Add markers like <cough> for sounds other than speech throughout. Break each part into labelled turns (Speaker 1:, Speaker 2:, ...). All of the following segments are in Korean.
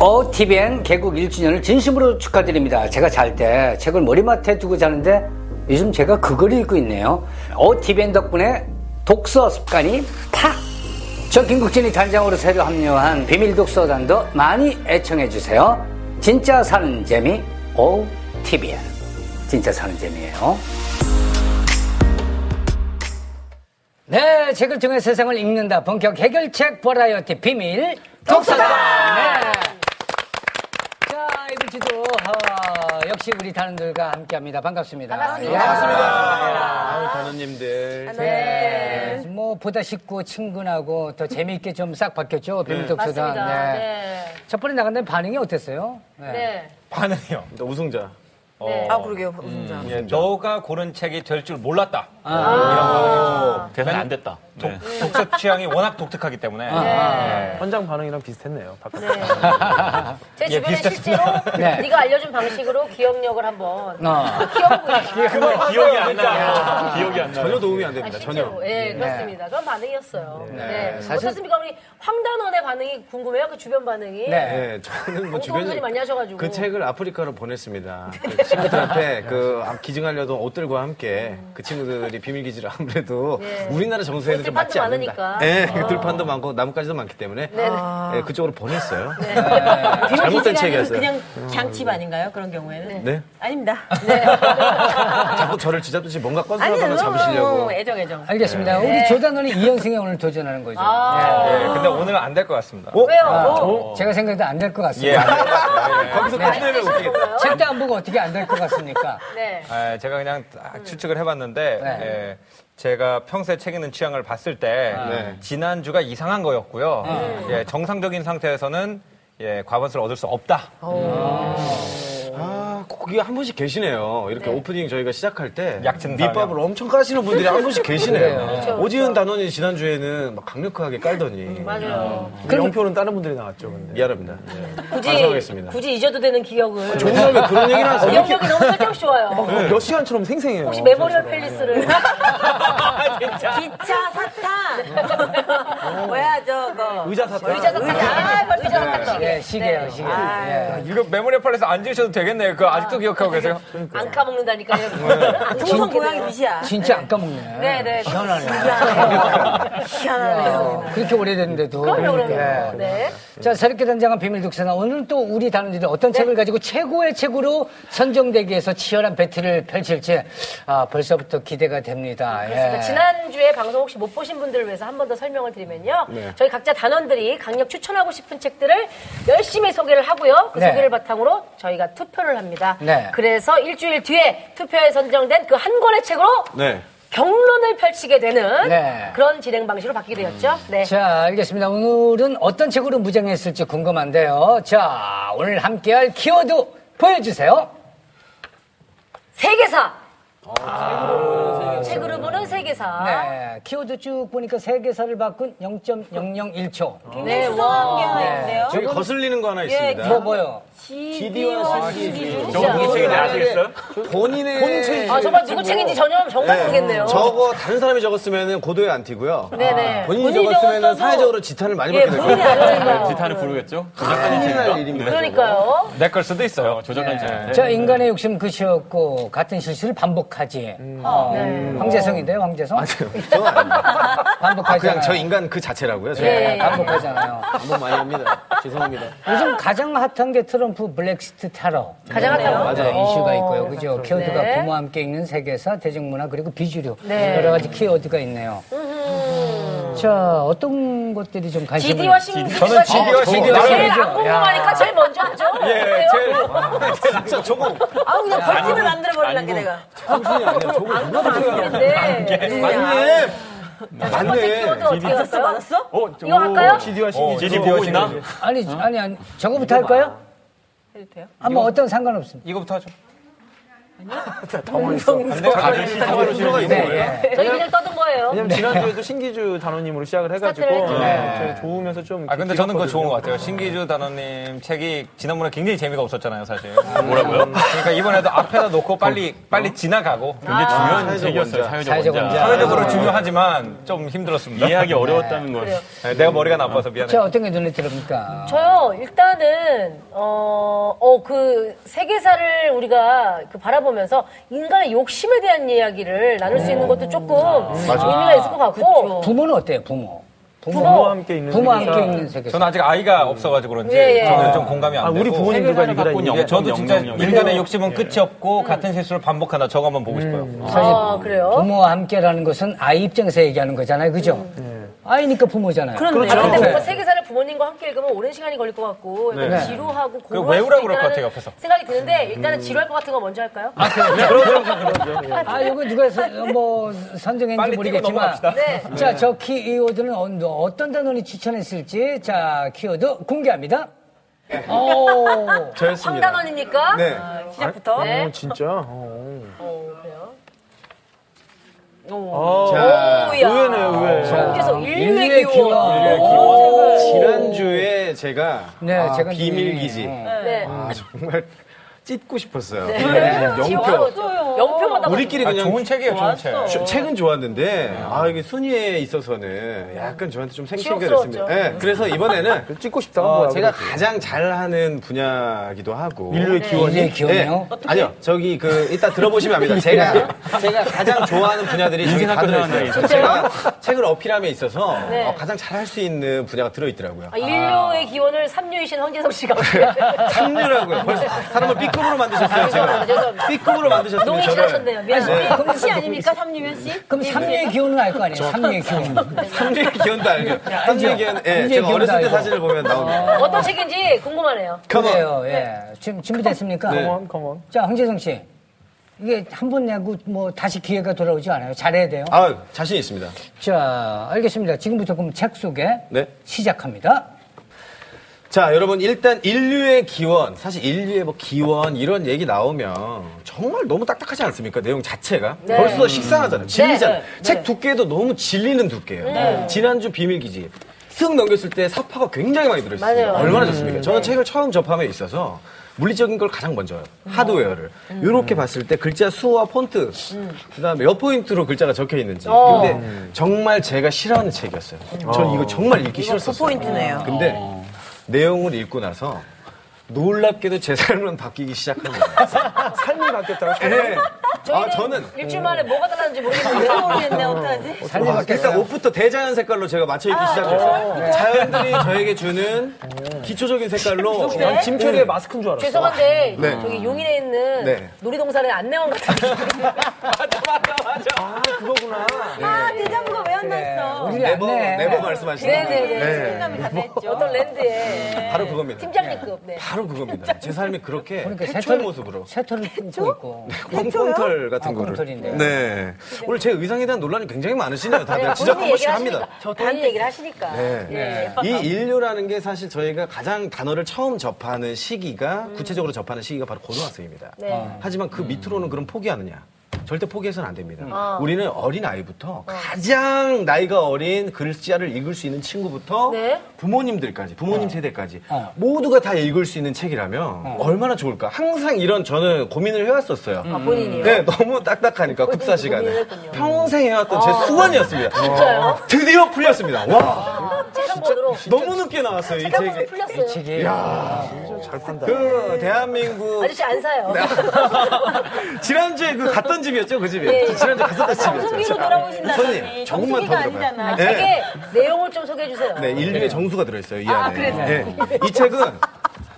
Speaker 1: OTBN 어, 개국 1주년을 진심으로 축하드립니다. 제가 잘 때 책을 머리맡에 두고 자는데 요즘 제가 그걸 읽고 있네요. OTBN 덕분에 독서 습관이 팍! 저 김국진이 단장으로 새로 합류한 비밀 독서단도 많이 애청해주세요. 진짜 사는 재미 OTBN. 진짜 사는 재미예요. 네, 책을 통해 세상을 읽는다. 본격 해결책 버라이어티 비밀 독서단. 네. 자, 이분지도 역시 우리 단원들과 함께합니다. 반갑습니다. 예.
Speaker 2: 반갑습니다.
Speaker 3: 아우, 단원님들.
Speaker 2: 네.
Speaker 1: 네, 예. 뭐 보다 쉽고 친근하고 더 재미있게 좀 싹 바뀌었죠. 비밀 독서단.
Speaker 2: 맞습니다. 네.
Speaker 1: 첫 번에 나간 데 반응이 어땠어요? 네.
Speaker 2: 네.
Speaker 4: 반응이요.
Speaker 3: 일단 우승자.
Speaker 2: 네.
Speaker 5: 아 그러게요 우승자.
Speaker 6: 음,
Speaker 4: 예, 너가 고른 책이 될 줄 몰랐다.
Speaker 6: 아.
Speaker 3: 대상 안 됐다.
Speaker 4: 독,
Speaker 6: 네.
Speaker 4: 독서 취향이 워낙 독특하기 때문에.
Speaker 3: 현장 반응이랑 비슷했네요. 바깥
Speaker 2: 네. 제
Speaker 3: 예,
Speaker 2: 주변에 실제로
Speaker 3: <laughs>
Speaker 1: 네.
Speaker 2: 네가 알려준 방식으로 기억력을 한번
Speaker 1: 어.
Speaker 3: <laughs>
Speaker 2: 키워보니까
Speaker 4: 그건 기억이 안 나요. 기억이 안 나요.
Speaker 3: 전혀 도움이 안 됩니다. 아, 전혀. 네.
Speaker 2: 실제로 예 그렇습니다. 그런 반응이었어요. 네.
Speaker 1: 사실-
Speaker 2: 어떻습니까 우리 황단원의 반응이 궁금해요. 그 주변 반응이.
Speaker 1: 네.
Speaker 3: 네, 저는 뭐
Speaker 2: 엄청 분들이
Speaker 3: 주변에
Speaker 2: 많이 하셔가지고.
Speaker 3: 그 책을 아프리카로 보냈습니다. 그 친구들한테 그 아, 기증하려던 옷들과 함께
Speaker 2: 음.
Speaker 3: 그 친구들이 비밀 기지를 아무래도
Speaker 2: 네.
Speaker 3: 우리나라 정서에는 좀
Speaker 2: 들판도
Speaker 3: 맞지 않는다.
Speaker 2: 많으니까. 어.
Speaker 3: 네, 들판도 많고 나뭇가지도 많기 때문에
Speaker 2: 네.
Speaker 5: 아,
Speaker 3: 네, 그쪽으로 보냈어요. 네.
Speaker 2: <laughs>
Speaker 5: 비밀
Speaker 3: 잘못된
Speaker 5: 기지가 아니고
Speaker 3: 책이었어요.
Speaker 5: 그냥 장집 아닌가요 그런 경우에는?
Speaker 3: 네.
Speaker 5: 아닙니다. <laughs>
Speaker 3: 자꾸 저를 쥐잡듯이 뭔가
Speaker 5: 아니요.
Speaker 3: 건수하거나 잡으시려고.
Speaker 5: 어,
Speaker 2: 네.
Speaker 5: 애정 애정.
Speaker 1: 알겠습니다. 우리 조단원이 이현승에 오늘 도전하는 거죠.
Speaker 2: 아.
Speaker 3: 네.
Speaker 4: 예, 근데 오늘 안 될 것 같습니다.
Speaker 2: 왜요?
Speaker 3: 아.
Speaker 2: 뭐?
Speaker 1: 네. 제가 생각해도 안 될 것
Speaker 4: 예,
Speaker 1: 같습니다.
Speaker 4: 안 될 것 같습니다. 예.
Speaker 3: 네. 거기서
Speaker 2: 많이
Speaker 3: 끝내면 어떻게.
Speaker 2: 드시는가요?
Speaker 1: 책도 안 보고 어떻게 안 될 것 같습니까?
Speaker 2: 네.
Speaker 4: 아, 제가 그냥 딱 추측을 해봤는데
Speaker 1: 네.
Speaker 4: 예, 제가 평소에 책 읽는 취향을 봤을 때
Speaker 3: 네.
Speaker 4: 지난주가 이상한 거였고요. 예, 정상적인 상태에서는 예, 과반수를 얻을 수 없다.
Speaker 3: 아, 거기 한 분씩 계시네요. 이렇게 오프닝 저희가 시작할 때
Speaker 4: 약침
Speaker 3: 밑밥을 엄청 까시는 분들이 한 분씩 계시네요.
Speaker 2: 그렇죠. 음,
Speaker 3: 오지은 단원이 지난주에는 막 강력하게 깔더니 음.
Speaker 2: 맞아요. 네.
Speaker 7: 영표는 다른 분들이 나왔죠. 근데.
Speaker 3: 미안합니다. 네.
Speaker 2: 굳이
Speaker 3: 반성하겠습니다.
Speaker 2: 굳이 잊어도 되는 기억을.
Speaker 3: 오늘 왜 그런 얘기를 하세요?
Speaker 2: 기억력이 너무 쓸데없이
Speaker 3: <laughs>
Speaker 2: 좋아요.
Speaker 3: 네.
Speaker 7: 몇 시간처럼 생생해요.
Speaker 2: 혹시 메모리얼 팰리스를 <laughs>
Speaker 5: 기차 사탕. 뭐야 저거.
Speaker 7: 의자 사탕.
Speaker 2: 의자 사탕 아 벌써 의자 사탕 시계.
Speaker 1: 예,
Speaker 2: 네.
Speaker 1: 시계요, 시계.
Speaker 2: 아.
Speaker 1: 예.
Speaker 4: 이거 메모리 팔에서 안 지으셔도 되겠네요. 그거 아직도 기억하고 계세요?
Speaker 2: 안 까먹는다니까요.
Speaker 5: 풍선 고양이 빛이야.
Speaker 1: 진짜 안 까먹네.
Speaker 2: 네, 네.
Speaker 5: 희한하네요. 희한하네요.
Speaker 1: 어, 그렇게 오래됐는데도.
Speaker 2: 그럼요,
Speaker 1: 예.
Speaker 2: 그럼요. 네.
Speaker 1: 자, 새롭게 단장한 비밀 독서나 오늘 또 우리 단원들이 어떤
Speaker 2: 네.
Speaker 1: 책을 가지고 최고의 책으로 선정되기 위해서 치열한 배틀을 펼칠지 아, 벌써부터 기대가 됩니다. 예.
Speaker 2: 그러니까 지난주에 방송 혹시 못 보신 분들을 위해서 한 번 더 설명을 드리면요. 저희 각자 단원들이 강력 추천하고 싶은 책들을 열심히 소개를 하고요. 그
Speaker 1: 네.
Speaker 2: 소개를 바탕으로 저희가 투표를 합니다.
Speaker 1: 네.
Speaker 2: 그래서 일주일 뒤에 투표에 선정된 그 한 권의 책으로
Speaker 3: 네.
Speaker 2: 경론을 펼치게 되는
Speaker 1: 네.
Speaker 2: 그런 진행 방식으로 바뀌게 되었죠. 네.
Speaker 1: 자, 알겠습니다. 오늘은 어떤 책으로 무장했을지 궁금한데요. 자, 오늘 함께할 키워드 보여주세요.
Speaker 2: 세계사. 책으로 보는 아. 세계사. 아.
Speaker 1: 네, 키워드 쭉 보니까 세 개사를 바꾼 0.001초.
Speaker 2: 네,
Speaker 5: 수상한 게 하나
Speaker 2: 아,
Speaker 5: 있는데요.
Speaker 3: 저기 거슬리는 거 하나
Speaker 2: 예,
Speaker 3: 있습니다.
Speaker 1: 뭐 뭐요?
Speaker 5: 지디와
Speaker 2: 네.
Speaker 5: 시기주.
Speaker 4: 저거 무슨 책인지 아시겠어요?
Speaker 3: 본인의 본인
Speaker 2: 아, 정말 누구 책인지 전혀 정말 모르겠네요.
Speaker 3: 저거 다른 사람이 적었으면 고도에 안 튀고요.
Speaker 2: 네네.
Speaker 3: 본인이
Speaker 2: 본인이
Speaker 3: 적었으면
Speaker 2: 적었어도-
Speaker 3: 사회적으로 지탄을 많이
Speaker 2: 예,
Speaker 3: 받게 되고요.
Speaker 2: 본인이 알아서.
Speaker 6: 기타를 부르겠죠?
Speaker 3: 큰일 날 일입니다.
Speaker 2: 그러니까요.
Speaker 4: 내 걸 수도 있어요. 예.
Speaker 6: 조작한
Speaker 4: 네.
Speaker 6: 자.
Speaker 1: 자, 인간의 욕심 그치없고 같은 실수를 반복하지.
Speaker 2: 음. 아,
Speaker 1: 어,
Speaker 2: 네.
Speaker 1: 황재성인데요, 황재성?
Speaker 3: 저거 아닙니다.
Speaker 1: 반복하지.
Speaker 3: 그냥 저
Speaker 1: 않아요.
Speaker 3: 인간 그 자체라고요. 저는.
Speaker 2: 네.
Speaker 1: 예, 예, 반복하잖아요.
Speaker 3: 한번 많이 합니다. 죄송합니다.
Speaker 1: 요즘 가장 핫한 게 트럼프 블랙시트 테러.
Speaker 2: 가장 핫한 거. 어.
Speaker 1: 맞아요. 이슈가 있고요. 그죠? 키워드가
Speaker 2: 네.
Speaker 1: 부모와 함께 읽는 세계사, 대중문화, 그리고 비주류.
Speaker 2: 네. 음.
Speaker 1: 여러 가지 키워드가 있네요. 자, 어떤 것들이 좀 관심이
Speaker 2: 지디와 신기.
Speaker 4: 저는 지디와 신기와
Speaker 2: 제일
Speaker 1: 신기죠.
Speaker 2: 안 궁금하니까 제일 먼저 하죠.
Speaker 4: 예,
Speaker 2: 그래요? 아,
Speaker 4: 제일
Speaker 3: 진짜 저거
Speaker 5: 아우 그냥 벌집을 만들어 버리는 게 내가.
Speaker 2: 근데 예. 아.
Speaker 3: 맞네.
Speaker 2: 첫 번째
Speaker 3: 맞네.
Speaker 2: 키워드 어떻게
Speaker 5: 맞았어
Speaker 2: 왔어요?
Speaker 5: 맞았어?
Speaker 2: 이거 할까요?
Speaker 7: 지디와 시기.
Speaker 6: 지디 보고 있나?
Speaker 1: 아니, 아니, 아니. 저거부터 할까요?
Speaker 5: 해도 돼요?
Speaker 1: 아뭐 어떤 상관없습니다.
Speaker 4: 이거부터 하죠. <laughs>
Speaker 3: 가
Speaker 1: 네,
Speaker 3: 있는 거예요.
Speaker 2: 저희 그냥 떠든 거예요.
Speaker 4: 네.
Speaker 7: 왜냐면 지난주에도 신기주 단원님으로 시작을 해가지고 네,
Speaker 2: 스타트를
Speaker 7: 저희 좋으면서 좀.
Speaker 4: 아 근데
Speaker 7: 이렇게
Speaker 4: 저는 그거
Speaker 7: 길었거든요.
Speaker 4: 좋은 것 같아요. 신기주 단원님 책이 지난번에 굉장히 재미가 없었잖아요, 사실. 뭐라고요? 그러니까 이번에도 앞에다 놓고 빨리 빨리 지나가고 아,
Speaker 6: 굉장히 중요한 책이었어요.
Speaker 1: 사회적
Speaker 6: 사회적
Speaker 1: 원자.
Speaker 6: 원자.
Speaker 4: 사회적으로 중요하지만 좀 힘들었습니다.
Speaker 6: 이해하기 어려웠다는 걸.
Speaker 4: 네, 내가 머리가 나빠서 미안해.
Speaker 1: 자,
Speaker 4: 요
Speaker 1: 어떤 게 눈에 들어옵니까?
Speaker 2: 저요, 일단은 저는 어그 세계사를 우리가 그 바라보면서 인간의 욕심에 대한 이야기를 나눌 수 있는 것도 조금 의미가 있을 것 같고
Speaker 1: 부모는 어때요? 부모. 부모.
Speaker 7: 부모와 함께 있는
Speaker 1: 부모와
Speaker 7: 세계사.
Speaker 1: 함께 있는 세계사.
Speaker 4: 저는 네. 아직 아이가 없어가지고 그런지
Speaker 2: 예, 네. 예.
Speaker 4: 저는 좀 공감이 안
Speaker 7: 아,
Speaker 4: 되고.
Speaker 7: 우리 부모님들과
Speaker 6: 세계사를
Speaker 7: 얘기를
Speaker 6: 갖고
Speaker 7: 하니
Speaker 6: 있는
Speaker 4: 예, 저도
Speaker 6: 영영,
Speaker 4: 진짜
Speaker 6: 영영.
Speaker 4: 인간의 욕심은 끝이 없고
Speaker 2: 음.
Speaker 4: 같은 실수를 반복한다. 저거 한번 보고 싶어요.
Speaker 1: 사실
Speaker 2: 아, 그래요?
Speaker 1: 부모와 함께라는 것은 아이 입장에서 얘기하는 거잖아요. 그죠?
Speaker 3: 음. 네.
Speaker 1: 아이니까 부모잖아요. 그렇죠.
Speaker 2: 그런데 아, 근데 뭔가 세계사를 부모님과 함께 읽으면 오랜 시간이 걸릴 것 같고 약간
Speaker 1: 네.
Speaker 2: 지루하고
Speaker 4: 그거
Speaker 2: 고루할 수도
Speaker 4: 외우라고 그럴 것
Speaker 2: 있다는
Speaker 4: 같아요, 옆에서.
Speaker 2: 생각이 드는데 일단은 지루할 것 같은 거 먼저 할까요?
Speaker 1: 아, 이거 누가 서- 뭐 선정했는지
Speaker 4: 빨리 뛰고
Speaker 1: 모르겠지만.
Speaker 4: 넘어갑시다.
Speaker 2: 네.
Speaker 1: 자, 저 키워드는 어느- 어떤 단원이 추천했을지 자, 키워드 공개합니다. 오.
Speaker 3: 저였습니다.
Speaker 2: 황단원입니까? 아,
Speaker 3: 네.
Speaker 5: 시작부터.
Speaker 7: 어, 진짜. 어.
Speaker 2: 어, 그래요? 어.
Speaker 3: 자,
Speaker 2: 오야.
Speaker 7: 의외네요, 의외.
Speaker 2: 성지서
Speaker 1: 인류의
Speaker 2: 인류의
Speaker 1: 아, 기원.
Speaker 2: 기원.
Speaker 1: 인류의
Speaker 2: 오.
Speaker 3: 예, 지난주에 제가
Speaker 1: 네,
Speaker 3: 아,
Speaker 1: 제가 예.
Speaker 3: 비밀기지.
Speaker 2: 네.
Speaker 3: 아, 정말 찢고 싶었어요.
Speaker 2: 네.
Speaker 3: 영표.
Speaker 2: 영표마다
Speaker 3: 우리끼리
Speaker 4: 아,
Speaker 3: 그냥
Speaker 4: 좋은 책이에요, 좋은 책. 네.
Speaker 3: 주- 책은 좋았는데 아 이게 순위에 있어서는 약간 저한테 좀 생생하게 됐습니다.
Speaker 2: 지옥스러웠죠.
Speaker 3: 예. 그래서 이번에는
Speaker 7: 찍고 싶다.
Speaker 3: 어,
Speaker 7: 고
Speaker 3: 제가 가장 잘하는 분야기도 하고
Speaker 7: 인류의 기원이. 예.
Speaker 1: 인류의 기원이요.
Speaker 3: 예. 아니요 저기 그 이따 들어보시면
Speaker 7: <laughs>
Speaker 3: 압니다. 제가 제가 가장 좋아하는 분야들이 저기 다 들어있어요. 그래서 제가 책을 어필함에 있어서
Speaker 2: 네.
Speaker 3: 어, 가장 잘할 수 있는 분야가 들어있더라고요.
Speaker 2: 아, 인류의 기원을 삼류이신 황재석 씨가 어떻게
Speaker 3: 네. 삼류라고요. 벌써 사람을 B급으로 만드셨어요.
Speaker 2: 죄송합니다,
Speaker 3: 제가
Speaker 2: 죄송합니다.
Speaker 3: B급으로 만드셨어요.
Speaker 2: <laughs> 농이 싫어하셨네요. 미안합니다.
Speaker 5: 씨 아닙니까? 삼류면 씨?
Speaker 1: 그럼 삼류의 기운은 알 거 아니에요? 삼류의 기운.
Speaker 3: 삼류의 기원도 알죠. 삼류의 기원. 예,
Speaker 1: 삼류의
Speaker 3: 제가
Speaker 1: 기원도
Speaker 3: 어렸을 때
Speaker 1: 알고.
Speaker 3: 사진을 보면 나옵니다.
Speaker 2: 어떤 책인지 궁금하네요.
Speaker 1: 그래요. 예. 지금 준비됐습니까?
Speaker 3: 네.
Speaker 7: 컴온, 컴온.
Speaker 1: 자, 황재성 씨. 이게 한 번 내고 뭐 다시 기회가 돌아오지 않아요. 잘해야 돼요.
Speaker 3: 아 자신 있습니다.
Speaker 1: 자, 알겠습니다. 지금부터 그럼 책 소개
Speaker 3: 네.
Speaker 1: 시작합니다.
Speaker 3: 자, 여러분, 일단 인류의 기원, 사실 인류의 뭐 기원 이런 얘기 나오면 정말 너무 딱딱하지 않습니까? 내용 자체가. 벌써 식상하잖아요. 질리잖아요. 책 두께도 너무 질리는 두께예요. 지난주 비밀기지. 쓱 넘겼을 때 사파가 굉장히 많이 들어있습니다.
Speaker 2: 맞아요.
Speaker 3: 얼마나 좋습니까? 저는 책을 처음 접함에 있어서 물리적인 걸 가장 먼저 하드웨어를 이렇게 봤을 때 글자 수와 폰트 그다음에 몇 포인트로 글자가 적혀 있는지
Speaker 2: 어.
Speaker 3: 근데 정말 제가 싫어하는 책이었어요. 저는 이거 정말 읽기 싫었어요.
Speaker 5: 포인트네요.
Speaker 3: 근데 내용을 읽고 나서 놀랍게도 제 삶은 바뀌기
Speaker 7: <laughs>
Speaker 3: 시작합니다.
Speaker 7: 삶이 바뀌었다고.
Speaker 3: 네. 아,
Speaker 2: 저희는
Speaker 3: 저는
Speaker 2: 일주일 만에 뭐가 달랐는지 모르겠는데.
Speaker 5: 내가 모르겠네, 어떡하지?
Speaker 3: 와, 아, 일단 옷부터 대자연 색깔로 제가 맞춰 입기 시작했어요. 자연들이 저에게 주는 기초적인 색깔로
Speaker 7: 난 짐캐리의 마스크인 줄 알았어.
Speaker 2: 죄송한데
Speaker 3: 네.
Speaker 2: 저기 용인에 있는
Speaker 3: 네.
Speaker 2: 놀이동산에 안내원 같은
Speaker 3: <laughs>
Speaker 7: 아, 그거구나.
Speaker 5: 아, 대장부가 왜 안 나왔어?
Speaker 1: 우리
Speaker 3: 네. 네버
Speaker 1: 안내.
Speaker 3: 네버 말씀하시는
Speaker 2: 네네네 뭐
Speaker 5: 생각이 다 됐죠. 네.
Speaker 2: 어떤 랜드에
Speaker 3: 바로 그겁니다.
Speaker 2: 팀장님급 네.
Speaker 3: 바로 그겁니다. 제 삶이 그렇게
Speaker 1: 그러니까
Speaker 3: 태초의
Speaker 1: 새털-
Speaker 3: 모습으로
Speaker 1: 새털을 끊고 있고.
Speaker 3: 꽁꽁털 같은
Speaker 1: 아,
Speaker 3: 거를.
Speaker 1: 꽁꽁털인데요.
Speaker 3: 네. 오늘 제 의상에 대한 논란이 굉장히 많으시네요. 다들 진짜 한
Speaker 2: 본인이
Speaker 3: 번씩
Speaker 2: 얘기를
Speaker 3: 합니다.
Speaker 2: 하시니까 저 다른 얘기를 하시니까
Speaker 3: 네. 이
Speaker 2: 음.
Speaker 3: 인류라는 게 사실 저희가 가장 단어를 처음 접하는 시기가 구체적으로 접하는 시기가 바로 고등학생입니다.
Speaker 2: 네.
Speaker 3: 하지만 그 밑으로는 그럼 포기하느냐? 절대 포기해서는 안 됩니다.
Speaker 2: 음. 아.
Speaker 3: 우리는 어린 아이부터 가장 나이가 어린 글자를 읽을 수 있는 친구부터
Speaker 2: 네.
Speaker 3: 부모님들까지, 부모님 세대까지
Speaker 1: 어.
Speaker 3: 모두가 다 읽을 수 있는 책이라면 얼마나 좋을까? 항상 이런 저는 고민을 해왔었어요.
Speaker 1: 음.
Speaker 2: 아, 본인이요?
Speaker 3: 네, 너무 딱딱하니까 급사 시간에
Speaker 2: 고민했군요. 아.
Speaker 3: 평생 해왔던 제 수관이었습니다.
Speaker 2: 진짜요?
Speaker 3: 드디어 풀렸습니다. 와.
Speaker 2: 착한 번으로
Speaker 3: 너무 늦게 나왔어요, 이
Speaker 2: 착한 번으로
Speaker 3: 책이.
Speaker 2: 풀렸어요
Speaker 3: 그 대한민국
Speaker 2: 아저씨 안 사요
Speaker 3: 네. <laughs> 지난주에 그 갔던 집이었죠, 그 집이.
Speaker 2: 네.
Speaker 3: 지난주에 갔었던
Speaker 5: 네. 아, 정수기로
Speaker 3: 집이었죠.
Speaker 5: 돌아오신다더니 네,
Speaker 3: 손님, 정말
Speaker 5: 정수기가
Speaker 3: 더 들어가요.
Speaker 5: 아니잖아.
Speaker 3: 네.
Speaker 2: 책에 내용을 좀 소개해 주세요
Speaker 3: 네, 인류의 정수가 들어있어요,
Speaker 5: 아,
Speaker 3: 이 안에.
Speaker 2: 그래서요?
Speaker 3: 네.
Speaker 5: <laughs>
Speaker 3: 이 책은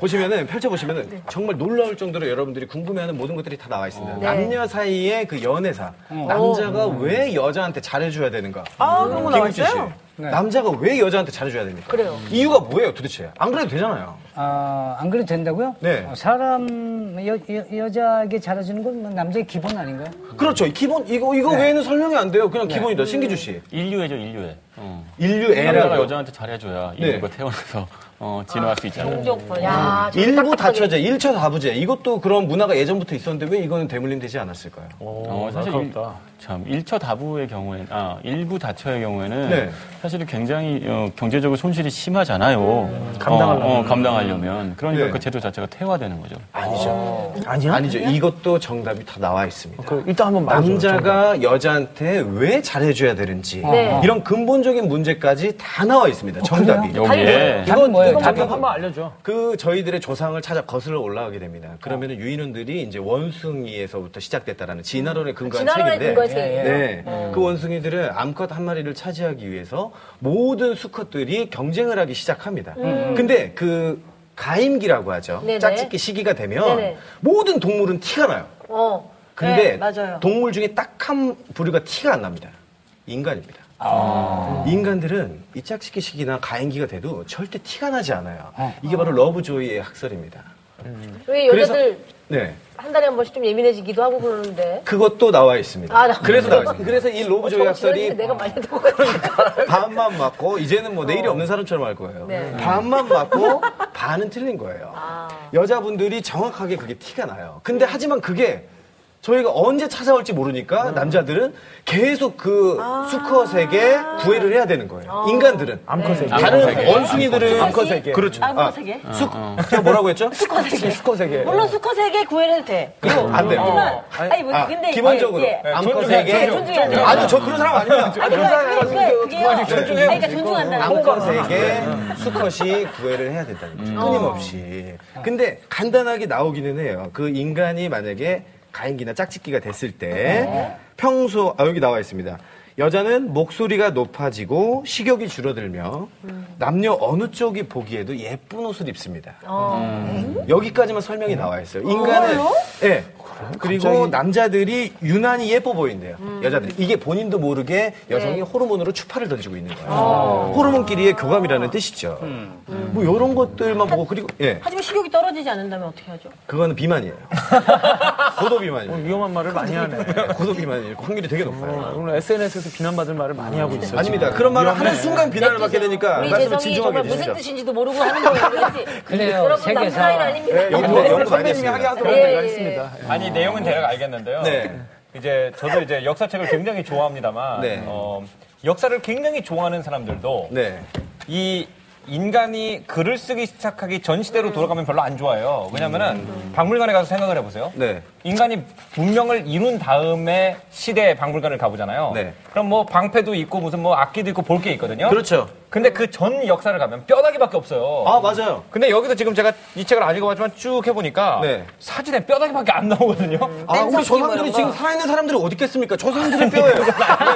Speaker 3: 보시면은 펼쳐보시면은
Speaker 5: 네.
Speaker 3: 정말 놀라울 정도로 여러분들이 궁금해하는 모든 것들이 다 나와 있습니다.
Speaker 5: 네.
Speaker 3: 남녀 사이의 그 연애사, 남자가 왜 여자한테 잘해줘야 되는가?
Speaker 5: 아, 그런 거
Speaker 3: 김은지 씨,
Speaker 5: 나왔어요?
Speaker 3: 남자가 왜 여자한테 잘해줘야 됩니까?
Speaker 2: 그래요.
Speaker 3: 이유가 뭐예요, 도대체? 안 그래도 되잖아요.
Speaker 1: 아, 안 그래도 된다고요?
Speaker 3: 네.
Speaker 1: 어, 사람, 여, 여, 여자에게 잘해주는 건뭐 남자의 기본 아닌가요?
Speaker 3: 그렇죠. 이 기본 이거 이거 외에는 설명이 안 돼요. 그냥 기본이다. 신기주 씨.
Speaker 6: 인류애죠, 인류애. 어.
Speaker 3: 인류
Speaker 6: 남자가
Speaker 3: 애라고.
Speaker 6: 여자한테 잘해줘야 인류가 태어나서 어, 진화할 수 있잖아요.
Speaker 2: 야, 저기
Speaker 3: 일부
Speaker 2: 딱딱하게.
Speaker 3: 다처제, 일차 다부제. 이것도 그런 문화가 예전부터 있었는데 왜 이거는 대물림 되지 않았을까요?
Speaker 6: 어, 사실 일, 참 일처 다부의 경우에는 아 일부 다처의 경우에는
Speaker 3: 네.
Speaker 6: 사실 굉장히 어, 경제적으로 손실이 심하잖아요. 어, 감당하려면 감당하려면 그러니까
Speaker 3: 네.
Speaker 6: 그 제도 자체가 태화되는 거죠.
Speaker 3: 아니죠.
Speaker 7: 아니야?
Speaker 3: 아니죠. 이것도 정답이 다 나와 있습니다.
Speaker 7: 그, 일단 한번 말해줘.
Speaker 3: 남자가 여자한테 왜 잘해줘야 되는지
Speaker 2: 네.
Speaker 3: 이런 근본적인 문제까지 다 나와 있습니다. 어, 정답이.
Speaker 6: 여기에
Speaker 1: 답은 뭐예요?
Speaker 3: 네,
Speaker 7: 잠깐
Speaker 3: 답답한
Speaker 7: 한번 알려줘.
Speaker 3: 그 저희들의 조상을 찾아 거슬러 올라가게 됩니다. 그러면 유인원들이 이제 원숭이에서부터 시작됐다라는 진화론에 근거한
Speaker 2: 진화론에
Speaker 3: 책인데
Speaker 2: 근거한 책이에요.
Speaker 3: 네. 그 원숭이들은 암컷 한 마리를 차지하기 위해서 모든 수컷들이 경쟁을 하기 시작합니다. 근데 그 가임기라고 하죠.
Speaker 2: 음. 네네.
Speaker 3: 짝짓기 시기가 되면
Speaker 2: 네네.
Speaker 3: 모든 동물은 티가 나요.
Speaker 2: 어.
Speaker 3: 근데
Speaker 5: 네, 맞아요.
Speaker 3: 동물 중에 딱 한 부류가 티가 안 납니다. 인간입니다.
Speaker 2: 아. 음.
Speaker 3: 인간들은 이 짝짓기 시기나 가임기가 돼도 절대 티가 나지 않아요.
Speaker 2: 어.
Speaker 3: 이게 바로 러브조이의 학설입니다.
Speaker 2: 우리 여자들
Speaker 3: 네.
Speaker 2: 한 달에 한 번씩 좀 예민해지기도 하고 그러는데.
Speaker 3: 그것도 나와 있습니다.
Speaker 2: 아, 나-
Speaker 3: 그래서 나와 있습니다. 그래서 이
Speaker 2: 어,
Speaker 3: 로브조이
Speaker 2: 저거 지난주에
Speaker 3: 학설이
Speaker 2: 내가 많이 듣고 같으니까.
Speaker 3: 반만 맞고 이제는 뭐 내일이 없는 사람처럼 할 거예요. 음.
Speaker 2: 네.
Speaker 3: 반만 맞고 반은 틀린 거예요.
Speaker 5: 아.
Speaker 3: 여자분들이 정확하게 그게 티가 나요. 근데 하지만 그게 저희가 언제 찾아올지 모르니까 남자들은 계속 그 수컷에게 구애를 해야 되는 거예요. 인간들은 네.
Speaker 7: 암컷에게.
Speaker 3: 다른 원숭이들은
Speaker 7: 암컷에게.
Speaker 3: 그렇죠.
Speaker 5: 암컷에게?
Speaker 3: 아, 수, 제가 뭐라고 했죠?
Speaker 5: 수컷에게.
Speaker 7: 수컷에게.
Speaker 3: 네.
Speaker 5: 물론 수컷에게 구애를 해도 돼. 뭐.
Speaker 3: 그거 안 돼요.
Speaker 2: 어.
Speaker 5: 하지만 아니 뭐
Speaker 3: 네. 아,
Speaker 5: 근데 이게-
Speaker 3: 기본적으로 네.
Speaker 5: 예.
Speaker 3: 암컷에게
Speaker 5: 존중해야 돼.
Speaker 3: 아니 저 그런 사람 아니에요.
Speaker 5: 아니 그러니까 그게 그게요. 아니, 그러니까
Speaker 2: 네.
Speaker 5: 존중한다는 거.
Speaker 3: 암컷에게 수컷이 구애를 해야 된다는 거죠. 끊임없이. 근데 간단하게 나오기는 해요. 그 인간이 만약에 가임기나 짝짓기가 됐을 때 평소 아 여기 나와 있습니다. 여자는 목소리가 높아지고 식욕이 줄어들며 남녀 어느 쪽이 보기에도 예쁜 옷을 입습니다. 여기까지만 설명이 나와 있어요. 인간은 예. 그리고 남자들이 유난히 예뻐 보인대요.
Speaker 2: 음.
Speaker 3: 여자들이 이게 본인도 모르게 여성이
Speaker 2: 네.
Speaker 3: 호르몬으로 추파를 던지고 있는 거예요.
Speaker 2: 아.
Speaker 3: 호르몬끼리의 교감이라는 뜻이죠.
Speaker 2: 음.
Speaker 3: 뭐 이런 것들만 보고 그리고 예.
Speaker 5: 하지만 식욕이 떨어지지 않는다면 어떻게 하죠?
Speaker 3: 그거는
Speaker 2: <laughs>
Speaker 3: 비만이에요. 고도 비만이에요. 예,
Speaker 7: 위험한 말을 많이 하네.
Speaker 3: 고도 비만일 확률이 되게
Speaker 2: 음.
Speaker 3: 높아요.
Speaker 7: 오늘 SNS에서 비난받을 말을 많이 하고 있어요.
Speaker 3: 아닙니다. 그런 말을 하는 순간 비난을 받게 되니까
Speaker 2: 네, 우리
Speaker 3: 말씀을
Speaker 2: 재성이 정말
Speaker 3: 진중하게
Speaker 2: 무슨
Speaker 3: 해주시죠.
Speaker 2: 뜻인지도 모르고
Speaker 3: <laughs>
Speaker 2: 하는 거예요. 그렇지?
Speaker 1: 그래요,
Speaker 2: 여러분
Speaker 1: 세계사.
Speaker 2: 남사인 아닙니다.
Speaker 3: 연구, 연구 많이 네. 했습니다.
Speaker 2: 예, 예.
Speaker 4: 아니 내용은 대략 알겠는데요.
Speaker 3: 네.
Speaker 4: 이제 저도 이제 역사책을 굉장히 좋아합니다만
Speaker 3: 네.
Speaker 4: 어, 역사를 굉장히 좋아하는 사람들도
Speaker 3: 네.
Speaker 4: 이 인간이 글을 쓰기 시작하기 전 시대로 돌아가면 별로 안 좋아요. 왜냐면은 박물관에 가서 생각을 해보세요.
Speaker 3: 음. 네.
Speaker 4: 인간이 문명을 이룬 다음에 시대의 박물관을 가보잖아요.
Speaker 3: 네.
Speaker 4: 그럼 뭐 방패도 있고 무슨 뭐 악기도 있고 볼 게 있거든요.
Speaker 3: 그렇죠.
Speaker 4: 근데 그 전 역사를 가면 뼈다귀밖에 없어요.
Speaker 3: 아, 맞아요.
Speaker 4: 근데 여기서 지금 제가 이 책을 안 읽어봤지만 쭉 해보니까
Speaker 3: 네.
Speaker 4: 사진에 뼈다귀밖에 안 나오거든요.
Speaker 3: 아, 우리 저 사람들이 지금 살아있는 사람들이 어디 있겠습니까? 저 사람들이
Speaker 4: <laughs>
Speaker 3: 뼈예요.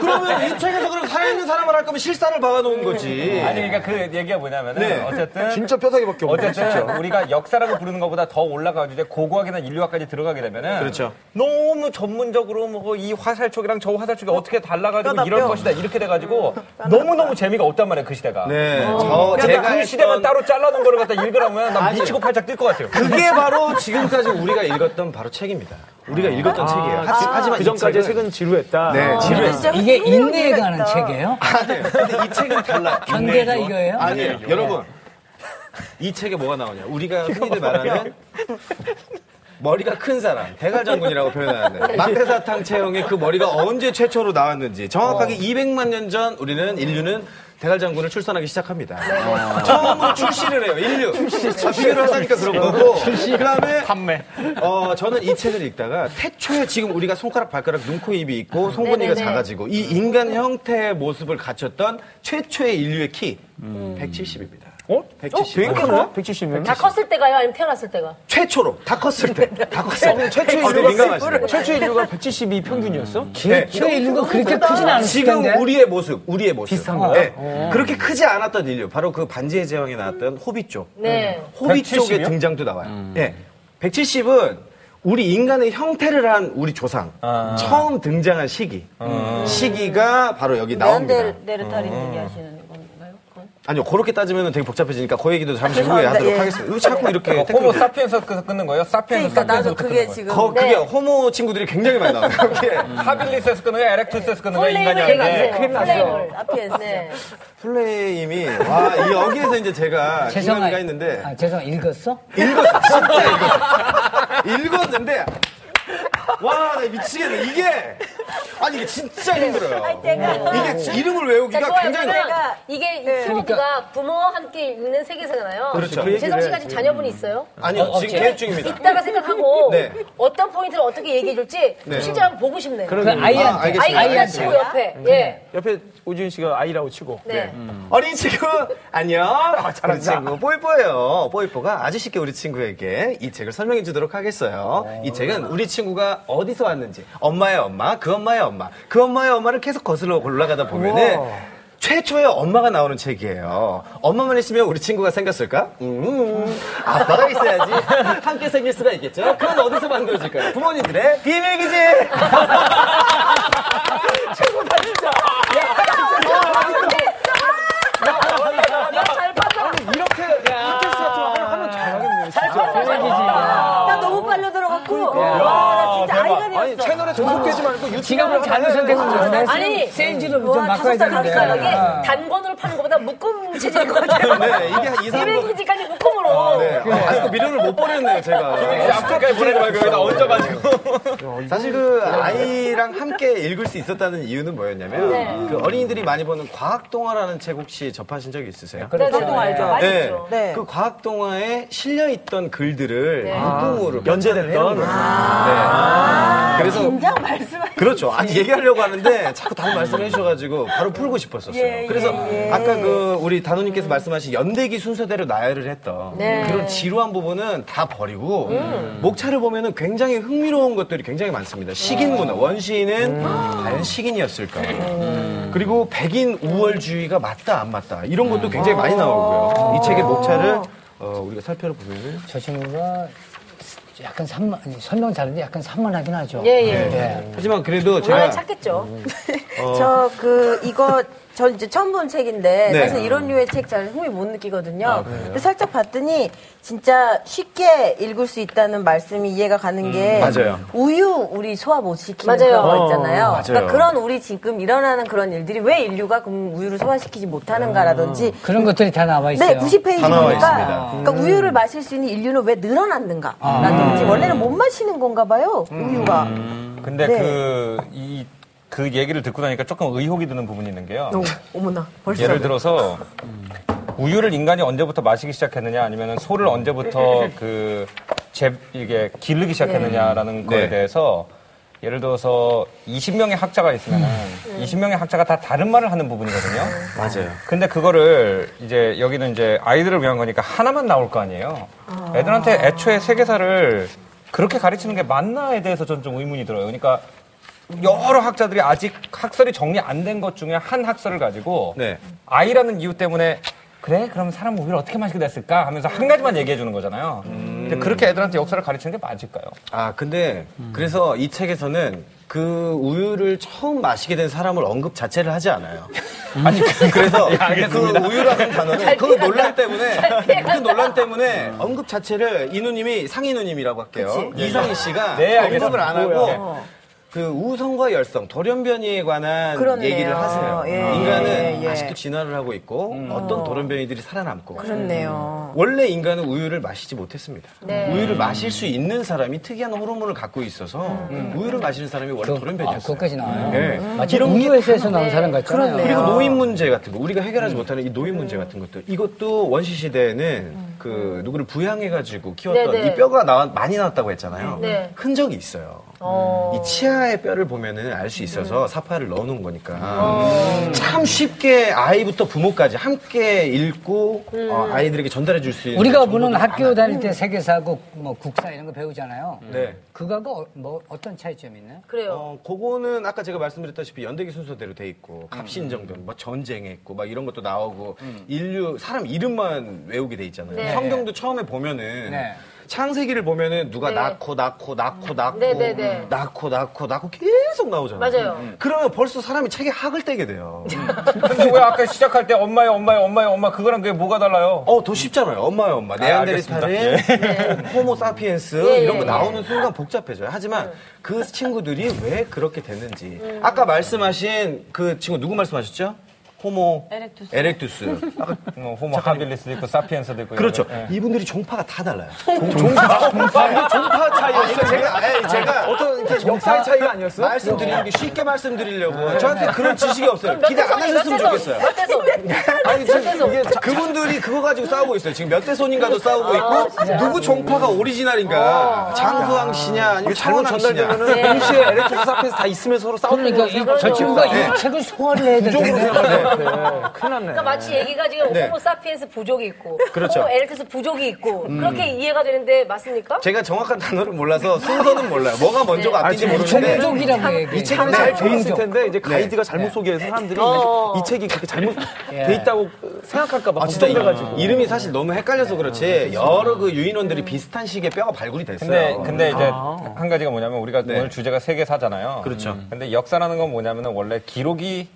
Speaker 3: 그러면 이 책에서 그럼 살아있는 사람을 할 거면 실사를 박아놓은 거지.
Speaker 4: 아니 그러니까 그 얘기가 뭐냐면은
Speaker 3: 예. 네.
Speaker 4: 어쨌든
Speaker 7: 진짜 뼈다귀밖에 없네.
Speaker 4: 어쨌든 우리가 역사라고 부르는 것보다 더 올라가고 이제 고고학이나 인류학까지 들어가게 되면은
Speaker 3: 그렇죠.
Speaker 4: 너무 전문적으로 뭐 이 화살촉이랑 저 화살촉이 어떻게 달라가지고
Speaker 5: 뼈다,
Speaker 4: 이럴
Speaker 5: 뼈.
Speaker 4: 것이다 이렇게 돼가지고 너무 너무 재미가 없단 말이에요 그 시대가.
Speaker 3: 네. 저,
Speaker 4: 그러니까
Speaker 3: 제가
Speaker 4: 그
Speaker 3: 했던-
Speaker 4: 시대만 따로 잘라놓은 거를 갖다 읽으라면 나 미치고 팔짝 뛸 것 같아요.
Speaker 3: 그게 바로 지금까지 우리가 읽었던 바로 책입니다.
Speaker 4: 아.
Speaker 3: 우리가 읽었던 책이에요. 하지, 하지만
Speaker 7: 그 전까지
Speaker 3: 이 책은
Speaker 7: 책은 지루했다.
Speaker 3: 아, 네, 지루했어요.
Speaker 2: 아,
Speaker 1: 이게 인내에 관한 책이에요?
Speaker 4: 네.
Speaker 3: 아니에요. 근데 이 책은 달라요. 네,
Speaker 1: 경계가 이거예요?
Speaker 3: 아니에요. 여러분. 이 책에 뭐가 나오냐. 우리가 흔히들 말하는 머리가 큰 사람, 대갈장군이라고 표현하는데 막대사탕 체형의 그 머리가 언제 최초로 나왔는지 정확하게 200만 년 전 우리는 인류는 대갈장군을 출산하기 시작합니다. 어. 처음으로 네. 출시를 해요, 인류. 아, 비교를 하다니까 그런 거고. 그 다음에 어, 저는 이 책을 읽다가 태초에 지금 우리가 손가락, 발가락, 눈, 코, 입이 있고 송곳니가 작아지고 이 인간 형태의 모습을 갖췄던 최초의 인류의 키 음. 170입니다.
Speaker 7: 어?
Speaker 3: 170.
Speaker 7: 되게 크네? 170이면?
Speaker 2: 다 컸을 때가요? 아니면 태어났을 때가?
Speaker 3: 최초로 뭐? 다 컸을
Speaker 7: 네.
Speaker 3: 때 다 컸을 때 최초
Speaker 7: 인류가
Speaker 3: 민감하시네.
Speaker 7: 최초의 인류가 172 평균이었어?
Speaker 3: 네.
Speaker 1: 저 인류가 그렇게 크진 않을
Speaker 3: 지금
Speaker 1: 텐데.
Speaker 3: 우리의 모습, 우리의 모습.
Speaker 7: 비슷한 거예요? 음.
Speaker 3: 네. 그렇게 크지 않았던 인류, 바로 그 반지의 제왕에 나왔던 호빗 쪽. 음.
Speaker 2: 네.
Speaker 3: 호빗
Speaker 4: 170
Speaker 3: 쪽의
Speaker 4: 이요?
Speaker 3: 등장도 나와요.
Speaker 7: 음.
Speaker 3: 네. 170은 우리 인간의 형태를 한 우리 조상.
Speaker 7: 아.
Speaker 3: 처음 등장한 시기. 시기가 바로 여기 나옵니다.
Speaker 5: 음.
Speaker 3: 음.
Speaker 5: 네안데르탈인 얘기하시는 건가요? 그건?
Speaker 3: 아니요, 그렇게 따지면 되게 복잡해지니까 그 얘기도 잠시 후에
Speaker 5: 죄송합니다.
Speaker 3: 하도록
Speaker 5: 예.
Speaker 3: 하겠습니다. 이거 자꾸 이렇게.
Speaker 7: 아,
Speaker 4: 어,
Speaker 3: 태클을
Speaker 4: 호모 사피엔스에서 끊는 거예요? 사피엔스
Speaker 5: 그러니까 나도
Speaker 4: 사피엔스에서 끊는
Speaker 5: 그게
Speaker 4: 거예요?
Speaker 5: 지금
Speaker 7: 네.
Speaker 3: 거,
Speaker 2: 네.
Speaker 3: 그게 호모 친구들이 굉장히 많이 나와요. <laughs> 예. 이렇게.
Speaker 7: 음.
Speaker 4: 하빌리스에서 끊는 거예요? 에렉투스에서 끊는 거예요? 인간이
Speaker 2: 플레임을
Speaker 3: 네.
Speaker 4: 아닌데.
Speaker 2: 얘기하세요. 플레임을.
Speaker 5: 앞에서
Speaker 2: 네.
Speaker 3: 플레임이, 와, 이 여기에서 이제 제가
Speaker 1: 죄송해요.
Speaker 3: 중간이가 있는데.
Speaker 1: 아, 죄송 읽었어?
Speaker 3: 읽었어, 진짜 읽었어. 읽었는데, 와, 나 미치겠네. 이게 아니 이게 진짜 힘들어요.
Speaker 5: 아니, 제가.
Speaker 3: 이게 지- 이름을 외우기가 음. 그러니까 굉장히
Speaker 2: 네. 좋아요.
Speaker 3: 어려워요.
Speaker 2: 그러면 이게 이 키워드가 부모와 함께 있는 세계사잖아요.
Speaker 3: 그렇죠. 그
Speaker 2: 재성 씨가 지금 자녀분이 있어요?
Speaker 3: 아니요 지금 계획 중입니다.
Speaker 2: 이따가 생각하고
Speaker 3: 네.
Speaker 2: 어떤 포인트를 어떻게 얘기해줄지
Speaker 3: 네.
Speaker 2: 실제 한번 보고 싶네요.
Speaker 1: 그
Speaker 3: 아,
Speaker 1: 아이한테
Speaker 3: 알겠습니다. 네.
Speaker 2: 아이가
Speaker 3: 알겠습니다.
Speaker 2: 치고 옆에. 예.
Speaker 7: 옆에 오지훈 씨가 아이라고 치고
Speaker 2: 네.
Speaker 3: 어린 친구 안녕. 우리 친구 뽀이뽀예요. 뽀이뽀가 아주 쉽게 우리 친구에게 이 책을 설명해 주도록 하겠어요. 이 책은 우리 친구가 어디서 왔는지 엄마의 엄마, 그 엄마의 엄마, 그 엄마의 엄마를 계속 거슬러 올라가다 보면은 최초의 엄마가 나오는 책이에요. 엄마만 있으면 우리 친구가 생겼을까? 음, 아빠가 있어야지 <laughs> 함께 생길 수가 있겠죠. 그건 어디서 만들어질까요? 부모님들의 비밀기지. <laughs> 최고다 진짜.
Speaker 7: 이렇게 팟캐스트 같은 거 하나 하면 잘하겠네요.
Speaker 5: 나 너무 빨려 들어갔고. 와, 나 진짜
Speaker 7: 그러니까. 아니
Speaker 5: 아이간이었어.
Speaker 7: 채널에 종속되지 말고
Speaker 1: 지금은
Speaker 7: 유튜브를
Speaker 1: 잘못 선택했는데
Speaker 2: 아니,
Speaker 1: 세인지로 좀
Speaker 2: 와,
Speaker 1: 바꿔야
Speaker 2: 다섯 살, 다섯
Speaker 1: 되는데. 아.
Speaker 2: 살. 이게 단권으로 파는 것보다 묶음 체질인
Speaker 1: <laughs>
Speaker 2: 것 같아요.
Speaker 3: 네, 이게 한 2, 3분.
Speaker 2: 비밀기지까지 묶음으로.
Speaker 3: 네. 아, 아직도 미련을 못 버렸네요, 제가.
Speaker 4: 앞쪽까지 보내지 말고 여기다 얹어가지고.
Speaker 3: 사실 그
Speaker 7: 음.
Speaker 3: 아이랑 함께 읽을 수 있었다는 이유는 뭐였냐면 그 어린이들이 많이 보는 과학 동화라는 책 혹시 접하신 적이
Speaker 7: 아,
Speaker 3: 있으세요?
Speaker 5: 보통 알죠.
Speaker 3: 네.
Speaker 5: 네.
Speaker 3: 그 과학 동화에 실려 있던 글들을 유품으로
Speaker 7: 아, 연재됐던
Speaker 3: 네. 그래서
Speaker 5: 긴장 말씀하
Speaker 3: 그렇죠.
Speaker 5: 네.
Speaker 3: 아니 얘기하려고 하는데 자꾸 다른 말씀해 주셔가지고 바로 풀고 싶었었어요.
Speaker 5: 음. 예,
Speaker 3: 그래서
Speaker 5: 예, 예.
Speaker 3: 아까 그 우리 단호님께서 말씀하신 연대기 순서대로 나열을 했던
Speaker 5: 네.
Speaker 3: 그런 지루한 부분은 다 버리고
Speaker 5: 음.
Speaker 3: 목차를 보면은 굉장히 흥미로운 것들이 굉장히
Speaker 5: 네.
Speaker 3: 많습니다. 식인 문화
Speaker 5: 음.
Speaker 3: 원시인은 과연 식인이었을까?
Speaker 5: 네.
Speaker 3: 음. 그리고 백인 우월주의가 맞다 안 맞다 이런
Speaker 5: 음.
Speaker 3: 것도 굉장히 많이 나오고요. 이 책의
Speaker 5: 아.
Speaker 3: 목차를 어, 우리가 살펴보면은
Speaker 1: 저 친구가 약간 산만, 아니, 설명 잘하는데 약간 산만하긴 하죠.
Speaker 7: 그렇죠.
Speaker 2: 예, 예.
Speaker 7: 네.
Speaker 3: 네. 하지만 그래도
Speaker 2: 원래
Speaker 3: 제가
Speaker 2: 찾겠죠.
Speaker 3: 어.
Speaker 5: 저 그 이거 전 이제 처음 본 책인데
Speaker 3: 네. 아,
Speaker 5: 사실 이런 류의 책 잘 흥미 못 느끼거든요. 근데 살짝 봤더니 진짜 쉽게 읽을 수 있다는 말씀이 이해가 가는
Speaker 3: 음,
Speaker 5: 게
Speaker 3: 맞아요. 어,
Speaker 5: 우유 우리 소화 못 시키는
Speaker 2: 맞아요.
Speaker 5: 그런 거 있잖아요.
Speaker 3: 맞아요.
Speaker 5: 그러니까 그런 우리 지금 일어나는 그런 일들이 왜 인류가 그럼 우유를 소화시키지 못하는가라든지
Speaker 3: 음,
Speaker 1: 그런 것들이 다 나와 있어요.
Speaker 5: 네, 90페이지
Speaker 3: 다 나와
Speaker 5: 보니까
Speaker 3: 있습니다. 음.
Speaker 5: 그러니까 우유를 마실 수 있는 인류는 왜
Speaker 3: 아.
Speaker 5: 늘어났는가라든지 원래는 못 마시는 건가 봐요. 우유가.
Speaker 3: 음.
Speaker 4: 근데
Speaker 5: 네.
Speaker 4: 그, 이, 그 얘기를 듣고 나니까 조금 의혹이 드는 부분이 있는 게요.
Speaker 5: 오, 머나 어, 벌써.
Speaker 4: 예를 들어서 우유를 인간이 언제부터 마시기 시작했느냐 아니면 소를 언제부터 그 제, 이게 기르기 시작했느냐라는 거에
Speaker 3: 네.
Speaker 4: 대해서 예를 들어서 20명의 학자가 있으면
Speaker 5: 네.
Speaker 4: 20명의 학자가 다 다른 말을 하는 부분이거든요.
Speaker 3: 맞아요.
Speaker 4: 근데 그거를 이제 여기는 이제 아이들을 위한 거니까 하나만 나올 거 아니에요. 애들한테 애초에 세계사를 그렇게 가르치는 게 맞나에 대해서 저는 좀 의문이 들어요. 그러니까 여러 학자들이 아직 학설이 정리 안 된 것 중에 한 학설을 가지고
Speaker 3: 네.
Speaker 4: 아이라는 이유 때문에 그래 그럼 사람 우유를 어떻게 마시게 됐을까 하면서 한 가지만 얘기해 주는 거잖아요. 근데 그렇게 애들한테 역사를 가르치는 게 맞을까요?
Speaker 3: 아, 근데 그래서 이 책에서는 그 우유를 처음 마시게 된 사람을 언급 자체를 하지 않아요.
Speaker 5: 음.
Speaker 3: 아니 그- 그래서
Speaker 5: 예,
Speaker 3: 그 우유라는 단어는 그 논란 때문에 그 논란 때문에 언급 자체를 이누님이 상이누님이라고 할게요. 이상희 씨가
Speaker 4: 네,
Speaker 3: 언급을
Speaker 4: 알겠습니다.
Speaker 3: 안 하고 그 우성과 열성, 돌연변이에 관한
Speaker 5: 그렇네요.
Speaker 3: 얘기를 하세요.
Speaker 5: 예,
Speaker 3: 인간은
Speaker 5: 예, 예.
Speaker 3: 아직도 진화를 하고 있고 어떤 돌연변이들이 살아남고
Speaker 5: 그렇네요.
Speaker 3: 원래 인간은 우유를 마시지 못했습니다.
Speaker 2: 네.
Speaker 3: 우유를 마실 수 있는 사람이 특이한 호르몬을 갖고 있어서 우유를 마시는 사람이 원래
Speaker 1: 아,
Speaker 3: 돌연변이었어요.
Speaker 1: 그것까지 나와요.
Speaker 3: 네.
Speaker 1: 마치 우유에서 나온 사람 같잖아요.
Speaker 3: 그리고 노인 문제 같은 거 우리가 해결하지 못하는 이 노인 문제 같은 것도 이것도 원시 시대에는 그 누구를 부양해 가지고 키웠던
Speaker 2: 음, 네, 네.
Speaker 3: 이 뼈가 나와- 많이 나왔다고 했잖아요.
Speaker 2: 네.
Speaker 3: 흔적이 있어요.
Speaker 2: 어. 음.
Speaker 3: 이 치아의 뼈를 보면은 알 수 있어서 사파를 넣어놓은 거니까 참 쉽게 아이부터 부모까지 함께 읽고
Speaker 2: 음.
Speaker 3: 어, 아이들에게 네, 전달해 줄 수 있는
Speaker 1: 우리가
Speaker 3: 정보들이
Speaker 1: 보는 학교
Speaker 3: 많아요.
Speaker 1: 다닐 때 세계사고 뭐 국사 이런 거 배우잖아요.
Speaker 3: 네.
Speaker 1: 그거하고 어- 뭐 어떤 차이점이 있나요?
Speaker 2: 그래요.
Speaker 3: 어, 그거는 아까 제가 말씀드렸다시피 연대기 순서대로 돼 있고
Speaker 2: 음.
Speaker 3: 갑신정변, 뭐 전쟁했고 막 이런 것도 나오고 인류 사람 이름만 외우게 돼 있잖아요.
Speaker 2: 네.
Speaker 3: 성경도 처음에 보면은
Speaker 1: 네.
Speaker 3: 창세기를 보면은 누가
Speaker 2: 네.
Speaker 3: 낳고 낳고 낳고 낳고
Speaker 2: 네, 네, 네.
Speaker 3: 낳고 낳고 낳고 계속 나오잖아요.
Speaker 2: 맞아요.
Speaker 3: 그러면 벌써 사람이 책에 학을 떼게
Speaker 2: <laughs>
Speaker 3: 돼요.
Speaker 4: 근데 왜 아까 시작할 때 엄마의 엄마의 엄마의 엄마 그거랑 그게 뭐가 달라요?
Speaker 3: 어, 더 쉽잖아요. 엄마요, 엄마. 네안데르탈의 <laughs> 호모 사피엔스
Speaker 2: 예,
Speaker 3: 이런
Speaker 2: 예,
Speaker 3: 거
Speaker 2: 예.
Speaker 3: 나오는 순간 복잡해져요. 하지만 그 음. 친구들이 왜 그렇게 됐는지. 아까 말씀하신 그 친구 누구 말씀하셨죠? 호모
Speaker 5: 에렉투스.
Speaker 3: 에렉투스. 음. 아까
Speaker 4: 뭐 호모 하빌리스도 있고 사피엔스도 있고
Speaker 3: 그렇죠.
Speaker 4: 이런 거. 예.
Speaker 3: 이분들이 종파가 다 달라요. 종파, 종파, 종파 차이였어요. 제가, 에이, 제가 어떤 이렇게
Speaker 7: 역사의 차이가 아니었어요?
Speaker 3: 말씀드리는 게 쉽게 말씀드리려고 저한테 그런 지식이 없어요. 기대 안 하셨으면 좋겠어요.
Speaker 2: 몇대손
Speaker 3: 아니 지금 이게 자- 그분들이 그거 가지고 싸우고 있어요. 지금 몇 대 손인가도 싸우고 있고 누구 종파가 오리지널인가 장수왕 씨냐 아니면
Speaker 7: 잘못
Speaker 3: 차원왕 씨냐.
Speaker 7: 전달되면은 동시에 에렉트로스 앞에서 다 있으면 서로 싸우는
Speaker 1: 그러니까 이- 저 친구가 이 책을 소화를 해야 되는데.
Speaker 7: 큰일 났네.
Speaker 2: 네, 그러니까 마치 얘기가 지금
Speaker 3: 네.
Speaker 2: 호모 사피엔스 부족이 있고
Speaker 3: 그렇죠.
Speaker 2: 호모 에렉투스 부족이 있고 그렇게 이해가 되는데 맞습니까?
Speaker 3: 제가 정확한 단어를 몰라서 순서는 몰라요. 뭐가 먼저가 아, 앞인지 모르는데
Speaker 1: 종족이라고 얘기해.
Speaker 7: 이 책은
Speaker 3: 네,
Speaker 7: 잘돼 있을
Speaker 1: 종족.
Speaker 7: 텐데 이제 가이드가 잘못 소개해서 사람들이
Speaker 2: 어.
Speaker 7: 이 책이 그렇게 잘못 돼 있다고 생각할까 봐
Speaker 3: 아 진짜 이,
Speaker 7: 걱정돼가지고
Speaker 3: 이름이 사실 너무 헷갈려서 그렇지 여러 그 유인원들이 비슷한 식의 뼈가 발굴이 됐어요.
Speaker 4: 근데 근데 이제
Speaker 6: 아.
Speaker 4: 한 가지가 뭐냐면 우리가
Speaker 3: 네.
Speaker 4: 오늘 주제가 세계사잖아요. 그렇죠.
Speaker 6: 음.
Speaker 4: 근데 역사라는 건 뭐냐면 원래 기록이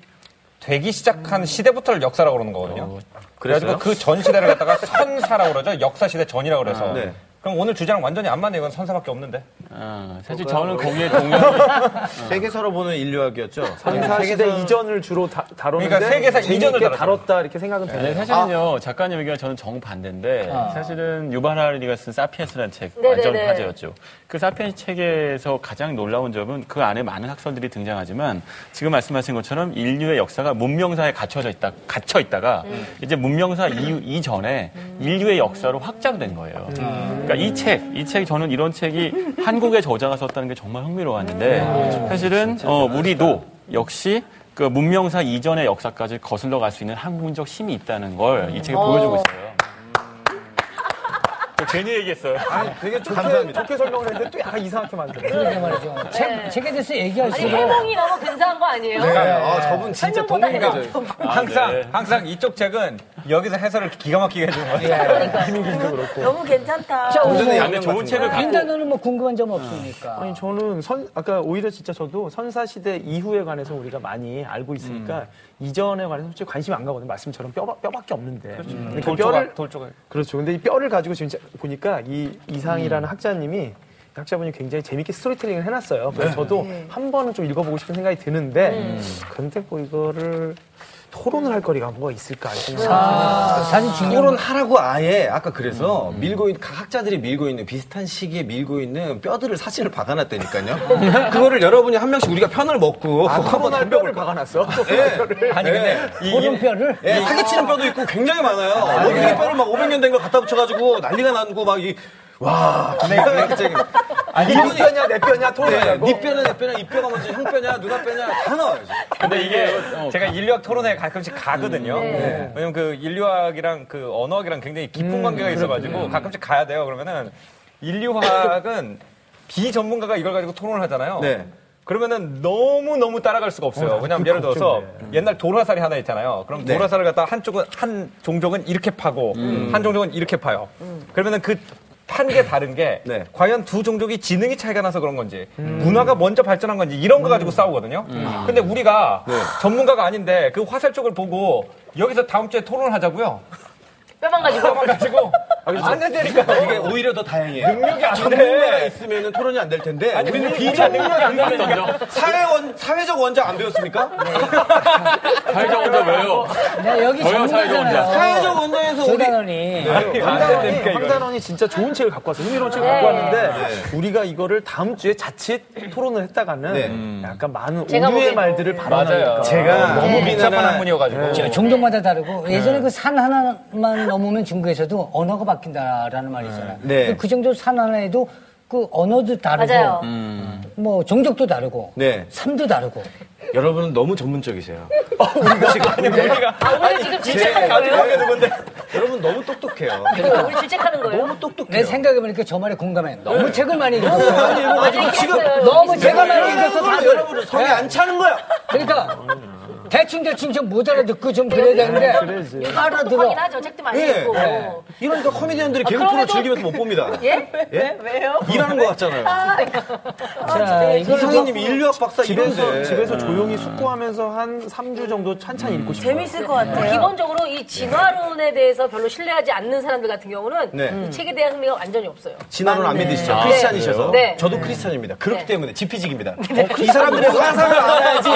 Speaker 4: 되기 시작한 시대부터를 역사라고 그러는
Speaker 6: 어,
Speaker 4: 거거든요. 그래가지고 그 전 시대를 갖다가 선사라고 그러죠. 역사 시대 전이라고 그래서.
Speaker 3: 아, 네.
Speaker 4: 그럼 오늘 주제랑 완전히 안 맞네요. 이건 선사밖에 없는데.
Speaker 6: 아, 사실 저는 거기에 동의하고
Speaker 3: 세계사로 보는 인류학이었죠.
Speaker 7: 세계대 이전을 주로 다, 다루는데
Speaker 4: 그러니까 세계사
Speaker 7: 재미있게
Speaker 4: 이전을 다뤘죠.
Speaker 7: 다뤘다 이렇게 생각은 되네요.
Speaker 6: 사실은요 작가님 의견 저는 정반대인데 사실은 유발하리가 쓴 사피엔스라는 책
Speaker 2: 네네네.
Speaker 6: 완전 화제였죠. 그 사피엔스 책에서 가장 놀라운 점은 그 안에 많은 학설들이 등장하지만 지금 말씀하신 것처럼 인류의 역사가 문명사에 갇혀져 있다 갇혀 있다가
Speaker 2: 음.
Speaker 6: 이제 문명사 이후- 이전에 인류의 역사로 확장된 거예요. 그러니까 이 책, 이 책 저는 이런
Speaker 2: <laughs>
Speaker 6: 책이 한국의 저자가 썼다는 게 정말 흥미로웠는데
Speaker 2: 음. 아,
Speaker 6: 사실은 어, 우리도 역시 그 문명사 이전의 역사까지 거슬러 갈 수 있는 한국적 힘이 있다는 걸 이 책이 보여주고 있어요. 저 괜히 얘기했어요.
Speaker 7: 되게 좋게,
Speaker 3: 감사합니다.
Speaker 7: 좋게 설명을 했는데 또 약간 이상하게 만들어.
Speaker 1: 그러게 말이죠. 책, 책에 대해서
Speaker 2: 아니
Speaker 1: 얘기할수록
Speaker 2: 해몽이 너무 근사한 거 아니에요?
Speaker 3: 네. 아, 저분 진짜
Speaker 2: 설명보다
Speaker 3: 동문가죠.
Speaker 4: 항상 항상 이쪽 책은 여기서 해설을 기가 막히게 해주는 거예요.
Speaker 3: <laughs>
Speaker 5: 너무 괜찮다.
Speaker 3: 완전히
Speaker 6: 아,
Speaker 3: 양면
Speaker 6: 근데 좋은
Speaker 3: 같은
Speaker 6: 책을 갖고
Speaker 1: 인간은 뭐 궁금한 점 없으니까.
Speaker 7: 아니 저는 선 아까 오히려 진짜 저도 선사 시대 이후에 관해서 우리가 많이 알고 있으니까
Speaker 4: 음.
Speaker 7: 이전에 관해서 솔직히 관심이 안 가거든요. 말씀처럼 뼈 뼈밖에 없는데. 그러니까 뼈를
Speaker 4: 그렇죠. 음. 돌조각.
Speaker 7: 그렇죠. 근데 이 뼈를 가지고 지금 자- 보니까 이 이상이라는
Speaker 4: 음.
Speaker 7: 학자님이 학자분이 굉장히 재밌게 스토리텔링을 해놨어요.
Speaker 4: 네.
Speaker 7: 그래서 저도 한 번은 좀 읽어보고 싶은 생각이 드는데 그런데 뭐 이거를 토론을 할 거리가 뭐가 있을까 이렇게 생각합니다.
Speaker 1: 아, 사실 중요한 건
Speaker 3: 토론하라고 아예 아까 그래서 밀고 있는 각 학자들이 밀고 있는 비슷한 시기에 밀고 있는 뼈들을 사진을 박아놨다니까요. 그거를 여러분이 한 명씩 우리가 편을
Speaker 7: 아,
Speaker 3: 먹고
Speaker 7: 토론할 뼈를 박아놨어.
Speaker 4: 네.
Speaker 7: <laughs>
Speaker 4: 아니 근데 이,
Speaker 1: 오른편을
Speaker 3: 예, 사기치는 뼈도 있고 굉장히 많아요. 원숭이 뼈를 막 500년 된 걸 갖다 붙여가지고 난리가 나고 막 이. 와, 기가 막히게. 아니,
Speaker 7: 이 뼈냐 내 뼈냐 토론하고.
Speaker 3: 네 뼈냐, 내 뼈냐, 이 뼈가 먼저 형 뼈냐, 누나 뼈냐, 다 나와요. 지금.
Speaker 4: 근데 이게 제가 인류학 토론회에 가끔씩 가거든요. 왜냐면 그 인류학이랑 그 언어학이랑 굉장히 깊은 관계가 있어가지고 가끔씩 가야 돼요. 그러면은 인류학은 <laughs> 비전문가가 이걸 가지고 토론을 하잖아요.
Speaker 3: 네.
Speaker 4: 그러면은 너무 너무 따라갈 수가 없어요. 아, 그 왜냐면 예를 들어서 옛날 도라살이 하나 있잖아요. 그럼
Speaker 3: 네. 음.
Speaker 4: 도라살을 갖다 한쪽은 한 종족은 이렇게 파고 한 종족은 이렇게 파요. 그러면은 그 판 게 다른 게
Speaker 3: 네.
Speaker 4: 과연 두 종족이 지능이 차이가 나서 그런 건지 문화가 먼저 발전한 건지 이런 거 가지고 싸우거든요. 근데 우리가
Speaker 3: 네.
Speaker 4: 전문가가 아닌데 그 화살 쪽을 보고 여기서 다음 주에 토론을 하자고요. <laughs>
Speaker 2: 뼈만 가지고
Speaker 4: 그만 가지고 안 된다니까.
Speaker 3: 이게 오히려 더 다행이에요. 네.
Speaker 4: 능력이 안 돼.
Speaker 3: 아, 그렇죠. 전문가가 있으면 토론이 안 될 텐데. 우리는 비전
Speaker 4: 능력이 안 되니까.
Speaker 3: 사회 원, 사회적 원자 안 배웠습니까?
Speaker 6: 사회적 혼자 왜요?
Speaker 1: 내가 여기
Speaker 6: 저요, 사회적
Speaker 1: 전문가잖아요.
Speaker 3: 사회적 원자에서 우리 네. 아,
Speaker 1: 조단원이
Speaker 7: 황단원이, 황단원이 진짜 좋은 책을 갖고 왔어요. 흥미로운 책을
Speaker 2: 네.
Speaker 7: 갖고 왔는데 우리가 이거를 다음 주에 자칫 토론을 했다가는
Speaker 3: 네.
Speaker 7: 약간 많은
Speaker 2: 제가
Speaker 7: 오류의
Speaker 2: 보기에는- 네.
Speaker 7: 말들을 발언하니까
Speaker 3: 제가 너무
Speaker 4: 어, 복잡한
Speaker 3: 비난한 네.
Speaker 4: 학문이어가지고.
Speaker 1: 종족마다 다르고 예전에 그 산 하나만 넘으면 중국에서도 언어가 바뀐다라는 말이 있잖아요.
Speaker 3: 네.
Speaker 1: 근데 그 정도 산 하나에도 그 언어도 다르고
Speaker 2: 맞아요.
Speaker 1: 뭐 종족도 다르고
Speaker 3: 네. 어,
Speaker 1: 삶도 다르고
Speaker 3: 여러분은 너무 전문적이세요.
Speaker 2: 아 우리 지금 질책하는
Speaker 3: 네,
Speaker 2: 거예요?
Speaker 3: 여러분 너무 똑똑해요.
Speaker 2: 그러니까 우리 질책하는 거예요?
Speaker 3: 너무 똑똑해요.
Speaker 1: 내 생각해 보니까 저 말에 공감해. 네. 너무 책을 많이 읽었어.
Speaker 2: 아니 지금
Speaker 1: 너무 제가 많이 읽었어.
Speaker 3: 이걸
Speaker 1: 다들.
Speaker 3: 여러분은 네. 성에 안 차는 거야.
Speaker 1: 그러니까 대충 대충 좀 못 알아듣고 좀 그래야 되는데 알아들어.
Speaker 2: 하긴 하죠. 책도 많이
Speaker 3: 예.
Speaker 2: 읽고.
Speaker 3: 이러니까 코미디언들이 아, 개그 프로
Speaker 2: 그럼에도-
Speaker 3: 즐기면서 못 봅니다.
Speaker 2: 예?
Speaker 5: 왜요?
Speaker 3: 일하는 것 같잖아요.
Speaker 1: 자, 이거는
Speaker 3: 이상희님 인류학 박사
Speaker 7: 집에서
Speaker 3: 이런데.
Speaker 7: 집에서 조용히 숙고하면서 한 3주 정도 찬찬히 읽고 싶어요.
Speaker 5: 재밌을 것 같아요.
Speaker 2: 기본적으로 이 진화론에 대해서 별로 신뢰하지 않는 사람들 같은 경우는
Speaker 3: 네.
Speaker 2: 이 책에 대한 흥미가 완전히 없어요.
Speaker 3: 진화론 안 믿으시죠? 크리스찬이셔서.
Speaker 2: 네.
Speaker 3: 저도 네. 크리스찬입니다. 그렇기 때문에 지피지기입니다. 이
Speaker 7: 사람들의
Speaker 3: 네. 사람들의 사상을 알아야지.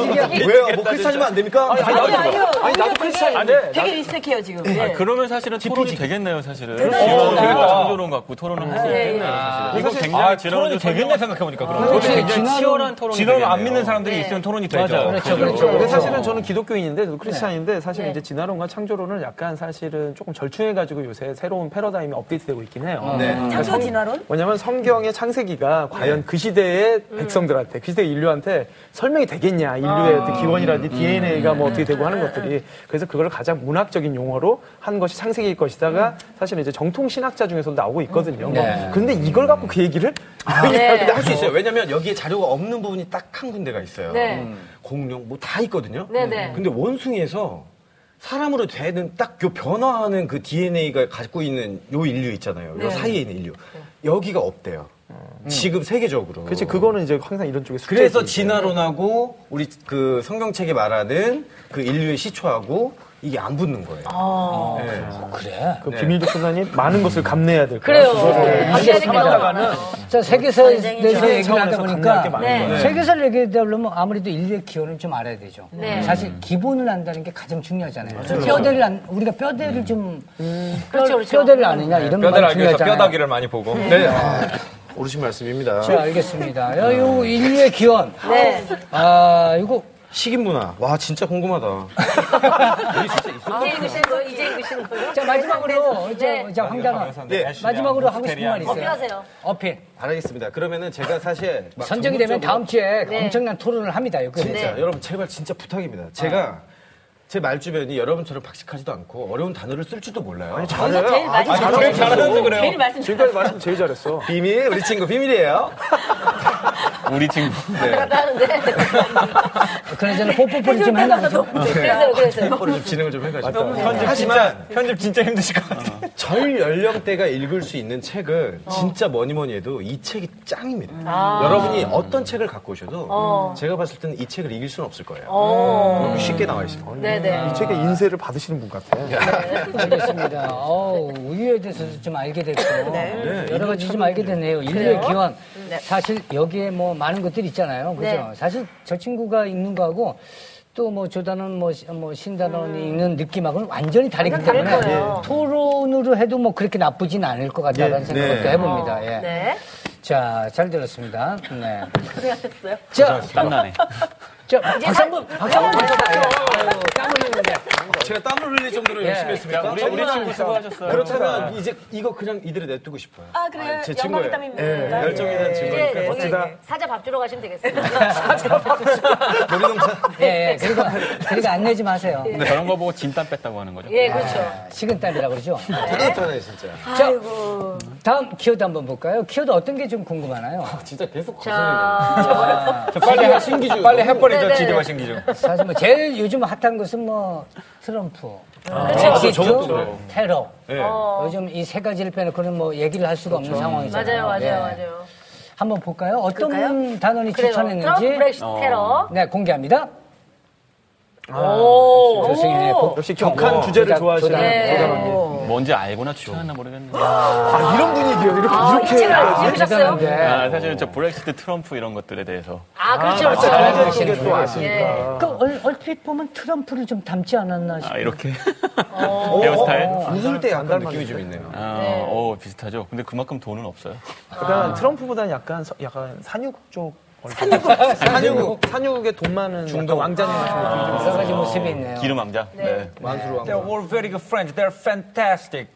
Speaker 3: 이 왜요? 뭐 크리스찬이면 안 됩니까?
Speaker 5: 아니, 아니요. 아니,
Speaker 7: 나도 크리스찬인데.
Speaker 5: 되게 리스펙해요, 지금. 예.
Speaker 6: 아, 그러면 사실은 토론이 되겠네요, 사실은. 그렇죠. 창조론 갖고 토론을 할 수 있겠네요, 사실은. 이건 굉장히
Speaker 4: 아,
Speaker 6: 지난주
Speaker 4: 토론이 되겠네 생각해보니까 그럼.
Speaker 1: 그렇지.
Speaker 4: 굉장히
Speaker 1: 진화론-
Speaker 4: 치열한 토론이
Speaker 6: 진화론 안
Speaker 4: 되겠네요.
Speaker 6: 믿는 사람들이 있으면 토론이 되죠.
Speaker 1: 그렇죠,
Speaker 7: 근데
Speaker 1: 그렇죠.
Speaker 7: 사실은 저는 기독교인인데 저도 크리스찬인데 사실 이제 진화론과 창조론은 약간 사실은 조금 절충해가지고 요새 새로운 패러다임이 업데이트되고 있긴 해요. 그러니까
Speaker 5: 창조 진화론?
Speaker 7: 왜냐면 성경의 창세기가 과연 그 시대의 백성들한테, 그 시대의 인류한테 설명이 되겠냐. 인류의 어떤 기원이라든지 DNA가 뭐 어떻게 되고 하는 것들이. 그래서 그걸 가장 문학적인 용어로 한 것이 창세기일 것이다가 사실은 이제 정통 신학자 중에서도 나오고 있거든요.
Speaker 1: 네.
Speaker 7: 근데 이걸 갖고 <laughs> 그 얘기를?
Speaker 3: 근데 할 수 있어요. 왜냐면 여기에 자료가 없는 부분이 딱 한 군데가 있어요.
Speaker 2: 네.
Speaker 3: 공룡 뭐 다 있거든요. 음.
Speaker 2: 네, 네.
Speaker 3: 근데 원숭이에서 사람으로 되는 딱 요 변화하는 그 DNA가 갖고 있는 요 인류 있잖아요. 요 사이에 있는 인류. 여기가 없대요. 지금 세계적으로.
Speaker 7: 그렇지. 그거는 이제 항상 이런 쪽에 숙제.
Speaker 3: 음. 그래서 진화론하고 우리 그 성경책이 말하는 그 인류의 시초하고 이게 안 붙는 거예요. 네.
Speaker 1: 그래.
Speaker 7: 그 비밀도 순간이 많은 것을 감내해야 될 거예요.
Speaker 2: 그래요. 감내해야 될
Speaker 1: 게 너무
Speaker 7: 삼았다가는
Speaker 1: 자, 세계사에 대해서
Speaker 7: 전쟁이죠.
Speaker 1: 얘기를 하다
Speaker 7: 차원에서 강조할
Speaker 1: 보니까
Speaker 7: 게 많은
Speaker 2: 거예요.
Speaker 1: 세계사를 얘기하려면 아무래도 인류의 기원을 좀 알아야 되죠. 음.
Speaker 2: 네.
Speaker 1: 사실 기본을 안다는 게 가장 중요하잖아요. 뼈대를 안, 우리가 뼈대를 좀 뼈,
Speaker 2: 그렇죠, 그렇죠.
Speaker 1: 뼈대를 아느냐 이런
Speaker 4: 뼈대를
Speaker 1: 말이
Speaker 4: 알기 위해서
Speaker 1: 중요하잖아요.
Speaker 4: 뼈다귀를 많이 보고.
Speaker 3: 네. 아, 오르신 말씀입니다.
Speaker 1: 자, 알겠습니다. 야, 요 인류의 기원.
Speaker 2: 네.
Speaker 1: 아, 이거
Speaker 3: 식인 문화. 와, 진짜 궁금하다. <laughs>
Speaker 2: 이제 읽으시는 거예요? 이제 읽으시는 거예요?
Speaker 1: 자, 마지막으로
Speaker 2: 네.
Speaker 1: 자, 황당아. 마지막으로 하고 싶은 말 있어요.
Speaker 2: 어필하세요.
Speaker 1: 어필.
Speaker 3: 알겠습니다. 그러면은 제가 사실
Speaker 1: <laughs>
Speaker 3: 막
Speaker 1: 선정이 되면 다음
Speaker 3: 전문적으로-
Speaker 1: 주에
Speaker 2: 네.
Speaker 1: 엄청난 토론을 합니다. 이거.
Speaker 3: 진짜 여러분 제발 진짜 부탁입니다. 제가 제 말주변이 여러분처럼 박식하지도 않고 어려운 단어를 쓸 줄도 몰라요.
Speaker 5: 그래서 제일 많이
Speaker 4: 제일 잘하는데 그래요.
Speaker 5: 제일 말씀
Speaker 7: 지금까지 말씀 제일 잘했어.
Speaker 3: 비밀 우리 친구 비밀이에요. 네.
Speaker 6: 우리 친구.
Speaker 1: <laughs> 그나저나 뽀뽀뽀를 좀 해놔.
Speaker 2: 그래서요, 그래서요.
Speaker 3: 앞으로 좀 진행을 좀 해가지고.
Speaker 4: 편집 진짜,
Speaker 3: 네. 하지만
Speaker 4: 편집 진짜 힘드실 것 같아요.
Speaker 3: 절 연령대가 읽을 수 있는 책은 진짜 뭐니 뭐니 해도 이 책이 짱입니다.
Speaker 1: 음. 아.
Speaker 3: 여러분이 어떤 책을 갖고 오셔도
Speaker 1: 어.
Speaker 3: 제가 봤을 때는 이 책을 이길 수는 없을 거예요. 너무 쉽게 나와 있어요.
Speaker 2: 네네.
Speaker 7: 이 책에 인쇄를 받으시는 분 같아.
Speaker 1: 알겠습니다. 어우, 우유에 대해서도 좀 알게
Speaker 2: <laughs> 네.
Speaker 1: 됐고 음, 여러 가지 좀 알게 됐네요. 인류의 기원. 사실 여기에 뭐 많은 것들이 있잖아요. 그죠?
Speaker 2: 네.
Speaker 1: 사실 저 친구가 읽는 거하고 또 뭐 조단은 뭐, 시- 뭐 신단원이 읽는 느낌하고는 완전히 다르기
Speaker 2: 음. 다를
Speaker 1: 때문에
Speaker 2: 거예요.
Speaker 1: 토론으로 해도 뭐 그렇게 나쁘진 않을 것 같다라는 생각도 해봅니다. 예.
Speaker 2: 네.
Speaker 1: 자, 잘 들었습니다. 네.
Speaker 2: <laughs> 고생하셨어요.
Speaker 1: 자,
Speaker 6: 땀나네.
Speaker 1: 자 박상범,
Speaker 2: 네.
Speaker 1: 박상범 박사다. 아유, 땀 흘리는데.
Speaker 3: 제가 땀을 흘릴 정도로 열심히 했습니까?
Speaker 6: 우리, 우리 친구 수고하셨어요.
Speaker 3: 그렇다면 이제 이거 그냥 이대로 냅두고 싶어요.
Speaker 5: 아, 그래요?
Speaker 3: 제
Speaker 5: 영광의
Speaker 3: 친구예요.
Speaker 5: 땀입니다.
Speaker 3: 예,
Speaker 5: 네.
Speaker 3: 열정에 대한
Speaker 2: 이제
Speaker 3: 친구니까
Speaker 2: 여기
Speaker 3: 멋지다.
Speaker 2: 사자 밥 주러 가시면 되겠어요.
Speaker 3: 놀이동산.
Speaker 1: 예, 예. 그리고, 그리고 안내지 마세요.
Speaker 6: 저런 거 보고 진땀 뺐다고 하는 거죠.
Speaker 2: 예, 그렇죠.
Speaker 1: 식은땀이라고 그러죠.
Speaker 3: 그렇잖아요, 진짜.
Speaker 1: 자, 다음 키워드 한번 볼까요? 키워드 어떤 게 좀 궁금하나요?
Speaker 3: 진짜 계속
Speaker 2: 자,
Speaker 4: 빨리 해, 신기주. 빨리 해버리죠,
Speaker 2: 네네.
Speaker 4: 지디와 신기주.
Speaker 1: 사실 뭐 제일 요즘 핫한 것은 뭐 트럼프, 엑시트, 테러. 어. 요즘 이 세 가지를 빼놓고는 뭐 얘기를 할 수가 없는 상황이잖아요.
Speaker 2: 맞아요, 맞아요,
Speaker 1: 예.
Speaker 2: 맞아요.
Speaker 1: 한번 볼까요? 어떤
Speaker 2: 그럴까요?
Speaker 1: 단원이
Speaker 2: 그래요. 트럼프
Speaker 1: 추천했는지
Speaker 2: 브렉시트 테러.
Speaker 1: 네 공개합니다.
Speaker 2: 오.
Speaker 1: 조승희의
Speaker 2: 오.
Speaker 7: 역시 격한 주제를 좋아하시는
Speaker 2: 네.
Speaker 7: 조단원님.
Speaker 6: 뭔지 알고나 추천했나 모르겠네.
Speaker 7: 아, 이런 분위기요. 이렇게
Speaker 2: 아, 이
Speaker 7: 이렇게
Speaker 2: 책을 읽으셨어요?
Speaker 1: 대단한데.
Speaker 6: 아, 사실은 저 브렉시트 트럼프 이런 것들에 대해서.
Speaker 2: 아, 그렇죠, 그렇죠.
Speaker 7: 잘하시는 게또 왔으니까.
Speaker 1: 그 얼, 얼핏 보면 트럼프를 좀 닮지 않았나 싶어요.
Speaker 6: 아, 이렇게. 헤어스타일?
Speaker 3: 아, 웃을 때 약간 느낌이 좀 있네요.
Speaker 6: 아, 어, 비슷하죠. 근데 그만큼 돈은 없어요.
Speaker 7: 그다음 트럼프보다는 약간 서- 약간 산유국 쪽. 산유국. 산유국. 산유국에 돈 많은 중동 왕자님 같은 느낌이 좀
Speaker 1: 여러 가지 모습이 있네요.
Speaker 6: 기름 왕자. 네.
Speaker 3: 만수로
Speaker 4: They're all very good friends. They're fantastic.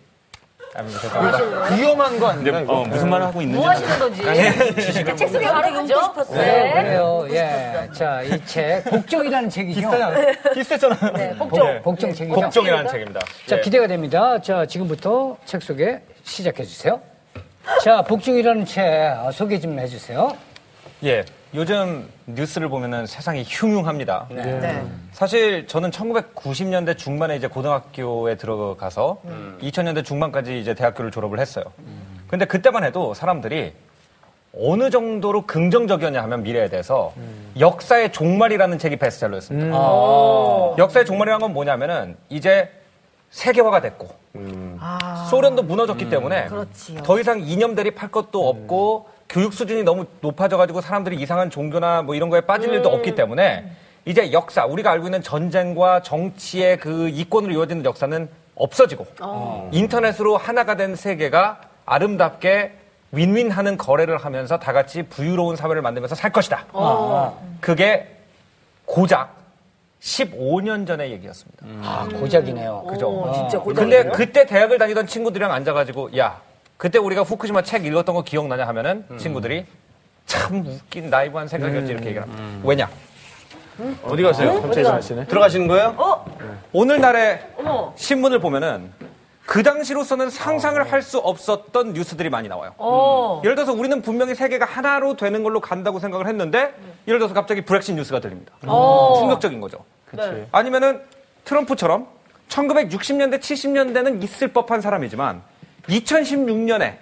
Speaker 7: 있어요. 위험한 거
Speaker 6: 근데
Speaker 7: 아닌가 이거?
Speaker 6: 어, 무슨 말을 하고 있는지.
Speaker 2: 뭐 하시는 건지. 그책 속에 바로
Speaker 5: 되게
Speaker 2: 그죠?
Speaker 5: 웃고 싶었어요.
Speaker 1: 네,
Speaker 2: 네.
Speaker 1: 그래요. 예. 자, 이 책, 복종이라는 책이죠.
Speaker 4: 비슷했잖아요. 네,
Speaker 2: 복종.
Speaker 1: 복종 책이죠.
Speaker 4: 예. 복종이라는 책입니다.
Speaker 1: 자,
Speaker 4: 예.
Speaker 1: 기대가 됩니다. 자, 지금부터 책 소개 시작해 주세요. 자, 복종이라는 책 어, 소개 좀 해주세요.
Speaker 4: 예. 요즘 뉴스를 보면은 세상이 흉흉합니다. 음. 사실 저는 1990년대 중반에 이제 고등학교에 들어가서 2000년대 중반까지 이제 대학교를 졸업을 했어요. 근데 그때만 해도 사람들이 어느 정도로 긍정적이었냐 하면 미래에 대해서 역사의 종말이라는 책이 베스트셀러였습니다. 역사의 종말이라는 건 뭐냐면은 이제 세계화가 됐고 소련도 무너졌기 때문에 더 이상 이념 대립할 것도 없고 교육 수준이 너무 높아져가지고 사람들이 이상한 종교나 뭐 이런 거에 빠질 일도 없기 때문에 이제 역사 우리가 알고 있는 전쟁과 정치의 그 이권으로 이어지는 역사는 없어지고 인터넷으로 하나가 된 세계가 아름답게 윈윈하는 거래를 하면서 다 같이 부유로운 사회를 만들면서 살 것이다. 그게 고작 15년 전의 얘기였습니다.
Speaker 1: 아, 고작이네요.
Speaker 4: 음. 그죠? 어.
Speaker 2: 진짜
Speaker 4: 근데 그때 대학을 다니던 친구들이랑 앉아가지고 야 그때 우리가 후쿠시마 책 읽었던 거 기억나냐 하면은 친구들이 참 웃긴 나이브한 생각이었지 이렇게 얘기를 합니다. 왜냐
Speaker 3: 어디 가세요?
Speaker 7: 갑자기 전화시네.
Speaker 3: 들어가시는 거예요?
Speaker 4: 오늘날의 신문을 보면은 그 당시로서는 상상을 할 수 없었던 뉴스들이 많이 나와요. 예를 들어서 우리는 분명히 세계가 하나로 되는 걸로 간다고 생각을 했는데 예를 들어서 갑자기 브렉신 뉴스가 들립니다.
Speaker 2: 어.
Speaker 4: 충격적인 거죠.
Speaker 7: 그치.
Speaker 4: 아니면은 트럼프처럼 1960년대, 70년대는 있을 법한 사람이지만 2016년에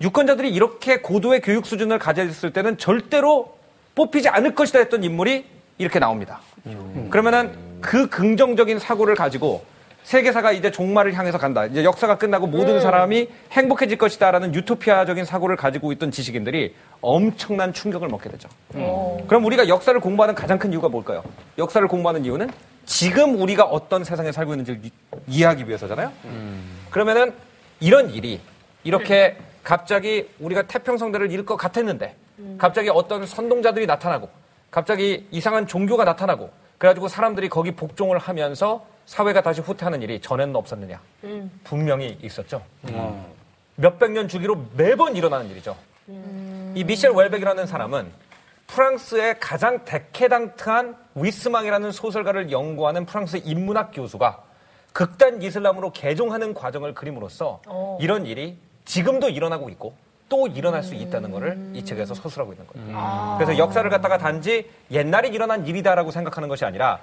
Speaker 4: 유권자들이 이렇게 고도의 교육 수준을 가졌을 때는 절대로 뽑히지 않을 것이다 했던 인물이 이렇게 나옵니다.
Speaker 7: 음.
Speaker 4: 그러면은 그 긍정적인 사고를 가지고 세계사가 이제 종말을 향해서 간다. 이제 역사가 끝나고 모든 사람이 행복해질 것이다라는 유토피아적인 사고를 가지고 있던 지식인들이 엄청난 충격을 먹게 되죠. 그럼 우리가 역사를 공부하는 가장 큰 이유가 뭘까요? 역사를 공부하는 이유는 지금 우리가 어떤 세상에 살고 있는지를 이- 이해하기 위해서잖아요. 그러면은 이런 일이 이렇게 갑자기 우리가 태평성대를 잃을 것 같았는데 갑자기 어떤 선동자들이 나타나고 갑자기 이상한 종교가 나타나고 그래가지고 사람들이 거기 복종을 하면서 사회가 다시 후퇴하는 일이 전에는 없었느냐 분명히 있었죠 어. 몇백 년 주기로 매번 일어나는 일이죠 이 미셸 웰백이라는 사람은 프랑스의 가장 데케당트한 위스망이라는 소설가를 연구하는 프랑스 인문학 교수가 극단 이슬람으로 개종하는 과정을 그림으로써 이런 일이 지금도 일어나고 있고 또 일어날 수 있다는 것을 이 책에서 서술하고 있는 거예요. 그래서 역사를 갖다가 단지 옛날에 일어난 일이다라고 생각하는 것이 아니라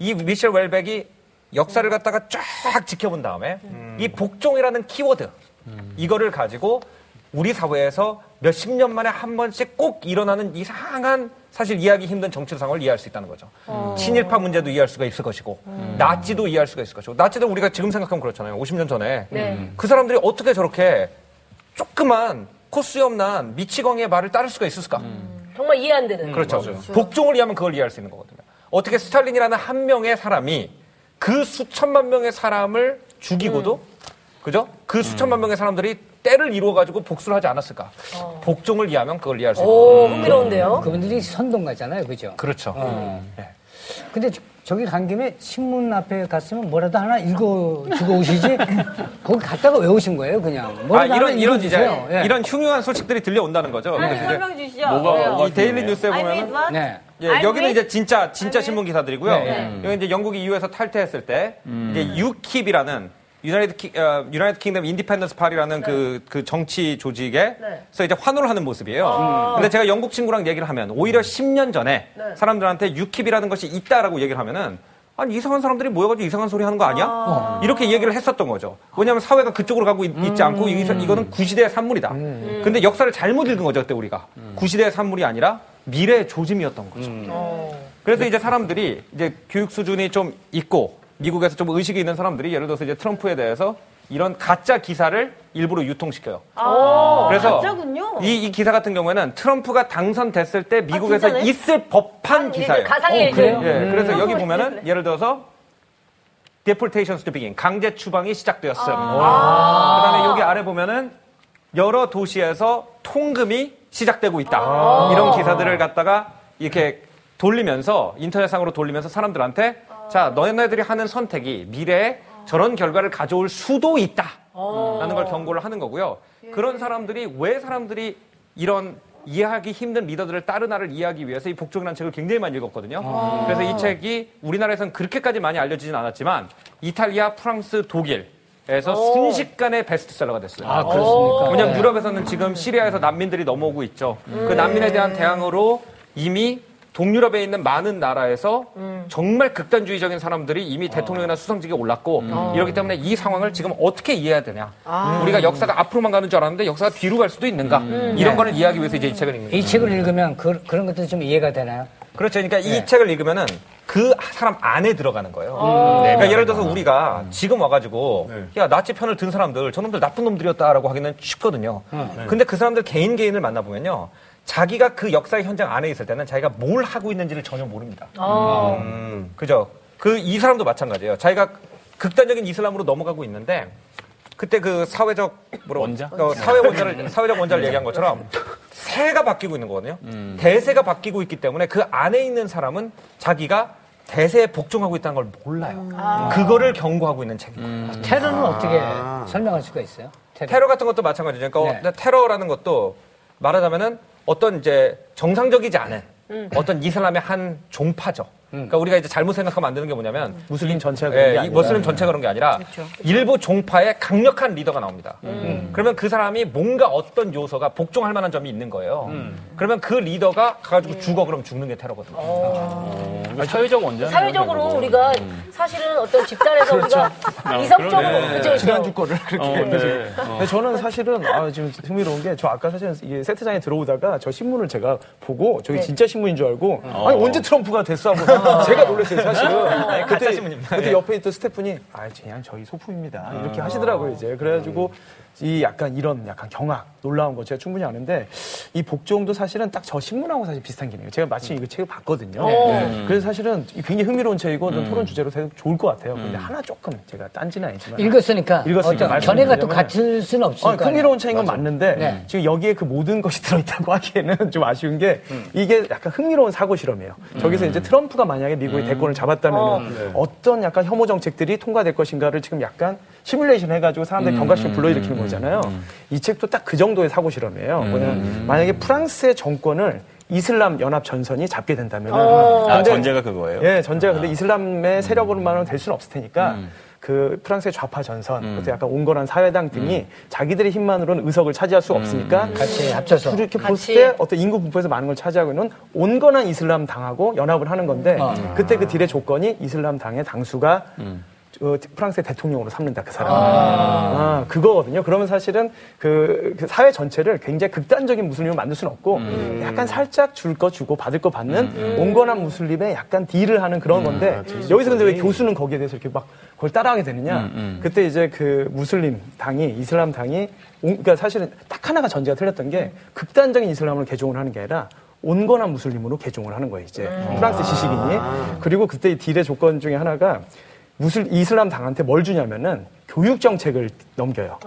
Speaker 4: 이 미셸 웰백이 역사를 갖다가 쫙 지켜본 다음에 이 복종이라는 키워드 이거를 가지고 우리 사회에서 몇십 년 만에 한 번씩 꼭 일어나는 이상한 사실 이해하기 힘든 정치 상황을 이해할 수 있다는 거죠. 친일파 문제도 이해할 수가 있을 것이고 나치도 이해할 수가 있을 것이고 나치도 우리가 지금 생각하면 그렇잖아요. 50년 전에
Speaker 2: 네.
Speaker 4: 그 사람들이 어떻게 저렇게 조그만 코수염난 미치광이의 말을 따를 수가 있을까?
Speaker 2: 정말 이해 안 되는.
Speaker 4: 그렇죠. 복종을 이해하면 그걸 이해할 수 있는 거거든요. 어떻게 스탈린이라는 한 명의 사람이 그 수천만 명의 사람을 죽이고도
Speaker 1: 음.
Speaker 4: 그죠? 그 수천만 명의 사람들이 때를 이루어 가지고 복수를 하지 않았을까?
Speaker 1: 어.
Speaker 4: 복종을 이해하면 그걸 이해할 수 있는 거죠.
Speaker 2: 오, 흥미로운데요?
Speaker 1: 그분들이 선동가잖아요. 그죠?
Speaker 4: 그렇죠.
Speaker 1: 어. 근데 저- 저기 간 김에 신문 앞에 갔으면 뭐라도 하나 읽어주고
Speaker 4: <laughs>
Speaker 1: 오시지. 거기 갔다가 왜 오신 거예요, 그냥?
Speaker 4: 아,
Speaker 1: 뭐라도
Speaker 4: 이런
Speaker 1: 하나
Speaker 4: 이런 이제
Speaker 1: 읽어주세요. 예. 아,
Speaker 4: 이런 흉흉한 소식들이 들려온다는 거죠. 근데 이제
Speaker 5: 설명 주시죠.
Speaker 6: 뭐가
Speaker 4: 이
Speaker 1: 어,
Speaker 4: 데일리 뉴스에
Speaker 5: I mean
Speaker 4: 보면은
Speaker 5: what?
Speaker 1: 네.
Speaker 4: 예,
Speaker 5: I
Speaker 4: 여기는
Speaker 5: read-
Speaker 4: 이제 진짜 진짜
Speaker 5: I read-
Speaker 4: 신문 기사들이고요.
Speaker 1: 네.
Speaker 4: 여기 이제 영국 EU에서 탈퇴했을 때 이제 유킵이라는 유나이티드 킹 어, 유나이티드 킹덤 인디펜던스 파리라는 그, 그 정치 조직에서 이제 환호를 하는 모습이에요. 근데 제가 영국 친구랑 얘기를 하면 오히려 10년 전에 사람들한테 유킵이라는 것이 있다라고 얘기를 하면은 아니 이상한 사람들이 모여가지고 이상한 소리 하는 거 아니야? 어. 이렇게 얘기를 했었던 거죠. 왜냐하면 사회가 그쪽으로 가고 있, 지 않고 이, 이거는 구시대의 산물이다.
Speaker 5: 음.
Speaker 4: 근데 역사를 잘못 읽은 거죠 그때 우리가 구시대의 산물이 아니라 미래의 조짐이었던 거죠.
Speaker 5: 어.
Speaker 4: 그래서 이제 사람들이 이제 교육 수준이 좀 있고 미국에서 좀 의식이 있는 사람들이 예를 들어서 이제 트럼프에 대해서 이런 가짜 기사를 일부러 유통시켜요. 그래서
Speaker 5: 아. 가짜군요.
Speaker 4: 이, 이 기사 같은 경우에는 트럼프가 당선됐을 때 미국에서
Speaker 5: 아, 진짜네?
Speaker 4: 있을 법한 기사예요.
Speaker 2: 가상의 일들.
Speaker 1: 그래요? 음.
Speaker 4: 예, 그래서 여기 보면은 예를 들어서 deportation to begin 강제 추방이 시작되었음. 그다음에 여기 아래 보면은 여러 도시에서 통금이 시작되고 있다. 이런 기사들을 갖다가 이렇게 돌리면서 인터넷상으로 돌리면서 사람들한테 자 너네들이 하는 선택이 미래에 저런 결과를 가져올 수도 있다. 라는 걸 경고를 하는 거고요. 그런 사람들이 왜 사람들이 이런 이해하기 힘든 리더들을 다른 나를 이해하기 위해서 이 복종이라는 책을 굉장히 많이 읽었거든요. 그래서 이 책이 우리나라에선 그렇게까지 많이 알려지진 않았지만 이탈리아, 프랑스, 독일에서 순식간에 베스트셀러가 됐어요.
Speaker 1: 아, 그렇습니까?
Speaker 4: 왜냐면 유럽에서는 지금 시리아에서 난민들이 넘어오고 있죠. 그 난민에 대한 대항으로 이미 동유럽에 있는 많은 나라에서 정말 극단주의적인 사람들이 이미 대통령이나 수상직에 올랐고 이렇기 때문에 이 상황을 지금 어떻게 이해해야 되냐. 우리가 역사가 앞으로만 가는 줄 알았는데 역사가 뒤로 갈 수도 있는가. 이런 거를 이해하기 위해서 이제 이 책을 읽는 거죠.
Speaker 1: 이 책을 읽으면 그, 그런 것도 좀 이해가 되나요?
Speaker 4: 그렇죠. 그러니까 이 책을 읽으면은 그 사람 안에 들어가는 거예요. 그러니까 예를 들어서 우리가 지금 와가지고 야 나치 편을 든 사람들 저놈들 나쁜 놈들이었다라고 하기는 쉽거든요. 근데 그 사람들 개인 개인을 만나보면요. 자기가 그 역사의 현장 안에 있을 때는 자기가 뭘 하고 있는지를 전혀 모릅니다.
Speaker 2: 어.
Speaker 4: 그죠? 그 이 사람도 마찬가지예요. 자기가 극단적인 이슬람으로 넘어가고 있는데 그때 그 사회적 뭐라
Speaker 6: 원자?
Speaker 4: 어, 사회
Speaker 6: <laughs>
Speaker 4: 원자를 사회적 원자를 얘기한 것처럼 세가 바뀌고 있는 거거든요.
Speaker 6: 음.
Speaker 4: 대세가 바뀌고 있기 때문에 그 안에 있는 사람은 자기가 대세에 복종하고 있다는 걸 몰라요. 그거를 경고하고 있는 책입니다.
Speaker 6: 음.
Speaker 1: 테러는 어떻게 설명할 수가 있어요? 테러.
Speaker 4: 테러 같은 것도 마찬가지죠. 그러니까
Speaker 1: 네.
Speaker 4: 어, 테러라는 것도 말하자면은 어떤 이제 정상적이지 않은 어떤 이슬람의 한
Speaker 6: 음.
Speaker 4: 종파죠. 그러니까 우리가 이제 잘못 생각하면 안 되는 게 뭐냐면
Speaker 7: 무슬림 전체가 그런 게
Speaker 4: 예, 이
Speaker 7: 아니라
Speaker 4: 머슬림 전체가 그런 게 아니라 일부 종파의 강력한 리더가 나옵니다. 그러면 그 사람이 뭔가 어떤 요소가 복종할 만한 점이 있는 거예요. 그러면 그 리더가 가가지고 죽어 그럼 죽는 게 테러거든요.
Speaker 6: 그러니까 사회적 원자.
Speaker 2: 사회적으로 우리가 사실은 어떤 집단에서 우리가 이성적으로
Speaker 6: 그러네.
Speaker 2: 그죠 그죠.
Speaker 3: 거를 그렇게.
Speaker 6: 어, 네. 어.
Speaker 7: 근데 저는 사실은 아, 지금 흥미로운 게 저 아까 사실은 이게 세트장에 들어오다가 저 신문을 제가 보고 저게
Speaker 4: 네.
Speaker 7: 진짜 신문인 줄 알고
Speaker 4: 어.
Speaker 7: 아니 언제 트럼프가 됐어 하고 제가 놀랐어요
Speaker 4: 아,
Speaker 7: 사실은 그때
Speaker 4: 네. 신문입니다.
Speaker 7: 그때
Speaker 4: 예. 아.
Speaker 7: 옆에 있던 스태프니 아 그냥 저희 소품입니다 이렇게 하시더라고요 이제 그래가지고
Speaker 4: 음.
Speaker 7: 이 약간 이런 약간 경악 놀라운 거 제가 충분히 아는데 이 복종도 사실은 딱 저 신문하고 사실 비슷한 기능이에요 제가
Speaker 4: 음.
Speaker 7: 마침 이거 책을
Speaker 4: 어.
Speaker 7: 봤거든요 네. 그래서 사실은 굉장히 흥미로운 책이고
Speaker 4: 음.
Speaker 7: 토론 주제로 되게 좋을 것 같아요 근데 하나 조금 제가 딴지는 아니지만
Speaker 1: 읽었으니까.
Speaker 7: 읽었으니까
Speaker 1: 어떤 견해가 또
Speaker 7: 말씀드리려면-
Speaker 1: 같을 수는
Speaker 7: 아,
Speaker 1: 없으니까.
Speaker 7: 흥미로운 차이인 건 맞는데
Speaker 1: 네.
Speaker 7: 지금 여기에 그 모든 것이 <laughs> 들어있다고 하기에는 좀 아쉬운 게 이게 약간 흥미로운 사고 실험이에요. 저기서 이제 트럼프가 만약에 미국의 대권을 잡았다면 음. 어떤 네. 약간 혐오 정책들이 통과될 것인가를 지금 약간 시뮬레이션 해가지고 사람들이 경각심 불러일으키는 거잖아요. 이 책도 딱 그 정도의 사고 실험이에요. 뭐냐면 만약에 프랑스의 정권을 이슬람 연합 전선이 잡게 된다면
Speaker 6: 아, 전제가 그거예요. 아. 음.
Speaker 7: 예, 전제가 근데 이슬람의 세력으로만은 될 수는 없을 테니까 그 프랑스의 좌파 전선,
Speaker 6: 음.
Speaker 7: 그것도 약간 온건한 사회당 등이 자기들의 힘만으로는 의석을 차지할
Speaker 6: 음.
Speaker 7: 수가 없으니까
Speaker 1: 같이 합쳐서.
Speaker 7: 둘이 이렇게 봤을 때 어떤 인구 분포에서 많은 걸 차지하고 있는 온건한 이슬람 당하고 연합을 하는 건데
Speaker 1: 음.
Speaker 7: 그때 그 딜의 조건이 이슬람 당의 당수가 어, 프랑스의 대통령으로 삼는다 그 사람. 아, 그거거든요. 그러면 사실은 그, 그 사회 전체를 굉장히 극단적인 무슬림을 만들 수는 없고
Speaker 1: 음.
Speaker 7: 약간 살짝 줄 거 주고 받을 거 받는 온건한 무슬림에 약간 딜을 하는 그런 건데 여기서 근데 왜 교수는 거기에 대해서 이렇게 막 그걸 따라하게 되느냐? 그때 이제 그 무슬림 당이 이슬람 당이 온- 그러니까 사실은 딱 하나가 전제가 틀렸던 게 극단적인 이슬람으로 개종을 하는 게 아니라 온건한 무슬림으로 개종을 하는 거예요. 이제 프랑스 지식인이 그리고 그때 이 딜의 조건 중에 하나가 무슬 이슬람 당한테 뭘 주냐면은 교육 정책을 넘겨요.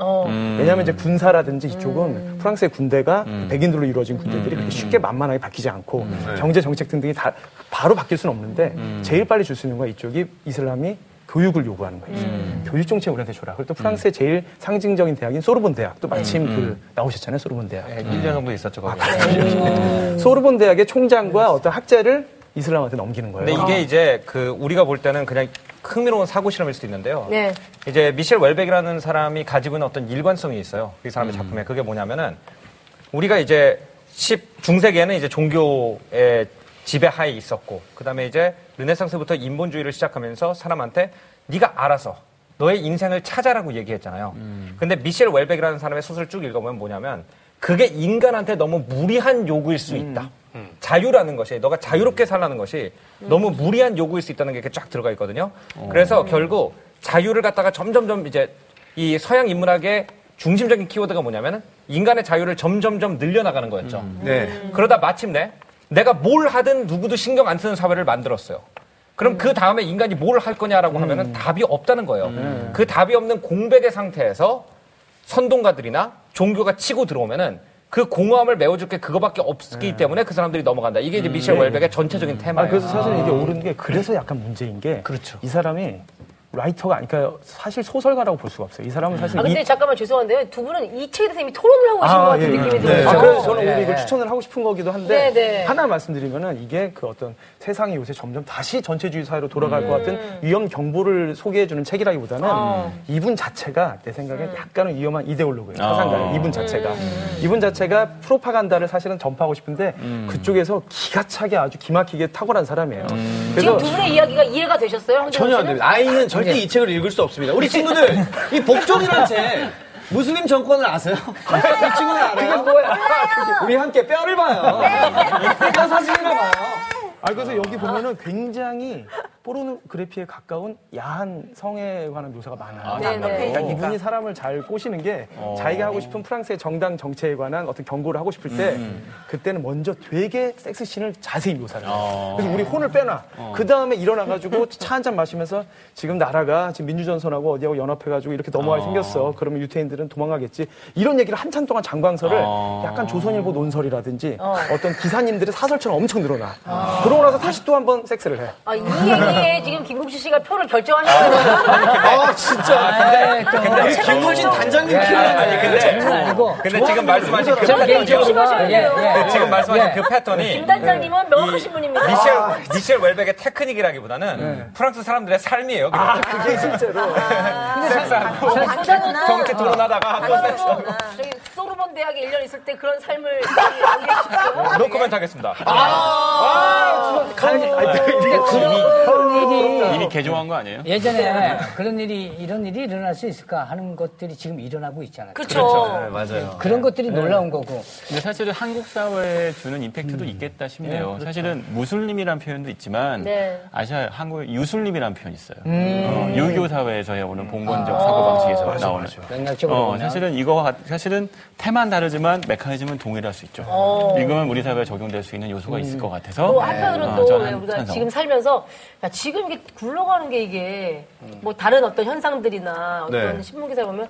Speaker 7: 왜냐하면 이제 군사라든지 이쪽은 프랑스의 군대가 백인들로 이루어진 군대들이 그렇게 쉽게 만만하게 바뀌지 않고 경제 정책 등등이 다 바로 바뀔 수는 없는데 제일 빨리 줄 수 있는 건 이쪽이 이슬람이 교육을 요구하는 거예요. 교육 정책 우리한테 줘라. 그리고 또 프랑스의 제일 상징적인 대학인 소르본 대학도 마침 그 나오셨잖아요. 소르본 대학.
Speaker 4: 네, 1년 정도 있었죠. 거기.
Speaker 7: 소르본 대학의 총장과 어떤 학자를 이슬람한테 넘기는 거예요.
Speaker 4: 근데 이게 이제 그 우리가 볼 때는 그냥 흥미로운 사고 실험일 수도 있는데요.
Speaker 2: 네.
Speaker 4: 이제 미셸 웰백이라는 사람이 가지고 있는 어떤 일관성이 있어요. 이 사람의 작품에 그게 뭐냐면은 우리가 이제 10 중세기에는 이제 종교의 지배하에 있었고 그다음에 이제 르네상스부터 인본주의를 시작하면서 사람한테 네가 알아서 너의 인생을 찾아라고 얘기했잖아요. 근데 미셸 웰백이라는 사람의 소설을 쭉 읽어보면 뭐냐면 그게 인간한테 너무 무리한 요구일 수 있다. 음. 자유라는 것이 너가 자유롭게 살라는 것이 너무 무리한 요구일 수 있다는 게 이렇게 쫙 들어가 있거든요. 그래서 결국 자유를 갖다가 점점점 이제 이 서양 인문학의 중심적인 키워드가 뭐냐면은 인간의 자유를 점점점 늘려나가는 거였죠.
Speaker 3: 네.
Speaker 4: 그러다 마침내 내가 뭘 하든 누구도 신경 안 쓰는 사회를 만들었어요. 그럼 그 다음에 인간이 뭘 할 거냐라고 하면은 답이 없다는 거예요. 그 답이 없는 공백의 상태에서 선동가들이나 종교가 치고 들어오면은 그 공허함을 메워줄 게 그거밖에 없기 때문에 그 사람들이 넘어간다. 이게 이제 미셸 웰백의 전체적인
Speaker 7: 아,
Speaker 4: 테마예요.
Speaker 7: 그래서 사실 이게 옳은 게 그래서 약간 문제인 게
Speaker 4: 그렇죠.
Speaker 7: 이 사람이 라이터가 아니까 사실 소설가라고 볼 수가 없어요. 이 사람은 사실
Speaker 2: 아 근데
Speaker 7: 이-
Speaker 2: 잠깐만 죄송한데요. 두 분은 이 책에 대해서 이미 토론을 하고 계신 것 같은
Speaker 7: 예, 예.
Speaker 2: 느낌이
Speaker 7: 네.
Speaker 2: 들어요.
Speaker 7: 아, 그래서 저는
Speaker 4: 예,
Speaker 7: 오늘
Speaker 4: 예.
Speaker 7: 이걸 추천을 하고 싶은 거기도 한데
Speaker 2: 네, 네.
Speaker 7: 하나 말씀드리면은 이게 그 어떤 세상이 요새 점점 다시 전체주의 사회로 돌아갈
Speaker 2: 음.
Speaker 7: 것 같은 위험 경보를 소개해주는 책이라기보다는
Speaker 2: 아.
Speaker 7: 이분 자체가 내
Speaker 2: 음.
Speaker 7: 생각엔 약간은 위험한 이데올로그예요.
Speaker 2: 아.
Speaker 7: 사상가예요. 이분 자체가 이분 자체가 프로파간다를 사실은 전파하고 싶은데
Speaker 2: 음.
Speaker 7: 그쪽에서 기가 차게 아주 기막히게 탁월한 사람이에요.
Speaker 2: 지금 두 분의 이야기가 이해가 되셨어요? 황정호
Speaker 3: 전혀 안
Speaker 2: 씨는?
Speaker 3: 됩니다. 아이는 절대 이 책을 읽을 수 없습니다. 우리 친구들, 이 복종이라는 책, 무슬림 정권을 아세요? 이 친구는 알아요? 그게 뭐야? 우리 함께 뼈를 봐요. 뼈 사진을 봐요.
Speaker 7: 아, 그래서 여기 보면은 굉장히 포르노그래피에 가까운 야한 성에 관한 묘사가 많아요.
Speaker 6: 아,
Speaker 2: 네, 네.
Speaker 7: 그러니까 이분이 사람을 잘 꼬시는 게 자기가 하고 싶은 프랑스의 정당 정체에 관한 어떤 경고를 하고 싶을 때 그때는 먼저 되게 섹스 씬을 자세히 묘사를 해요. 그래서 우리 혼을 빼놔. 그 다음에 일어나가지고 <laughs> 차 한 잔 마시면서 지금 나라가 지금 민주전선하고 어디하고 연합해가지고 이렇게 넘어갈 생겼어. 그러면 유태인들은 도망가겠지. 이런 얘기를 한참 동안 장방설을 약간 조선일보 논설이라든지 어. 떤 기사님들의 사설처럼 엄청 늘어나. 그러고 나서 다시 또 한 번 섹스를 해.
Speaker 2: 아, 이 얘기에 지금 김국수 씨가 표를 결정하셨어요.
Speaker 3: 아, 진짜.
Speaker 2: 아,
Speaker 3: 우리 김우진 단장님 키우는
Speaker 4: 아니 네. 근데
Speaker 1: 아니고
Speaker 4: 그 근데 지금 말씀하신 그
Speaker 1: 저는
Speaker 4: 패턴이
Speaker 3: 예,
Speaker 2: 조심하셔야 돼요.
Speaker 4: 네, 지금 말씀하신 그 패턴이
Speaker 2: 김 단장님은 뭐 명확하신 분입니다.
Speaker 4: 미셸 미셸 웰백의 테크닉이라기보다는 프랑스 사람들의 삶이에요. 아 그게 실제로 섹스하고 정치 토론하다가 뭐 또 섹스.
Speaker 2: 저도 저희 소르본 대학에 1년 있을 때 그런 삶을 얘기해주셨어요.
Speaker 4: 노 코멘트 하겠습니다.
Speaker 6: 이미 개종한 거 아니에요?
Speaker 1: 예전에 그런 일이 이런 일이 일어날 수 있을까 하는 것들이 지금 일어나고 있잖아요.
Speaker 2: 그렇죠.
Speaker 3: 네, 맞아요.
Speaker 1: 그런 것들이
Speaker 7: 네.
Speaker 1: 놀라운 거고.
Speaker 6: 근데 사실은 한국 사회에 주는 임팩트도 있겠다 음. 싶네요. 그렇죠. 사실은 무슬림이란 표현도 있지만
Speaker 2: 네.
Speaker 6: 아시아 한국에 유슬림이란 표현이 있어요. 어, 유교 사회에서의 오는 봉건적 사고 방식에서 나오는.
Speaker 1: 맥락적으로
Speaker 6: 어,
Speaker 1: 보면.
Speaker 6: 사실은 이거 가- 사실은 테만 다르지만 메커니즘은 동일할 수 있죠. 이거는 우리 사회에 적용될 수 있는 요소가 있을 것 같아서.
Speaker 2: 또뭐 한편으로는
Speaker 6: 어,
Speaker 2: 또
Speaker 6: 저는
Speaker 2: 왜 우리가
Speaker 6: 찬성.
Speaker 2: 지금 살면서 야, 지금 이게 굴러가는 게 이게 뭐 다른 어떤 현상들이나 어떤
Speaker 3: 네.
Speaker 2: 신문 기사를 보면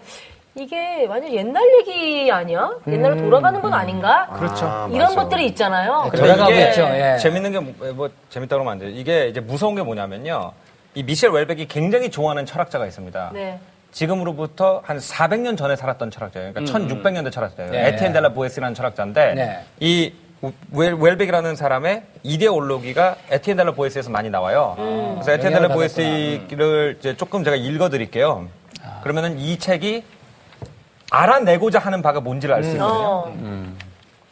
Speaker 2: 이게 완전 옛날 얘기 아니야?
Speaker 1: 음,
Speaker 2: 옛날로 돌아가는 건 아닌가? 네, 그렇죠. 이런 것들이 있잖아요.
Speaker 1: 돌아가고
Speaker 4: 이게
Speaker 1: 있죠. 예.
Speaker 4: 재밌는 게 뭐 재밌다고 하면 안 돼요. 이게 이제 무서운 게 뭐냐면요. 이 미셸 웰백이 굉장히 좋아하는 철학자가 있습니다.
Speaker 2: 네.
Speaker 4: 지금으로부터 한 400년 전에 살았던 철학자예요. 그러니까 1600년대 철학자예요. 에티엔 델라 보에스라는 철학자인데
Speaker 1: 음, 네.
Speaker 4: 이 웰, 웰백이라는 사람의 이데올로기가 에티엔 델라 보에스에서 많이 나와요. 그래서 에티엔 델라
Speaker 1: 음. 영향을
Speaker 4: 보에스를 이제 조금 제가 읽어 드릴게요.
Speaker 1: 아.
Speaker 4: 그러면은 이 책이 알아내고자 하는 바가 뭔지를 알 수
Speaker 1: 음.
Speaker 4: 있거든요.
Speaker 2: 어.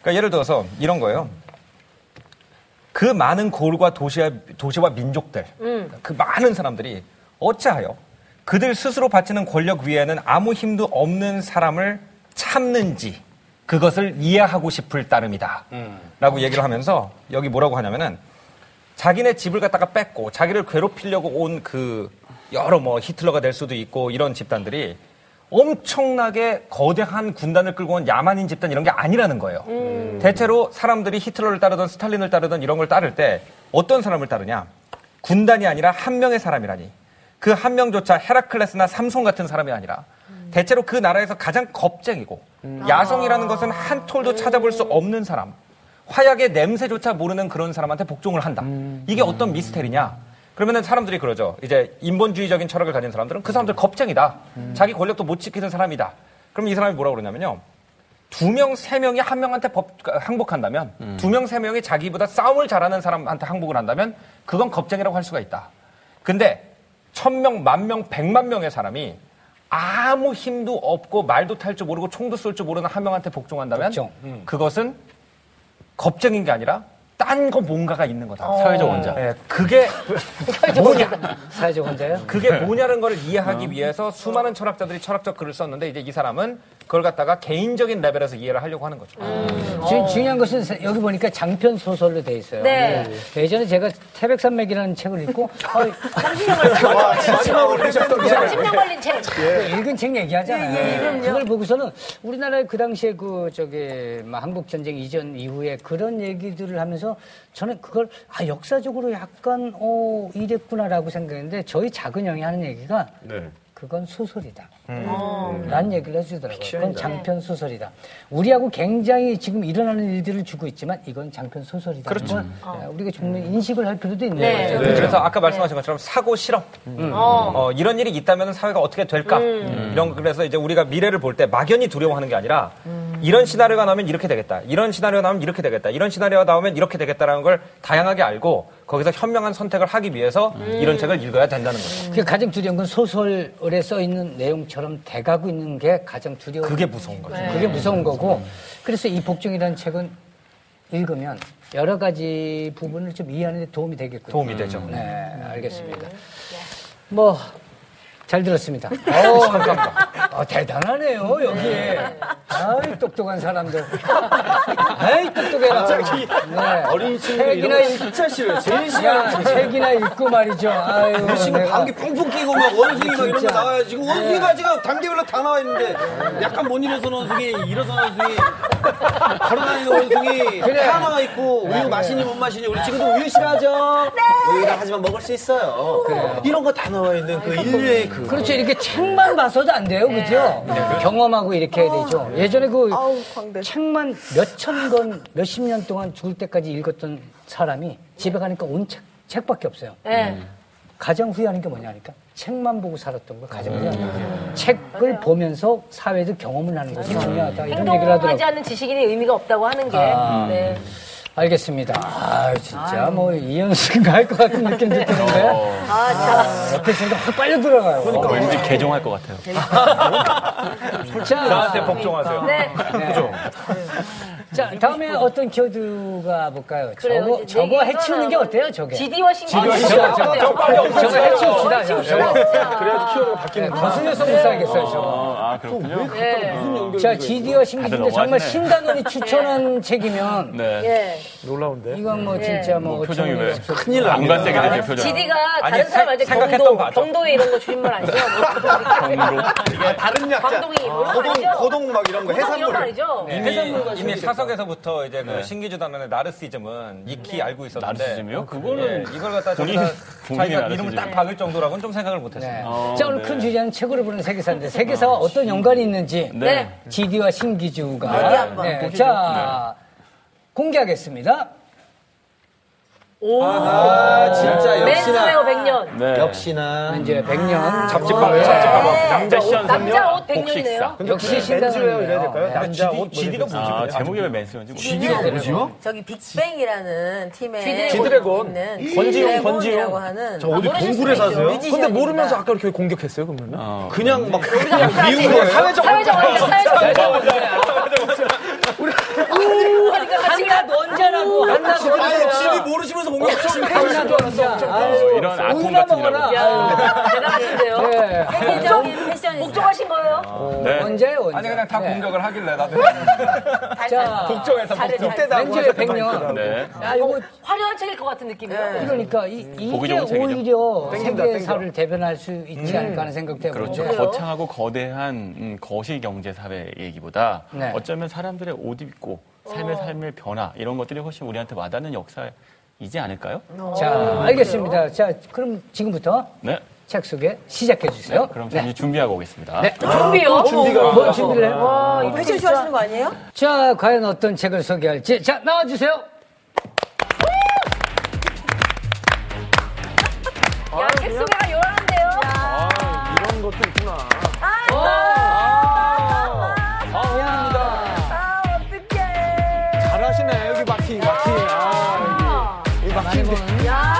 Speaker 4: 그러니까 예를 들어서 이런 거예요. 그 많은 고을과 도시와, 도시와 민족들, 그 많은 사람들이 어찌하여 그들 스스로 바치는 권력 위에는 아무 힘도 없는 사람을 참는지 그것을 이해하고 싶을 따름이다. 라고 얘기를 하면서 여기 뭐라고 하냐면은 자기네 집을 갖다가 뺏고 자기를 괴롭히려고 온 그 여러 뭐 히틀러가 될 수도 있고 이런 집단들이 엄청나게 거대한 군단을 끌고 온 야만인 집단 이런 게 아니라는 거예요. 음. 대체로 사람들이 히틀러를 따르던 스탈린을 따르던 이런 걸 따를 때 어떤 사람을 따르냐? 군단이 아니라 한 명의 사람이라니. 그 한 명조차 헤라클레스나 삼손 같은 사람이 아니라 대체로 그 나라에서 가장 겁쟁이고 야성이라는 것은 한 톨도 찾아볼 수 없는 사람. 화약의 냄새조차 모르는 그런 사람한테 복종을 한다. 이게 어떤 미스테리냐? 그러면은 사람들이 그러죠. 이제 인본주의적인 철학을 가진 사람들은 그 사람들 겁쟁이다. 자기 권력도 못 지키는 사람이다. 그럼 이 사람이 뭐라고 그러냐면요. 두 명, 세 명이 한 명한테 법, 그 항복한다면, 두 명, 세 명이 자기보다 싸움을 잘하는 사람한테 항복을 한다면, 그건 겁쟁이라고 할 수가 있다. 근데, 천 명, 만 명, 백만 명의 사람이 아무 힘도 없고, 말도 탈 줄 모르고, 총도 쏠 줄 모르는 한 명한테 복종한다면, 음.
Speaker 1: 복종.
Speaker 4: 그것은 겁쟁인 게 아니라, 딴 거 뭔가가 있는 거다.
Speaker 6: 사회적 원자.
Speaker 4: 예,
Speaker 1: <laughs>
Speaker 4: 그게
Speaker 1: 어. 사회적 혼자요?
Speaker 4: 그게 뭐냐는 걸 이해하기 위해서 수많은 철학자들이 철학적 글을 썼는데 이제 이 사람은 그걸 갖다가 개인적인 레벨에서 이해를 하려고 하는 거죠.
Speaker 1: 음. 주- 중요한 것은 세- 여기 보니까 장편 소설로 돼 있어요.
Speaker 2: 네.
Speaker 1: 예. 예전에 제가 태백산맥이라는 책을 읽고 어,
Speaker 2: 30년 걸린 책.
Speaker 1: <laughs> 읽은 책 얘기하잖아요. 예, 그걸 보고서는 우리나라의 그 당시에 그 저기 막 한국 전쟁 이전 이후에 그런 얘기들을 하면서 저는 그걸 아 역사적으로 약간 어 이랬구나라고 생각했는데 저희 작은 형이 하는 얘기가
Speaker 3: 네.
Speaker 1: 그건 소설이다. 라는 얘기를 해주더라고요. 그건 장편 소설이다. 우리하고 굉장히 지금 일어나는 일들을 주고 있지만 이건 장편 소설이다. 그렇죠. 음. 우리가 종류 인식을 할 필요도 있는
Speaker 2: 네.
Speaker 1: 거죠.
Speaker 4: 그래서 아까 말씀하신 것처럼 사고 실험
Speaker 2: 어. 음.
Speaker 4: 어, 이런 일이 있다면 사회가 어떻게 될까 음. 이런 거. 그래서 이제 우리가 미래를 볼 때 막연히 두려워하는 게 아니라
Speaker 2: 음.
Speaker 4: 이런 시나리오가 나오면 이렇게 되겠다 이런 시나리오가 나오면 이렇게 되겠다 이런 시나리오가 나오면 이렇게 되겠다라는 걸 다양하게 알고 거기서 현명한 선택을 하기 위해서
Speaker 2: 음.
Speaker 4: 이런 책을 읽어야 된다는 거죠.
Speaker 1: 그 가장 두려운 건 소설에 써 있는 내용처럼 돼가고 있는 게 가장 두려운.
Speaker 4: 그게 네. 무서운 거죠.
Speaker 1: 그게 무서운 거고. 그래서 이 복종이라는 책은 읽으면 여러 가지 부분을 좀 이해하는 데 도움이 되겠군요.
Speaker 4: 도움이 되죠. 음. 네.
Speaker 1: 네,
Speaker 4: <laughs>
Speaker 1: 알겠습니다. 뭐. 잘 들었습니다. 어,
Speaker 4: 감사합니다.
Speaker 1: 아, 대단하네요, 여기. 아이, 똑똑한 사람들. 아이, 똑똑해라.
Speaker 3: 갑자기 어린 친구 이런
Speaker 1: 책이나
Speaker 3: 거
Speaker 1: 읽-
Speaker 3: 진짜 싫어요. 제일 싫어요.
Speaker 1: 야, 책이나 읽고 말이죠.
Speaker 7: 네.
Speaker 1: 아유.
Speaker 3: 지금
Speaker 1: 내가.
Speaker 3: 감기 펑펑 끼고 막 원숭이 막 이런 거
Speaker 1: 진짜.
Speaker 3: 나와요. 지금 원숭이가 지금 단계별로 다 나와 있는데 약간 못 일어서는 원숭이, 일어서는 원숭이, 걸어다니는 원숭이 다 나와 있고 우유 마시니 못 마시니 우리 지금도 우유 싫어하죠?
Speaker 2: 네.
Speaker 3: 우유랑 하지만 먹을 수 있어요. 이런 거 다 나와 있는 그 인류의 그
Speaker 1: 그렇죠. 이렇게 책만 봐서도 안 돼요. 그죠? 경험하고 이렇게 해야 되죠. 예전에 그
Speaker 5: 아우, 네. 광대.
Speaker 1: 책만 몇천 권, 몇십 년 동안 죽을 때까지 읽었던 사람이 집에 가니까 온 책, 책밖에 없어요.
Speaker 2: 네.
Speaker 1: 가장 후회하는 게 뭐냐니까 책만 보고 살았던 걸
Speaker 6: 음.
Speaker 1: 가장 후회하는 거예요. 책을 보면서 사회적 경험을 하는 것이 중요하다. 이런 얘기를
Speaker 2: 행동하지
Speaker 1: 하더라고요.
Speaker 2: 않는 지식인이 의미가 없다고 하는 게.
Speaker 1: 아.
Speaker 2: 네.
Speaker 1: 알겠습니다. 아, 진짜 뭐 이현승가 할 것 같은 느낌도 드는데
Speaker 7: 어.
Speaker 2: 아, 참.
Speaker 1: 옆에 있으니까 확 빨려 들어가요.
Speaker 6: 왠지 개종할 것 같아요.
Speaker 1: 자,
Speaker 4: 나한테 복종하세요.
Speaker 1: 아.
Speaker 2: 네.
Speaker 4: 그죠?
Speaker 1: 자, 다음에 어떤 키워드가 볼까요?
Speaker 2: 그래요.
Speaker 1: 저거,
Speaker 2: 이제
Speaker 1: 저거
Speaker 2: 내기
Speaker 1: 해치우는 게
Speaker 2: 하나.
Speaker 1: 어때요, 저게?
Speaker 2: 지디와 네. 신경.
Speaker 1: 아, 진짜, 저거, 저거 빨리 없애요. 저거 해치웁시다. 네. 저거.
Speaker 2: 그래야
Speaker 7: 키워드가 바뀌는
Speaker 1: 거슬려서 못 살겠어요, 저거.
Speaker 6: 어, 아 그렇군요.
Speaker 7: 아,
Speaker 1: 자, 지디와 신기인데
Speaker 6: 다들
Speaker 1: 정말
Speaker 6: 너무하시네.
Speaker 1: 신당연이 추천한 책이면
Speaker 6: 네.
Speaker 2: 예.
Speaker 7: 놀라운데.
Speaker 1: 이건 뭐 진짜 뭐
Speaker 6: 표정이
Speaker 1: 어처구니
Speaker 6: 왜
Speaker 1: 없어.
Speaker 6: 큰일 납니다. 안 갈색이 되표
Speaker 2: 지디가
Speaker 4: 아니,
Speaker 2: 다른 사람한테
Speaker 4: 생- 생각했던
Speaker 2: 경도,
Speaker 4: 거 아죠?
Speaker 2: 경도에 이런 거 주인말 아니죠? 뭐 <laughs>
Speaker 3: 아, 다른 약자
Speaker 2: 광동이 물론
Speaker 3: 고동
Speaker 2: 아니죠?
Speaker 3: 고동 막 이런 거
Speaker 2: 이런 거
Speaker 3: 해산물
Speaker 2: 아니죠?
Speaker 4: 네.
Speaker 6: 네.
Speaker 4: 이미, 이미 사석에서부터 이제 그 신기주 단원의 나르시즘은 익히 알고
Speaker 6: 아,
Speaker 4: 있었는데
Speaker 6: 네. 나르시즘이요?
Speaker 4: 그거는 이걸 갖다
Speaker 6: 본인-
Speaker 4: 저기다
Speaker 6: 본인의
Speaker 4: 자기가
Speaker 6: 나르시즘.
Speaker 4: 이름을 딱 박을 정도라고는 좀 생각을 못했어요.
Speaker 1: 네.
Speaker 6: 어,
Speaker 1: 자, 오늘
Speaker 6: 네. 아,
Speaker 1: 큰 주제는 책으로 보는 세계사인데 세계사와 어떤 연관이 있는지
Speaker 2: 네.
Speaker 1: 지디와 신기주가
Speaker 5: 어디 한번
Speaker 1: 네, 자 공개하겠습니다.
Speaker 3: 아 진짜
Speaker 2: 맨스웨어 100년.
Speaker 6: 네.
Speaker 3: 역시나
Speaker 1: 이제 100년
Speaker 5: 아, 예.
Speaker 4: 잡지밥, 잡지밥.
Speaker 6: 남자 시한
Speaker 2: 남자 옷
Speaker 6: 복식사.
Speaker 2: 100년이네요.
Speaker 1: 역시
Speaker 7: 맨즈웨어
Speaker 1: 신당연이에요.
Speaker 7: 이래야 될까요? 남자 옷
Speaker 4: GD가 뭐지?
Speaker 6: 아,
Speaker 4: 근데?
Speaker 6: 제목이 왜 맨스인지 모르겠어요.
Speaker 5: 저기 빅뱅이라는 팀의
Speaker 7: 지드래곤.
Speaker 5: 권지용 권지용이라고 하는
Speaker 7: 저 어디
Speaker 2: 모르실
Speaker 7: 동굴에
Speaker 2: 수도
Speaker 7: 사세요?
Speaker 5: 있죠.
Speaker 7: 근데 모르면서 아까 이렇게 공격했어요, 그러면?
Speaker 3: 그냥 막 미운 거 사회적
Speaker 2: 사회적 원리죠, 사회적 원리. 우우 하니까 같이 가.
Speaker 1: 한나 논자라고 한나
Speaker 3: 아니
Speaker 1: 논자.
Speaker 3: 집이 모르시면서 공격하시면
Speaker 1: 한나 논자.
Speaker 6: 어, 이런 아톰
Speaker 1: 우나
Speaker 6: 같은
Speaker 1: 먹어라.
Speaker 2: 뭐
Speaker 6: 이라고.
Speaker 2: 야, 대단하신데요.
Speaker 1: 네.
Speaker 5: 세계적인 패션이
Speaker 2: 복종하신 거예요?
Speaker 6: 네.
Speaker 1: 언제요? 언제?
Speaker 4: 아니 그냥 다
Speaker 1: 네.
Speaker 4: 공격을 하길래 나도
Speaker 1: 자,
Speaker 4: 걱정해서
Speaker 5: 잘해, 잘해.
Speaker 1: 렌즈의 100년.
Speaker 6: 네.
Speaker 1: 아, 이거
Speaker 2: 어, 화려한 책일 것 같은 느낌이에요.
Speaker 1: 그러니까 이,
Speaker 6: 보기
Speaker 1: 이게
Speaker 6: 좋은 책이죠.
Speaker 1: 오히려
Speaker 7: 땡긴다, 음.
Speaker 1: 세계사를 대변할 수 있지 않을까 하는 생각도 해보는데
Speaker 6: 그렇죠. 거창하고 거대한 음, 거시 경제 사회 얘기보다
Speaker 1: 네.
Speaker 6: 어쩌면 사람들의 옷 입고 삶의 삶의 변화 이런 것들이 훨씬 우리한테 와닿는 역사이지 않을까요?
Speaker 7: 아,
Speaker 1: 자, 알겠습니다. 자, 그럼 지금부터
Speaker 6: 네.
Speaker 1: 책 소개 시작해 주세요.
Speaker 6: 그럼 잠시 준비하고 오겠습니다.
Speaker 1: 네.
Speaker 2: 좀비요?
Speaker 1: 뭘 준비를 해요?
Speaker 5: 패션 좋아하시는 거 아니에요?
Speaker 1: 자, 과연 어떤 책을 소개할지. 자, 나와주세요.
Speaker 2: 야, 책 소개가 요란한데요?
Speaker 7: 아, 이런 것도 있구나.
Speaker 2: 아, 어떡해.
Speaker 7: 잘하시네, 여기 마킹, 마킹. 아, 여기. 이 마킹.
Speaker 2: 야.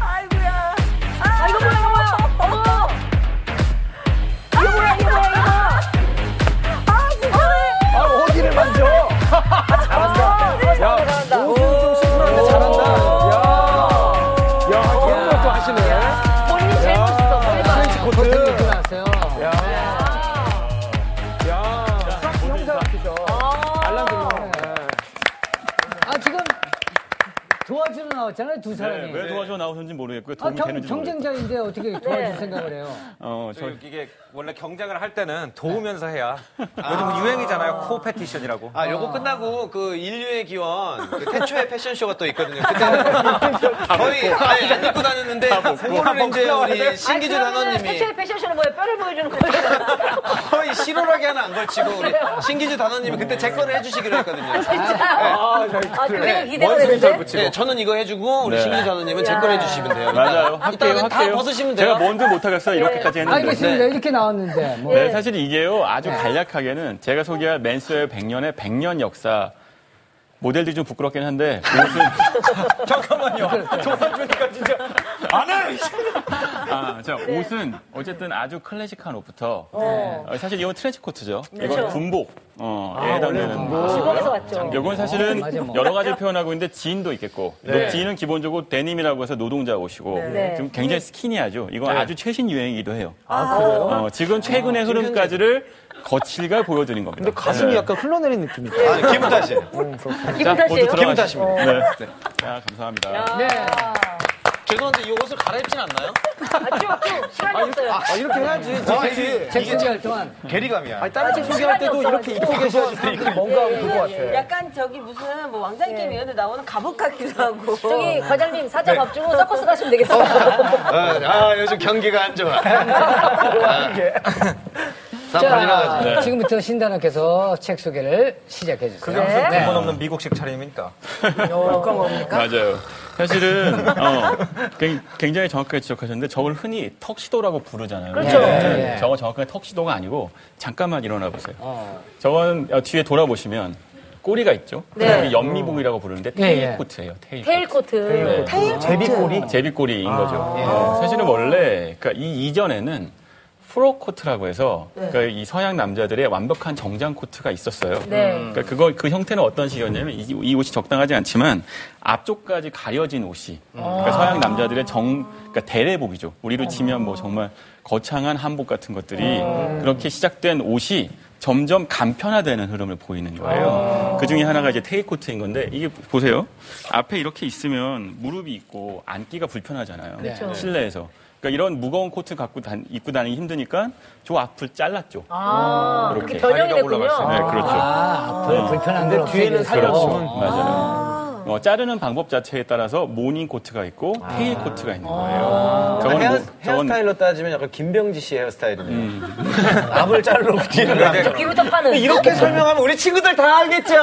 Speaker 2: 아이고야. 아, 이거 뭐야, 이거 뭐야. 어머. 이거 뭐야, 이거 뭐야, 이거. 아, 진짜네.
Speaker 7: 아, 어디를 만져?
Speaker 2: 아,
Speaker 7: 잘한다. 야, 옷은 좀 심플한데 잘한다. 야, 야, 그런 것도 하시네.
Speaker 2: 본인 제일 멋있어. 머리 봐.
Speaker 7: 프렌치 코트.
Speaker 1: 들고 나세요.
Speaker 7: 야. 야. 프랑스 형사 같으셔. 알람 들려.
Speaker 1: 아, 지금 도와주러 나왔잖아요, 두 사람이.
Speaker 6: 네, 왜 도와줘 나오셨는지 모르겠고요.
Speaker 1: 아,
Speaker 6: 도움이
Speaker 1: 경,
Speaker 6: 되는지
Speaker 1: 경쟁자인데 어떻게
Speaker 7: 네.
Speaker 1: 도와줄 생각을 해요?
Speaker 6: 어, 저
Speaker 4: 이게 원래 경쟁을 할 때는 도우면서 해야 요즘 네. 유행이잖아요 코페티션이라고
Speaker 3: 아, 요거 끝나고 그 인류의 기원 그 태초의 패션쇼가 또 있거든요. 그때는 거의 아예 안 입고 다녔는데 아, 그거를 이제 우리 신기준
Speaker 2: 아니, 그러면은
Speaker 3: 단원님이
Speaker 2: 태초의 패션쇼는 뭐예요? 뼈를 보여주는 거예요.
Speaker 3: 거의 실오라기 하나 안 걸치고 우리 신기준 단원님이 그때 제 거를 해주시기로 했거든요.
Speaker 7: 네.
Speaker 2: 아, 그게 기대가
Speaker 3: 원숭이 절
Speaker 2: 되는데?
Speaker 3: 붙이고. 네, 저는 이거 해주고 우리
Speaker 6: 네.
Speaker 3: 신기준 단원님은 제 거를 해주시면 돼요.
Speaker 6: 맞아요.
Speaker 3: 이따가
Speaker 6: 할게요.
Speaker 3: 다
Speaker 6: 할게요.
Speaker 3: 벗으시면 돼요.
Speaker 6: 제가 뭔지 못하겠어요. 이렇게까지 했는데.
Speaker 1: 알겠습니다. 이렇게 나왔는데. 뭐.
Speaker 6: 네, 사실 이게요. 아주 간략하게는 제가 소개할 맨스웨어 100년의 100년 역사 모델들이 좀 부끄럽긴 한데 옷은
Speaker 4: <laughs> 잠깐만요. 도와주니까 진짜 안 해.
Speaker 6: 아, 자, 옷은 어쨌든 아주 클래식한 옷부터 어, 사실 이건 트렌치 코트죠. 이건 군복. 어,
Speaker 4: 아,
Speaker 6: 예, 해당되는
Speaker 2: 시골에서 왔죠.
Speaker 6: 이건 사실은
Speaker 1: 어, 맞아, 맞아.
Speaker 6: 여러 가지 표현하고 있는데 지인도 있겠고 지인은 기본적으로 데님이라고 해서 노동자 옷이고
Speaker 2: 네.
Speaker 6: 좀 굉장히 스키니하죠. 이건 아주 최신 유행이기도 해요.
Speaker 1: 아,
Speaker 6: 어, 지금 최근의 흐름까지를 거칠게 보여드린 겁니다.
Speaker 7: 근데 가슴이
Speaker 3: 네.
Speaker 7: 약간 흘러내린 느낌이다.
Speaker 3: 아, 기분 탓이에요.
Speaker 2: 기분 탓이에요.
Speaker 3: 기분 탓입니다.
Speaker 6: 네. 네. 자, 감사합니다.
Speaker 8: 죄송한데 이 옷을 갈아입진 않나요?
Speaker 2: 쭉쭉 시간이 없어요.
Speaker 7: 아, 이렇게 해야지.
Speaker 3: 아, 이게,
Speaker 1: 책
Speaker 3: 이게
Speaker 1: 소개할 동안
Speaker 3: 괴리감이야.
Speaker 7: 아니, 다른 책 소개할 때도 이렇게 입고 계셔야지 사람들이 뭔가 하고 볼것 같아.
Speaker 5: 약간 저기 무슨 뭐 왕자의 게임 이런 데 나오는 갑옷 같기도 하고.
Speaker 2: 저기 과장님
Speaker 7: 네.
Speaker 2: 사자 밥 주고 서커스 가시면 되겠어요.
Speaker 3: 아, 아, 요즘 경기가 안 좋아.
Speaker 1: 자, 지금부터 신단원께서 책 소개를 시작해 주세요.
Speaker 4: 무슨
Speaker 1: 네.
Speaker 4: 근본 없는 미국식 차림입니까?
Speaker 6: 맞아요. 사실은 어, 굉- 굉장히 정확하게 지적하셨는데 저걸 흔히 턱시도라고 부르잖아요.
Speaker 2: 그렇죠.
Speaker 6: 네. 저거 정확하게 턱시도가 아니고 잠깐만 일어나 보세요. 저건 어, 뒤에 돌아보시면 꼬리가 있죠. 그다음에 연미복이라고 부르는데 테일
Speaker 1: 예.
Speaker 6: 코트예요. 테일.
Speaker 2: 테일 코트.
Speaker 6: 네.
Speaker 5: 아,
Speaker 7: 제비꼬리?
Speaker 6: 제비꼬리인 거죠. 어, 사실은 원래 그러니까 이 이전에는 프로 코트라고 해서 그러니까 이 서양 남자들의 완벽한 정장 코트가 있었어요.
Speaker 2: 네.
Speaker 6: 그러니까 그거 그 형태는 어떤 식이었냐면 이, 이 옷이 적당하지 않지만 앞쪽까지 가려진 옷이
Speaker 2: 아.
Speaker 6: 그러니까 서양 남자들의 정 그러니까 대례복이죠. 우리로 치면 뭐 정말 거창한 한복 같은 것들이
Speaker 2: 음.
Speaker 6: 그렇게 시작된 옷이 점점 간편화되는 흐름을 보이는
Speaker 2: 아.
Speaker 6: 거예요. 그 중에 하나가 이제 테이코트인 건데 이게 보세요. 앞에 이렇게 있으면 무릎이 있고 앉기가 불편하잖아요.
Speaker 2: 네. 그렇죠.
Speaker 6: 실내에서. 그러니까 이런 무거운 코트 갖고 다, 입고 다니기 힘드니까 저 앞을 잘랐죠.
Speaker 2: 아,
Speaker 6: 이렇게
Speaker 2: 그렇게 변형이
Speaker 4: 다리가 올라가
Speaker 2: 됐군요.
Speaker 4: 있어요. 네, 그렇죠.
Speaker 1: 아, 불, 불편한 걸 없애기
Speaker 7: 뒤에는
Speaker 1: 위해서.
Speaker 7: 살려주면.
Speaker 6: 맞아요. 어, 자르는 방법 자체에 따라서 모닝 코트가 있고 테일 코트가 있는 거예요. 저건
Speaker 3: 헤어,
Speaker 6: 뭐- 저건-
Speaker 3: 헤어스타일로 따지면 약간 김병지 씨 헤어스타일이네요. 앞을 자르고 뒤를 남
Speaker 2: 저 귀부터 파는.
Speaker 3: 이렇게 설명하면 우리 친구들 다 알겠죠?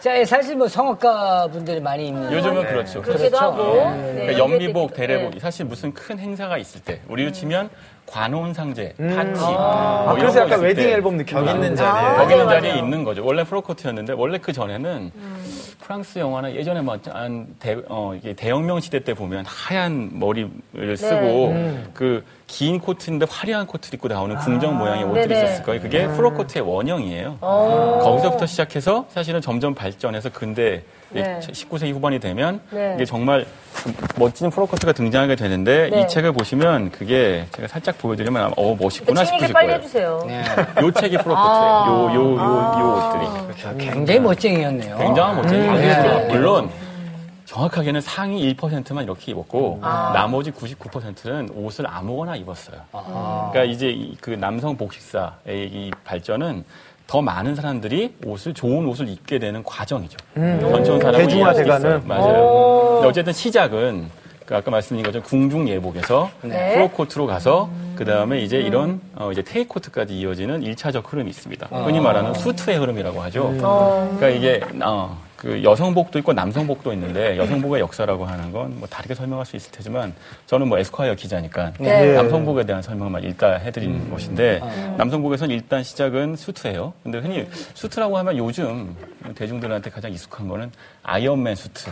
Speaker 1: 자, 예, 사실 뭐 성악가 분들이 많이 입는.
Speaker 6: 요즘은 그렇죠.
Speaker 2: 그렇기도 하고.
Speaker 7: 네.
Speaker 2: 네.
Speaker 6: 그러니까 연미복, 대례복 사실 무슨 큰 행사가 있을 때 우리로 치면 관혼상제, 파티 뭐 이런
Speaker 7: 그래서
Speaker 6: 거
Speaker 7: 약간
Speaker 6: 있을 때
Speaker 7: 웨딩 앨범 느낌.
Speaker 3: 여기 있는
Speaker 2: 아,
Speaker 3: 자리에.
Speaker 6: 거기 있는 자리에 있는 거죠. 원래 프로코트였는데 원래 그 전에는 프랑스 영화나 예전에 막한 어, 이게 대혁명 시대 때 보면
Speaker 2: 네.
Speaker 6: 하얀 머리를 쓰고
Speaker 2: 음.
Speaker 6: 그 긴 코트인데 화려한 코트를 입고 나오는 궁정 모양의 옷들이
Speaker 2: 아. 네네. 음. 어.
Speaker 6: 있었을 거예요. 그게 프로코트의 원형이에요. 거기서부터 시작해서 사실은 점점 발전해서 근대
Speaker 2: 네.
Speaker 6: 19세기 후반이 되면
Speaker 2: 네.
Speaker 6: 이게 정말 멋진 프로코트가 등장하게 되는데
Speaker 2: 네.
Speaker 6: 이 책을 보시면 그게 제가 살짝 보여드리면 아마 어 멋있구나
Speaker 2: 그러니까
Speaker 6: 싶으실
Speaker 2: 친구게 빨리
Speaker 6: 거예요.
Speaker 2: 해주세요.
Speaker 7: 네.
Speaker 6: 요 책이 프로코트예요. 요, 요, 요, 요 옷들이.
Speaker 1: 아, 굉장히 멋쟁이였네요.
Speaker 6: 굉장한 멋쟁이
Speaker 1: 네.
Speaker 6: 죠 물론, 정확하게는 상위 1%만
Speaker 7: 음.
Speaker 6: 이렇게 입었고,
Speaker 7: 아.
Speaker 6: 나머지 99%는 옷을 아무거나 입었어요. 그러니까 이제 이- 그 남성 복식사의 이 발전은 더 많은 사람들이 옷을, 좋은 옷을 입게 되는 과정이죠. 전체온 사람을 이해할 수
Speaker 7: 음. 대중화돼가는.
Speaker 6: 있어요. 맞아요. 근데 어쨌든 시작은, 그 아까 말씀드린 것처럼 궁중예복에서
Speaker 2: 네.
Speaker 6: 프로코트로 가서 그 다음에 이제 이런 어, 이제 테이코트까지 이어지는 일차적 흐름이 있습니다.
Speaker 7: 아.
Speaker 6: 흔히 말하는 수트의 흐름이라고 하죠.
Speaker 7: 음.
Speaker 6: 그러니까 이게 어, 그 여성복도 있고 남성복도 있는데 여성복의 역사라고 하는 건 뭐 다르게 설명할 수 있을 테지만 저는 뭐 에스콰이어 기자니까
Speaker 2: 네.
Speaker 6: 남성복에 대한 설명만 일단 해드린 것인데 남성복에선 일단 시작은 수트예요. 근데 흔히 수트라고 하면 요즘 대중들한테 가장 익숙한 거는 아이언맨 수트,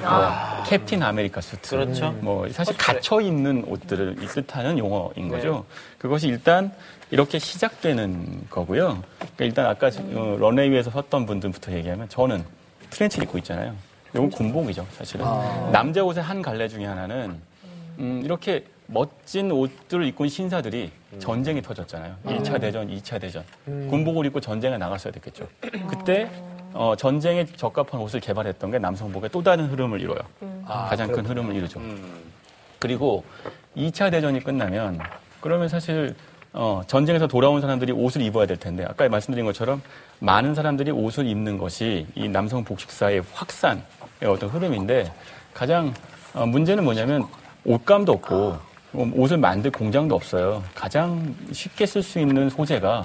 Speaker 6: 뭐 캡틴 아메리카 수트, 그렇죠. 뭐 사실 갇혀 있는 옷들을 뜻하는 용어인 거죠. 그것이 일단 이렇게 시작되는 거고요. 그러니까 일단 아까 어, 런웨이 위에서 섰던 분들부터 얘기하면 저는 트렌치 입고 있잖아요. 이건 군복이죠, 사실은. 남자 옷의 한 갈래 중에 하나는 음, 이렇게 멋진 옷들을 입고 있는 신사들이 전쟁이 터졌잖아요. 1차 대전, 2차 대전. 군복을 입고 전쟁에 나갔어야 됐겠죠. 그때 어, 전쟁에 적합한 옷을 개발했던 게 남성복의 또 다른 흐름을 이뤄요. 가장 큰 흐름을 이루죠. 그리고 2차 대전이 끝나면 그러면 사실 어, 전쟁에서 돌아온 사람들이 옷을 입어야 될 텐데 아까 말씀드린 것처럼 많은 사람들이 옷을 입는 것이 이 남성 복식사의 확산의 어떤 흐름인데 가장 어, 문제는 뭐냐면 옷감도 없고 뭐 옷을 만들 공장도 없어요. 가장 쉽게 쓸 수 있는 소재가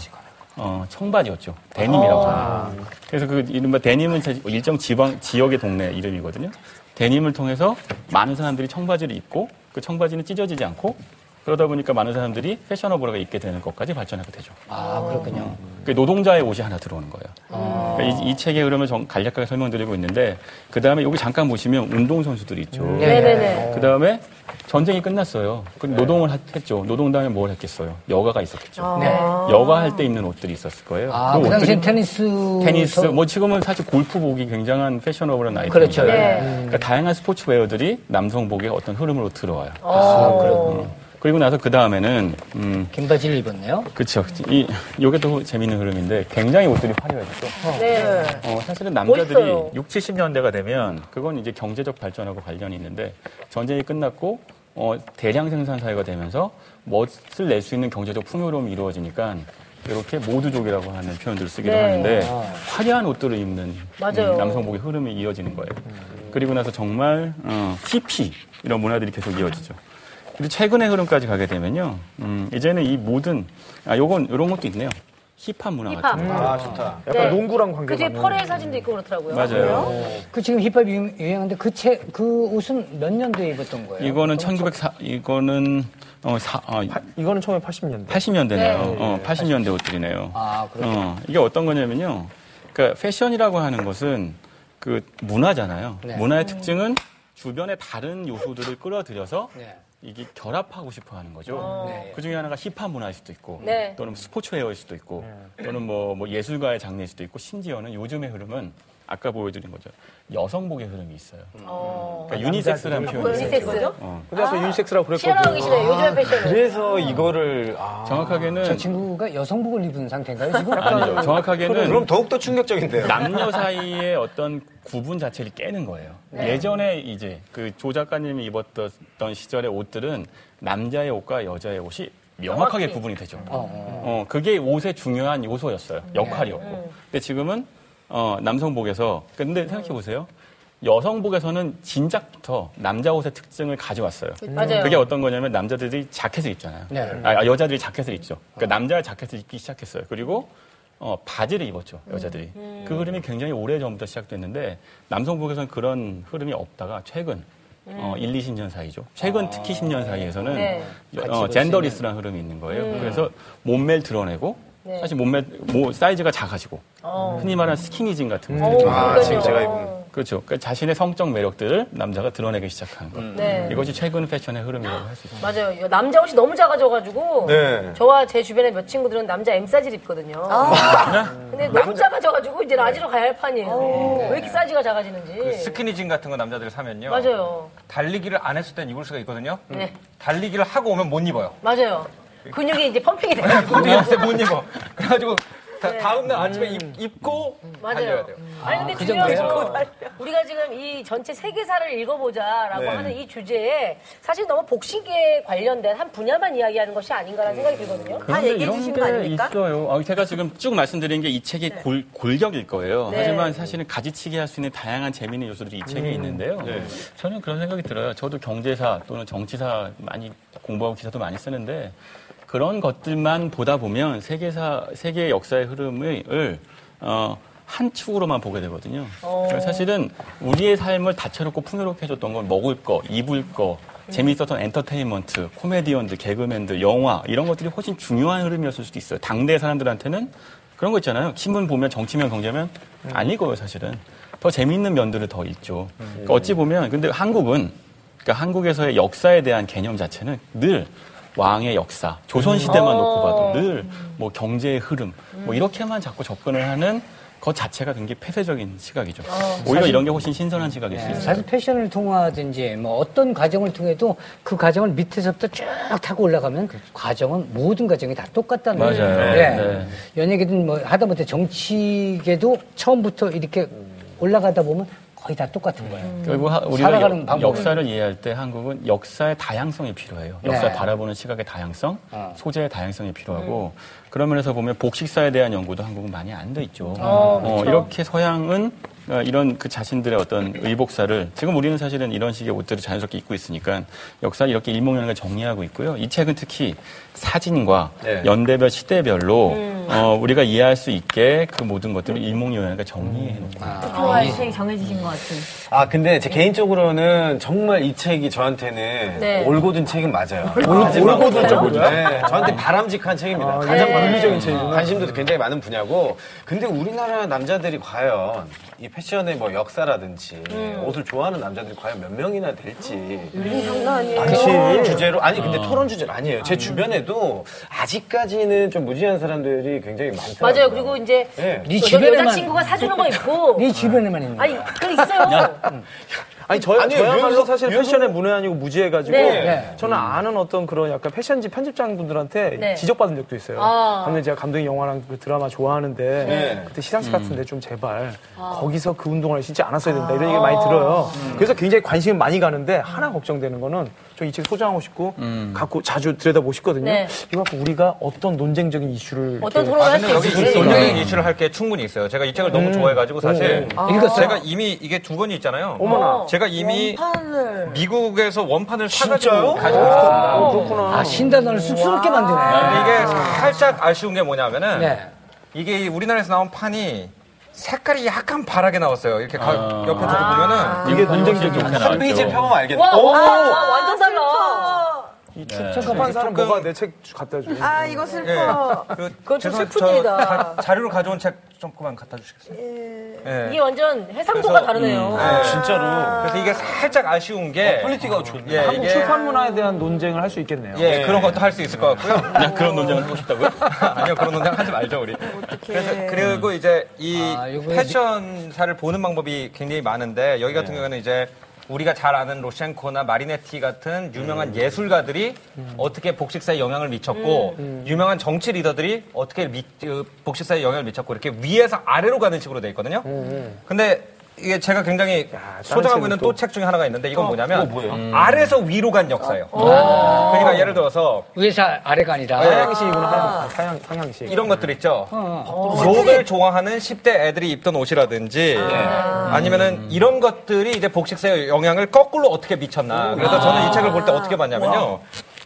Speaker 6: 어, 청바지였죠. 데님이라고 하는. 그래서 그 이른바 데님은 사실 일정 지방, 지역의 동네 이름이거든요. 데님을 통해서 많은 사람들이 청바지를 입고 그 청바지는 찢어지지 않고 그러다 보니까 많은 사람들이 패셔너블하게 입게 되는 것까지 발전하게 되죠.
Speaker 1: 아, 그렇군요.
Speaker 6: 그러니까 그 노동자의 옷이 하나 들어오는 거예요. 그러니까 이, 이 책에 그러면 정- 간략하게 설명드리고 있는데 그 다음에 여기 잠깐 보시면 운동 선수들이 있죠.
Speaker 2: 음, 네네네.
Speaker 6: 그 다음에 전쟁이 끝났어요.
Speaker 1: 네.
Speaker 6: 그럼 노동을 했- 했죠. 노동당에 뭘 했겠어요? 여가가 있었겠죠.
Speaker 2: 아.
Speaker 6: 여가 할 때 입는 옷들이 있었을 거예요.
Speaker 1: 아, 그 당시엔 테니스.
Speaker 6: 테니스, 뭐 지금은 사실 골프복이 굉장한 패셔너블한 아이템이잖아요.
Speaker 1: 그렇죠.
Speaker 2: 네.
Speaker 6: 그러니까 다양한 스포츠웨어들이 남성복의 어떤 흐름으로 들어와요.
Speaker 2: 어.
Speaker 6: 그리고 나서 그 다음에는 음,
Speaker 1: 긴 바지를 입었네요.
Speaker 6: 그렇죠. 이 요게 또 재밌는 흐름인데 굉장히 옷들이 화려해졌죠.
Speaker 2: 네.
Speaker 6: 어, 사실은 남자들이
Speaker 2: 멋있어요.
Speaker 6: 6, 70년대가 되면 그건 이제 경제적 발전하고 관련이 있는데 전쟁이 끝났고 어, 대량 생산 사회가 되면서 멋을 낼 수 있는 경제적 풍요로움이 이루어지니까 이렇게 모두족이라고 하는 표현들을 쓰기도
Speaker 2: 네.
Speaker 6: 하는데 화려한 옷들을 입는
Speaker 2: 맞아요.
Speaker 6: 음, 남성복의 흐름이 이어지는 거예요. 그리고 나서 정말 어, 히피 이런 문화들이 계속 이어지죠. 근데 최근의 흐름까지 가게 되면요, 음, 이제는 이 모든 아 요건 이런 것도 있네요. 힙한 문화
Speaker 2: 힙합.
Speaker 6: 같은. 거.
Speaker 3: 아, 좋다.
Speaker 7: 약간
Speaker 2: 네.
Speaker 7: 농구랑
Speaker 2: 그
Speaker 7: 관계가
Speaker 2: 뒤에
Speaker 7: 많은.
Speaker 2: 펄의 사진도 있고 그렇더라고요.
Speaker 6: 맞아요.
Speaker 1: 그 지금 힙합 유행, 유행한데 그 채, 그 옷은 몇 년도에 입었던 거예요?
Speaker 6: 이거는 1904 이거는 어, 사, 어,
Speaker 7: 이거는 처음에 80년대.
Speaker 6: 80년대네요. 어, 80년대 옷들이네요.
Speaker 1: 아, 그렇군요.
Speaker 6: 어, 이게 어떤 거냐면요. 그러니까 패션이라고 하는 것은 그 문화잖아요.
Speaker 1: 네.
Speaker 6: 문화의 특징은 주변의 다른 요소들을 끌어들여서
Speaker 1: 네.
Speaker 6: 이게 결합하고 싶어 하는 거죠.
Speaker 1: 네.
Speaker 6: 그 중에 하나가 힙합 문화일 수도 있고,
Speaker 2: 네.
Speaker 6: 또는 스포츠웨어일 수도 있고,
Speaker 1: 네.
Speaker 6: 또는 뭐, 뭐 예술가의 장르일 수도 있고, 심지어는 요즘의 흐름은 아까 보여드린 거죠. 여성복의 흐름이 있어요.
Speaker 1: 음. 아,
Speaker 2: 어.
Speaker 6: 그러니까 유니섹스라는
Speaker 1: 뭐
Speaker 6: 표현이 있어요.
Speaker 2: 유니섹스죠?
Speaker 7: 그래서 유니섹스라고
Speaker 2: 시원하고
Speaker 7: 그랬거든요.
Speaker 2: 계시네요. 요즘의 패션은.
Speaker 3: 그래서 이거를 아,
Speaker 1: 저
Speaker 6: 정확하게는
Speaker 1: 친구가 여성복을 입은 상태인가요, 지금?
Speaker 6: 아니죠. 정확하게는
Speaker 3: 그럼 더욱 더 충격적인데요.
Speaker 6: 남녀 사이의 어떤 구분 자체를 깨는 거예요.
Speaker 1: 네.
Speaker 6: 예전에 이제 그 조 작가님이 입었던 시절의 옷들은 남자의 옷과 여자의 옷이 명확하게
Speaker 2: 명확히.
Speaker 6: 구분이 되죠. 어, 그게 옷의 중요한 요소였어요.
Speaker 1: 네.
Speaker 6: 역할이었고.
Speaker 1: 음.
Speaker 6: 근데 지금은 어, 남성복에서 근데 생각해 보세요. 여성복에서는 진작부터 남자 옷의 특징을 가져왔어요.
Speaker 2: 음. 맞아요.
Speaker 6: 그게 어떤 거냐면 남자들이 자켓을 입잖아요.
Speaker 1: 네.
Speaker 6: 아, 여자들이 자켓을 입죠. 그러니까 남자가 자켓을 입기 시작했어요. 그리고 어, 바지를 입었죠,
Speaker 2: 음.
Speaker 6: 여자들이. 그 흐름이 굉장히 오래 전부터 시작됐는데 남성복에서는 그런 흐름이 없다가 최근 어, 1, 20년 사이죠. 최근 특히 10년 사이에서는
Speaker 2: 음. 아. 네. 음.
Speaker 6: 여- 어, 젠더리스라는 흐름이 있는 거예요. 그래서 몸매를 드러내고
Speaker 2: 네.
Speaker 6: 사실 몸매 뭐 사이즈가 작아지고
Speaker 2: 어.
Speaker 6: 흔히 말하는 스키니진 같은
Speaker 2: 어,
Speaker 6: 거.
Speaker 3: 아,
Speaker 2: 그러니까요.
Speaker 3: 지금 제가 입은-
Speaker 6: 그렇죠. 그러니까 자신의 성적 매력들을 남자가 드러내기 시작하는 거.
Speaker 2: 네.
Speaker 6: 이것이 최근 패션의 흐름이라고 할 수 있습니다.
Speaker 2: 맞아요. 남자 옷이 너무 작아져가지고
Speaker 3: 네.
Speaker 2: 저와 제 주변에 몇 친구들은 남자 M 사이즈 입거든요.
Speaker 5: 아,
Speaker 7: 아. 음.
Speaker 2: 근데 너무 작아져가지고
Speaker 7: 네.
Speaker 2: 이제 라지로 가야 할 판이에요.
Speaker 7: 어.
Speaker 2: 왜 이렇게 사이즈가
Speaker 7: 그
Speaker 2: 작아지는지.
Speaker 4: 스키니진 같은 거 남자들이 사면요.
Speaker 2: 네. 맞아요.
Speaker 4: 달리기를 안 했을 땐 입을 수가 있거든요.
Speaker 2: 네.
Speaker 4: 달리기를 하고 오면 못 입어요.
Speaker 2: 맞아요. 근육이 이제 펌핑이 돼가지고.
Speaker 7: 아,
Speaker 4: 근데 요새 못 입어. <laughs> 그래가지고 다, 음날 아침에 입, 입고 달려야
Speaker 2: 맞아요.
Speaker 4: 돼요.
Speaker 2: 아니 근데 중요한 건 우리가 지금 이 전체 세계사를 읽어보자라고
Speaker 4: 네.
Speaker 2: 하는 이 주제에 사실 너무 복식에 관련된 한 분야만 이야기하는 것이 아닌가라는 생각이 들거든요.
Speaker 6: 그
Speaker 5: 다 얘기해 주신 거 아닙니까? 네.
Speaker 6: 있어요. 아, 제가 지금 쭉 말씀드린 게 이 책의 골, 골격일 거예요.
Speaker 2: 네.
Speaker 6: 하지만 사실은 가지치기 할 수 있는 다양한 재미있는 요소들이 이 책에 있는데요. 저는 그런 생각이 들어요. 저도 경제사 또는 정치사 많이 공부하고 기사도 많이 쓰는데 그런 것들만 보다 보면 세계사 세계 역사의 흐름을 어, 한 축으로만 보게 되거든요. 그러니까 사실은 우리의 삶을 다채롭고 풍요롭게 해줬던 건 먹을 거, 입을 거, 재미있었던 엔터테인먼트, 코미디언들, 개그맨들, 영화 이런 것들이 훨씬 중요한 흐름이었을 수도 있어요. 당대 사람들한테는 그런 거 있잖아요. 신문 보면 정치면 경제면 안 읽어요, 사실은. 더 재미있는 면들을 더 읽죠. 그러니까 어찌 보면 근데 한국은 그러니까 한국에서의 역사에 대한 개념 자체는 늘 왕의 역사, 조선 시대만 놓고 봐도 늘 뭐 경제의 흐름 뭐 이렇게만 자꾸 접근을 하는 것 자체가 굉장히 폐쇄적인 시각이죠. 오히려 이런 게 훨씬 신선한 시각일 수 있어요.
Speaker 1: 사실 패션을 통하든지 뭐 어떤 과정을 통해도 그 과정을 밑에서부터 쭉 타고 올라가면 그 과정은 모든 과정이 다 똑같다는
Speaker 6: 그렇죠. 맞아요.
Speaker 1: 거죠.
Speaker 6: 네.
Speaker 1: 연예계든 뭐 하다못해 정치계도 처음부터 이렇게 올라가다 보면 거의 다 똑같은
Speaker 2: 음.
Speaker 1: 거예요.
Speaker 6: 결국 하- 우리가
Speaker 1: 살아가는
Speaker 6: 역,
Speaker 1: 방법은-
Speaker 6: 역사를 이해할 때 한국은 역사의 다양성이 필요해요. 역사 를 바라보는 시각의 다양성, 소재의 다양성이 필요하고 그런 면에서 보면 복식사에 대한 연구도 한국은 많이 안 돼 있죠. 어, 이렇게 서양은 어, 이런 그 자신들의 어떤 의복사를 지금 우리는 사실은 이런 식의 옷들을 자연스럽게 입고 있으니까 역사를 이렇게 일목요연하게 정리하고 있고요. 이 책은 특히 사진과 연대별 시대별로 어, 우리가 이해할 수 있게 그 모든 것들을 일목요연하게 정리해 놓고
Speaker 9: 좋아할 수익 정해지신 것 같아요.
Speaker 3: 아 근데 제 개인적으로는 정말 이 책이 저한테는
Speaker 2: 네.
Speaker 3: 올고든 책은 맞아요. 올고든
Speaker 6: 책이요?
Speaker 3: 네, 저한테 바람직한 책입니다. 가장 논리적인 책이구나. 관심도 굉장히 많은 분야고. 근데 우리나라 남자들이 과연 이 패션의 뭐 역사라든지 옷을 좋아하는 남자들이 과연 몇 명이나 될지. 토론 주제로 아니 근데 토론 주제는 아니에요. 제 주변에도 아직까지는 좀 무지한 사람들이 굉장히 많더라고요.
Speaker 2: 맞아요. 그리고 이제
Speaker 3: 네.
Speaker 1: 네
Speaker 2: 저
Speaker 1: 주변에만-
Speaker 2: 여자친구가 사주는 거 있고
Speaker 1: 네 주변에만 있는
Speaker 2: 아니 그 있어요.
Speaker 7: 아니 저
Speaker 3: 아니요,
Speaker 7: 저야말로
Speaker 3: 윤석-
Speaker 7: 사실
Speaker 3: 윤석-
Speaker 7: 패션에 문외한이고 무지해가지고
Speaker 2: 네.
Speaker 1: 네.
Speaker 7: 저는
Speaker 4: 음.
Speaker 7: 아는 어떤 그런 약간 패션지 편집장 분들한테
Speaker 2: 네.
Speaker 7: 지적받은 적도 있어요.
Speaker 2: 아.
Speaker 7: 방금 제가 감독님 영화랑 그 드라마 좋아하는데
Speaker 3: 네.
Speaker 7: 그때 시상식
Speaker 4: 음.
Speaker 7: 같은데 좀 제발
Speaker 2: 아.
Speaker 7: 거기서 그 운동화를 신지 않았어야 된다 이런 얘기 많이 들어요.
Speaker 4: 음.
Speaker 7: 그래서 굉장히 관심이 많이 가는데 하나 걱정되는 거는 저 이 책 소장하고 싶고
Speaker 4: 음.
Speaker 7: 갖고 자주 들여다보고 싶거든요.
Speaker 2: 네.
Speaker 7: 이거 갖고 우리가 어떤 논쟁적인 이슈를
Speaker 2: 어떤
Speaker 7: 이렇게
Speaker 2: 토론을 할 수
Speaker 4: 아, 여기
Speaker 2: 있을지. 네.
Speaker 4: 논쟁적인 이슈를 할 게 충분히 있어요. 제가 이 책을 너무 좋아해가지고 사실
Speaker 1: 읽었어요?
Speaker 4: 제가 이미 이게 두 권이 있잖아요.
Speaker 7: 어머나.
Speaker 4: 제가 이미
Speaker 5: 판을
Speaker 4: 미국에서 원판을
Speaker 3: 진짜요?
Speaker 4: 사가지고 가지고 있습니다.
Speaker 7: 어, 그렇구나.
Speaker 1: 아 신단어를 쑥스럽게 만드네.
Speaker 4: 근데 이게 살짝 아쉬운 게 뭐냐면은
Speaker 1: 네.
Speaker 4: 이게 이 우리나라에서 나온 판이 색깔이 약간 바라게 나왔어요. 이렇게 가-
Speaker 3: 아.
Speaker 4: 옆에 저거
Speaker 6: 아,
Speaker 4: 보면은
Speaker 7: 이게 논쟁적인
Speaker 6: 좋게
Speaker 3: 한 페이지를
Speaker 6: 나왔죠.
Speaker 3: 펴보면 알겠다.
Speaker 2: 와,
Speaker 3: 오!
Speaker 2: 와, 와, 완전 달라.
Speaker 7: 이 출판 사람
Speaker 4: 네. 조금-
Speaker 7: 뭐가 내 책 갖다 줘.
Speaker 5: 아 이거
Speaker 4: 예.
Speaker 5: 슬퍼.
Speaker 4: 그,
Speaker 2: 그건 좀
Speaker 4: 죄송한-
Speaker 2: 슬픈
Speaker 4: 저
Speaker 2: 일이다.
Speaker 4: 자, 자료를 가져온 책 조금만 갖다 주시겠어요? 예.
Speaker 2: 이게 완전 해상도가
Speaker 4: 그래서,
Speaker 2: 다르네요.
Speaker 4: 예.
Speaker 3: 진짜로.
Speaker 4: 그래서 이게 살짝 아쉬운 게
Speaker 3: 어, 퀄리티가 좋네.
Speaker 4: 예,
Speaker 7: 한국
Speaker 4: 이게-
Speaker 7: 출판 문화에 대한 논쟁을 할 수 있겠네요.
Speaker 4: 예, 그런 것도 할 수 있을 것 같고요.
Speaker 3: 네.
Speaker 6: 그냥 그런 논쟁을 하고 싶다고요?
Speaker 4: 아니요, 그런 논쟁 하지 말죠, 우리. 그래서, 그리고 이제 네. 이
Speaker 1: 아, 요거에
Speaker 4: 패션사를 보는 방법이 굉장히 많은데, 여기 같은 경우에는 이제 우리가 잘 아는 로셴코나 마리네티 같은 유명한 예술가들이 어떻게 복식사에 영향을 미쳤고, 유명한 정치 리더들이 어떻게 미- 그 복식사에 영향을 미쳤고, 이렇게 위에서 아래로 가는 식으로 돼 있거든요. 근데 이게 제가 굉장히 소장하고 있는 또 책 중에 하나가 있는데 이건 뭐냐면 아래에서 위로 간 역사예요. 그러니까 예를 들어서 네.
Speaker 1: 위에서 아래가 아니라.
Speaker 7: 상향식이구나. 아~ 상향, 상향식.
Speaker 4: 이런 것들 있죠. 록을 좋아하는 10대 애들이 입던 옷이라든지 아니면은 이런 것들이 이제 복식사의 영향을 거꾸로 어떻게 미쳤나. 그래서 저는 이 책을 볼 때 어떻게 봤냐면요.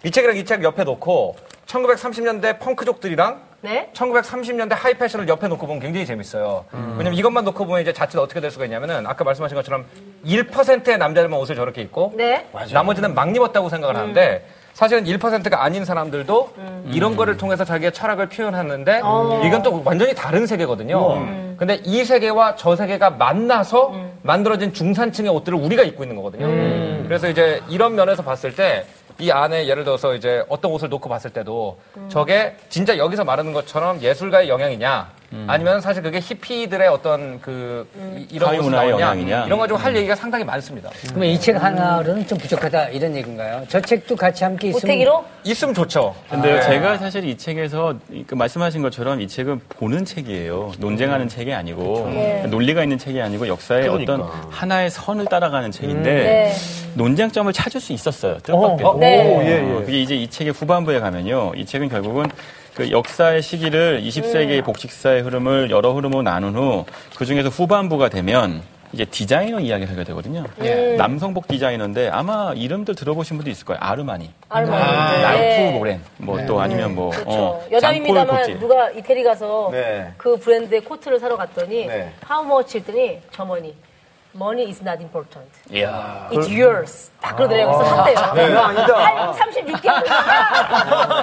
Speaker 4: 이 책이랑 이 책 옆에 놓고 1930년대 펑크족들이랑
Speaker 2: 네?
Speaker 4: 1930년대 하이패션을 옆에 놓고 보면 굉장히 재밌어요. 왜냐면 이것만 놓고 보면 이제 자칫 어떻게 될 수가 있냐면은 아까 말씀하신 것처럼 1%의 남자들만 옷을 저렇게 입고
Speaker 2: 네?
Speaker 4: 나머지는 막 입었다고 생각을 하는데 사실은 1%가 아닌 사람들도
Speaker 6: 음.
Speaker 4: 이런 거를 통해서 자기의 철학을 표현하는데 이건 또 완전히 다른 세계거든요. 근데 이 세계와 저 세계가 만나서 만들어진 중산층의 옷들을 우리가 입고 있는 거거든요.
Speaker 6: 음.
Speaker 4: 그래서 이제 이런 면에서 봤을 때 이 안에 예를 들어서 이제 어떤 옷을 놓고 봤을 때도 저게 진짜 여기서 말하는 것처럼 예술가의 영향이냐
Speaker 6: 음.
Speaker 4: 아니면 사실 그게 히피들의 어떤 그 이- 이런
Speaker 6: 사회
Speaker 4: 옷은
Speaker 6: 문화의
Speaker 4: 나오냐,
Speaker 6: 영향이냐. 음.
Speaker 4: 이런 거 좀 할 얘기가 상당히 많습니다.
Speaker 1: 그러면 이 책 하나로는 좀 부족하다 이런 얘기인가요? 저 책도 같이 함께 있으면
Speaker 2: 오태기로?
Speaker 4: 있으면 좋죠.
Speaker 6: 근데 제가 사실 이 책에서 그 말씀하신 것처럼 이 책은 보는 책이에요. 논쟁하는 책이 아니고 음. 논리가 있는 책이 아니고 역사의 어떤 하나의 선을 따라가는 책인데 논쟁점을 찾을 수 음, 네. 있었어요. 뜻밖에도.
Speaker 2: 네.
Speaker 7: 오, 예,
Speaker 6: 어,
Speaker 7: 예.
Speaker 6: 그게 이제 이 책의 후반부에 가면요. 이 책은 결국은 그 역사의 시기를 20세기의 복식사의 흐름을 여러 흐름으로 나눈 후 그 중에서 후반부가 되면 이제 디자이너 이야기가 하게 되거든요. 남성복 디자이너인데 아마 이름들 들어보신 분도 있을 거예요. 아르마니,
Speaker 2: 알마니. 네.
Speaker 6: 랄프 모렌, 뭐 또 아니면 뭐 어, 장폴
Speaker 2: 그렇죠. 여담입니다만
Speaker 6: 코티.
Speaker 2: 누가 이태리 가서
Speaker 3: 네.
Speaker 2: 그 브랜드의 코트를 사러 갔더니
Speaker 3: 네.
Speaker 2: how much 했더니 저 머니 money is not important
Speaker 6: 이야. 네.
Speaker 2: it's yours 다 그러더래요 그래서 샀대요 아니다 36개월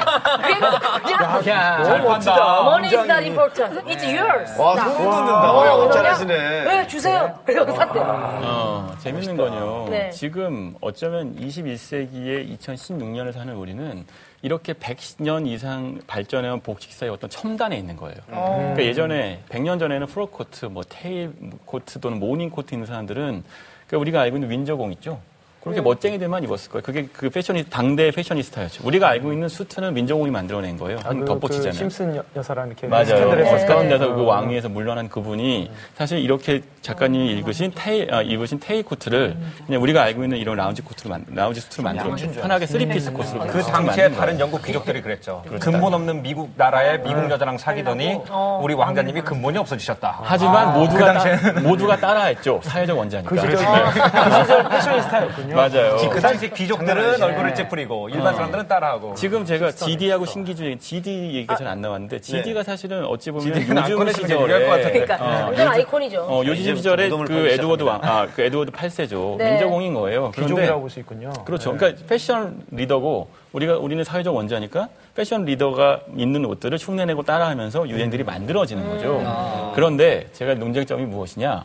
Speaker 2: 그냥
Speaker 1: 야,
Speaker 2: money is not important it's
Speaker 6: 네.
Speaker 2: yours
Speaker 3: 와, 소름 돋는다. 와, 영어 잘하시네. 아,
Speaker 2: 네 주세요 그래서 샀대요
Speaker 6: 어, 재밌는 건요.
Speaker 2: 네.
Speaker 6: 지금 어쩌면 21세기에 2016년을 사는 우리는 이렇게 100년 이상 발전해온 복식사의 어떤 첨단에 있는 거예요. 그러니까 예전에 100년 전에는 프로코트, 뭐 테일 코트 또는 모닝 코트 있는 사람들은 그러니까 우리가 알고 있는 윈저공 있죠. 그렇게 멋쟁이들만 입었을 거예요. 그게 그 패션이 당대의 패셔니스타였죠. 우리가 알고 있는 수트는 민정공이 만들어낸 거예요. 한
Speaker 7: 그
Speaker 6: 덧붙이잖아요.
Speaker 7: 심슨 여- 여사랑 이렇게
Speaker 6: 맞아요.
Speaker 7: 스캔들에서
Speaker 6: 버스 가운
Speaker 7: 스캔들.
Speaker 6: 데서 그 왕위에서 물러난 그분이 사실 이렇게 작가님이 읽으신 테이 아, 입으신 테이 코트를 그냥 우리가 알고 있는 이런 라운지 코트로 만 라운지 수트로 만들었죠. 편하게 쓰리피스 코트로
Speaker 3: 아,
Speaker 4: 그 당시에 다른 영국 귀족들이 그랬죠. 근본 없는 미국 나라의 미국 여자랑 사귀더니 우리 왕자님이 근본이
Speaker 6: 아.
Speaker 4: 없어지셨다. 그
Speaker 6: <laughs> 하지만 모두가 따, 모두가 따라했죠. 사회적 원자니까. 네.
Speaker 7: 그 시절 패션이 스타였군요. 보면요.
Speaker 6: 맞아요.
Speaker 4: 그 당시 귀족들은 얼굴을 찌푸리고 일반 사람들은 따라하고.
Speaker 6: 지금 제가 GD하고 신기주 GD 얘기가 잘 안 나왔는데 GD가 사실은 어찌 보면
Speaker 4: GD 는 아, 네. 안
Speaker 6: 요즘
Speaker 4: 꺼내시는 게 유리할 것 같아요.
Speaker 6: 시절에
Speaker 2: 그러니까
Speaker 6: 어,
Speaker 2: 완전 아이콘이죠.
Speaker 6: 어, 요즘 시절에
Speaker 8: 무덤을
Speaker 6: 그
Speaker 8: 파기
Speaker 6: 에드워드 왕,
Speaker 8: 시작합니다.
Speaker 6: 아, 그 에드워드 8세죠.
Speaker 2: 네.
Speaker 6: 민저공인 거예요. 그런데
Speaker 7: 귀족이라고 볼 수 있군요.
Speaker 6: 그렇죠. 그러니까 패션 리더고 우리가 우리는 사회적 원자니까 패션 리더가 있는 옷들을 흉내내고 따라하면서 유행들이 만들어지는 거죠. 그런데 제가 논쟁점이 무엇이냐?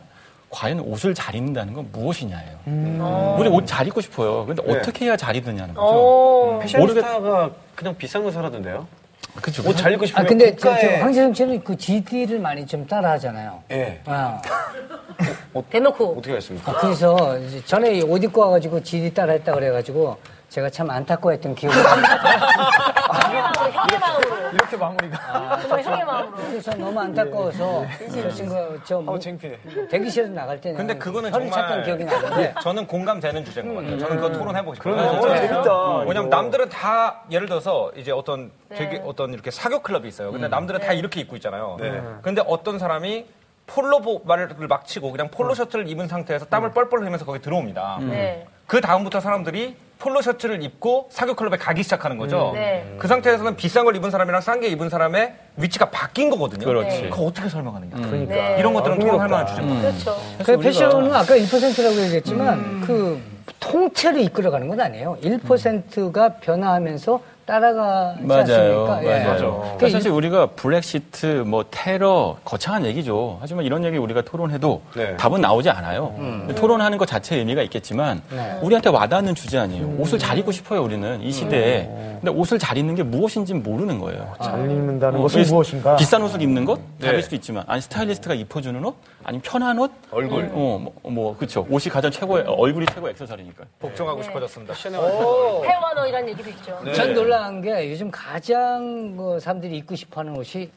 Speaker 6: 과연 옷을 잘 입는다는 건 무엇이냐예요. 우리 옷 잘 입고 싶어요. 근데 어떻게 해야 잘 입느냐는 거죠.
Speaker 2: 오.
Speaker 3: 음. 패션스타가 그냥 비싼 거 사라던데요?
Speaker 6: 그렇죠.
Speaker 3: 옷 잘 입고 싶으면
Speaker 1: 아, 근데 저,
Speaker 3: 고가의-
Speaker 1: 저 황재성 씨는 그 GD를 많이 좀 따라하잖아요.
Speaker 3: 예.
Speaker 1: 아,
Speaker 2: 대놓고. <laughs>
Speaker 3: 어떻게 하셨습니까?
Speaker 1: 아, 그래서 이제 전에 옷 입고 와가지고 GD 따라했다 그래가지고 제가 참 안타까워했던 기억이 나요.
Speaker 2: 형의 마음으로, 아, 형의 마음으로.
Speaker 7: 이렇게 마무리가.
Speaker 2: 정말 형의 마음으로.
Speaker 1: 그래서 너무 안타까워서
Speaker 4: 예,
Speaker 1: 저 친구가 저뭐
Speaker 7: 어, 창피해.
Speaker 1: 대기실에서 나갈 때는
Speaker 4: 근데 그거는
Speaker 1: 혀를
Speaker 4: 정말
Speaker 1: 찼던 기억이 나는데
Speaker 4: 저는 공감되는 주제인 것 같아요. 저는 그거 토론해보고 싶어요.
Speaker 7: 그러네요. 어, 재밌다.
Speaker 4: 왜냐면 남들은 다 예를 들어서 이제 어떤
Speaker 2: 네.
Speaker 4: 되게 어떤 이렇게 사교 클럽이 있어요.
Speaker 6: 음.
Speaker 4: 근데 남들은 다 이렇게 입고 있잖아요.
Speaker 6: 네.
Speaker 2: 음.
Speaker 4: 근데 어떤 사람이 폴로 보- 말을 막 치고 그냥
Speaker 6: 음.
Speaker 4: 폴로 셔츠를 입은 상태에서 땀을 뻘뻘 흘리면서 거기 들어옵니다.
Speaker 2: 네.
Speaker 4: 그 다음부터 사람들이 폴로 셔츠를 입고 사교 클럽에 가기 시작하는 거죠.
Speaker 6: 음.
Speaker 2: 네.
Speaker 4: 그 상태에서는 비싼 걸 입은 사람이랑 싼 게 입은 사람의 위치가 바뀐 거거든요.
Speaker 6: 그렇지. 음. 아,
Speaker 4: 그거 어떻게 설명하느냐.
Speaker 7: 그러니까
Speaker 2: 네.
Speaker 4: 이런 것들은 토론할 만한 주제입니다.
Speaker 2: 그렇죠.
Speaker 1: 그 패션은 아까 1%라고 얘기했지만
Speaker 4: 음.
Speaker 1: 그 통째로 이끌어가는 건 아니에요. 1%가 변화하면서 따라가지
Speaker 6: 맞아요.
Speaker 1: 않습니까? 예.
Speaker 6: 맞아요.
Speaker 1: 그러니까
Speaker 6: 그러니까 사실 우리가 블랙시트, 뭐 테러, 거창한 얘기죠. 하지만 이런 얘기 우리가 토론해도
Speaker 3: 네.
Speaker 6: 답은 나오지 않아요. 토론하는 것 자체의 의미가 있겠지만 우리한테 와닿는 주제 아니에요. 옷을 잘 입고 싶어요, 우리는 이 시대에. 근데 옷을 잘 입는 게 무엇인지 모르는 거예요.
Speaker 7: 잘 입는다는 것은
Speaker 6: 이 스-
Speaker 7: 음. 무엇인가?
Speaker 6: 비싼 옷을 입는 것? 답일 수도 있지만 아니 스타일리스트가 입혀주는 옷? 아니면 편한 옷? 얼굴. 어, 뭐, 뭐 그렇죠. 옷이 가장 최고의 얼굴이 최고 의 액세서리니까.
Speaker 4: 복종하고
Speaker 2: 네.
Speaker 4: 싶어졌습니다.
Speaker 2: 해완어이라는 얘기도 있죠.
Speaker 1: 전 놀란 게 요즘 가장 그 사람들이 입고 싶어하는 옷이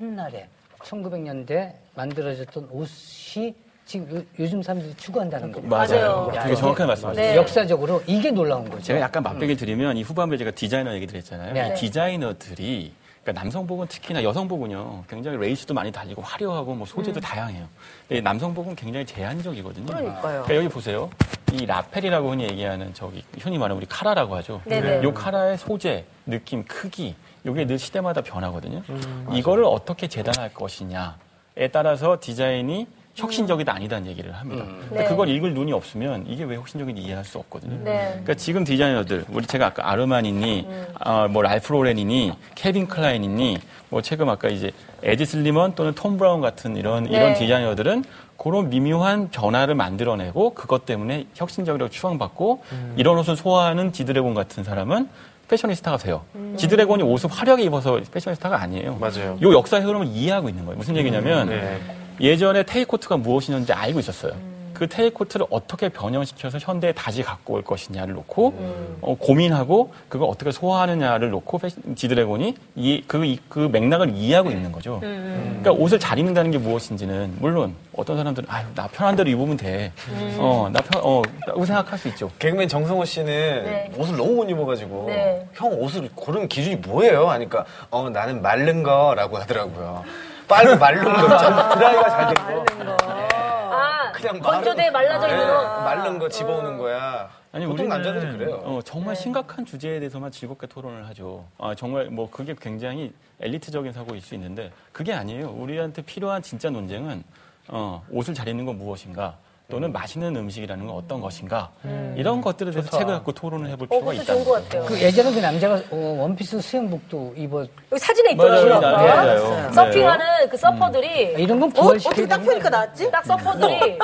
Speaker 1: 옛날에 1900년대 만들어졌던 옷이 지금 요- 요즘 사람들이 추구한다는 거예요.
Speaker 6: 맞아요.
Speaker 1: 야,
Speaker 6: 되게
Speaker 1: 이게
Speaker 6: 정확하게 말씀하셨어요.
Speaker 2: 네.
Speaker 1: 역사적으로 이게 놀라운 거죠.
Speaker 6: 그렇죠. 제가 약간 맛보기를 드리면 이 후반부에 제가 디자이너 얘기를 했잖아요.
Speaker 1: 네.
Speaker 6: 이 디자이너들이 그러니까 남성복은 특히나 여성복은요 굉장히 레이스도 많이 달리고 화려하고 뭐 소재도 다양해요. 근데 이 남성복은 굉장히 제한적이거든요.
Speaker 5: 그러니까요.
Speaker 6: 여기 보세요. 이 라펠이라고 흔히 얘기하는 저기 흔히 말하는 우리 카라라고 하죠.
Speaker 2: 네네.
Speaker 6: 요 카라의 소재, 느낌, 크기 요게 늘 시대마다 변하거든요. 이거를 어떻게 재단할 것이냐에 따라서 디자인이 혁신적이다 아니다는 얘기를 합니다. 근데
Speaker 2: 네.
Speaker 6: 그걸 읽을 눈이 없으면 이게 왜 혁신적인지 이해할 수 없거든요.
Speaker 2: 네.
Speaker 6: 그러니까 지금 디자이너들 우리 제가 아까 아르마니니 아, 뭐 랄프 로렌이니 케빈 클라인이니 뭐 최근 아까 이제 에디 슬리먼 또는 톰 브라운 같은 이런 이런 디자이너들은 그런 미묘한 변화를 만들어내고 그것 때문에 혁신적이라고 추앙받고 이런 옷을 소화하는 지드래곤 같은 사람은 패셔니스타가 돼요. 지드래곤이 옷을 화려하게 입어서 패셔니스타가 아니에요.
Speaker 3: 맞아요.
Speaker 6: 요 역사의 흐름을 이해하고 있는 거예요. 무슨 얘기냐면 예전에 테이코트가 무엇이었는지 알고 있었어요. 그 테이코트를 어떻게 변형시켜서 현대에 다시 갖고 올 것이냐를 놓고 어, 고민하고 그걸 어떻게 소화하느냐를 놓고 패션- 지드래곤이 이, 그, 이- 그 맥락을 이해하고 있는 거죠. 그러니까 옷을 잘 입는다는 게 무엇인지는 물론 어떤 사람들은 아유 나 편한 대로 입으면 돼. 어, 나 편, 어, 라고 생각할 수 있죠.
Speaker 3: 개그맨 정성호 씨는
Speaker 2: 네.
Speaker 3: 옷을 너무 못 입어가지고
Speaker 2: 네.
Speaker 3: 형 옷을 고른 기준이 뭐예요? 하니까 어 나는 마른 거라고 하더라고요. 빨리 마른 거, 참 드라이가 잘 된 거.
Speaker 2: 아,
Speaker 3: 그냥 마른-
Speaker 2: 건조대에 말라져
Speaker 3: 네,
Speaker 2: 있는 옷.
Speaker 3: 마른 거 집어오는 거야. 보통 남자들은 그래요.
Speaker 6: 어, 정말
Speaker 2: 네.
Speaker 6: 심각한 주제에 대해서만 즐겁게 토론을 하죠. 아, 정말 뭐 그게 굉장히 엘리트적인 사고일 수 있는데 그게 아니에요. 우리한테 필요한 진짜 논쟁은 어, 옷을 잘 입는 건 무엇인가 또는 맛있는 음식이라는 건 어떤 것인가 이런 것들에 대해서 책을 갖고 토론을 해볼
Speaker 2: 음. 어,
Speaker 6: 필요가
Speaker 2: 그것도
Speaker 6: 있다.
Speaker 2: 좋은 것 같아요.
Speaker 1: 그 예전에 그 남자가 어, 원피스 수영복도 입어
Speaker 2: 여기 사진에
Speaker 6: 맞아요,
Speaker 2: 있더라고요.
Speaker 6: 맞아요.
Speaker 2: 아까.
Speaker 6: 맞아요.
Speaker 2: 서핑하는 그 서퍼들이
Speaker 1: 이런 건
Speaker 5: 어?
Speaker 1: 부활시켜야
Speaker 5: 어떻게 딱
Speaker 1: 되는
Speaker 5: 보니까 나왔지?
Speaker 2: 딱 서퍼들이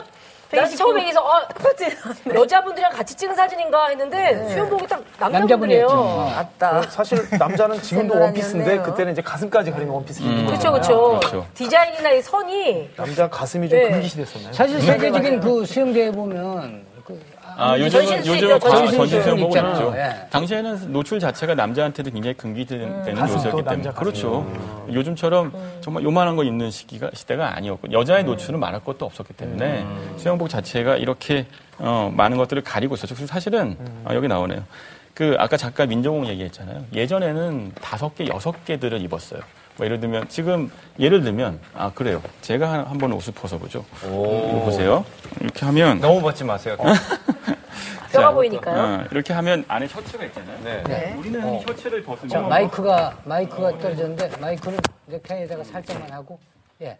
Speaker 2: 나 처음에 여기서 아, <laughs> 여자분들이랑 같이 찍은 사진인가 했는데 수영복이 딱
Speaker 1: 남자분이었죠.
Speaker 2: 남자분들이에요.
Speaker 5: 맞다.
Speaker 7: 사실 남자는 지금도
Speaker 5: 생각은
Speaker 7: 원피스인데
Speaker 5: 아니었네요.
Speaker 7: 그때는 이제 가슴까지 가리는
Speaker 6: 음.
Speaker 7: 원피스를 입는
Speaker 2: 그렇죠,
Speaker 7: 거잖아요.
Speaker 2: 그렇죠.
Speaker 6: 그렇죠.
Speaker 2: 디자인이나 이 선이
Speaker 7: 남자 가슴이 좀
Speaker 2: 네.
Speaker 7: 금기 시대였었나요?
Speaker 1: 사실 세계적인 그 수영대회 보면 그
Speaker 6: 아, 요즘은
Speaker 2: 전신
Speaker 6: 요즘은
Speaker 2: 수익이죠,
Speaker 6: 과-
Speaker 2: 전신
Speaker 6: 전신 수영복을
Speaker 1: 수익.
Speaker 6: 입죠.
Speaker 1: 있잖아요. 예.
Speaker 6: 당시에는 노출 자체가 남자한테도 굉장히 금기되는 요소였기
Speaker 7: 남자
Speaker 6: 때문에
Speaker 7: 가슴.
Speaker 6: 그렇죠. 요즘처럼 정말 요만한 거 입는 시기가 시대가 아니었고 여자의 노출은 말할 것도 없었기 때문에 수영복 자체가 이렇게 어, 많은 것들을 가리고 있었죠. 그래서 사실은 아, 여기 나오네요. 그 아까 작가 민정홍 얘기했잖아요. 예전에는 다섯 개, 여섯 개들을 입었어요. 뭐 예를 들면 지금 예를 들면 아 그래요. 제가 한- 한번 옷을 벗어보죠. 이거 보세요. 이렇게 하면
Speaker 4: 너무 벗지 마세요.
Speaker 2: 뼈가 보이니까요.
Speaker 6: 어, 이렇게 하면 안에 셔츠가 있잖아요. 우리는 흔히 셔츠를
Speaker 1: 자,
Speaker 6: 벗으면
Speaker 1: 마이크가 마이크가 떨어졌는데 마이크는 넥타이에다가 살짝만 하고 예.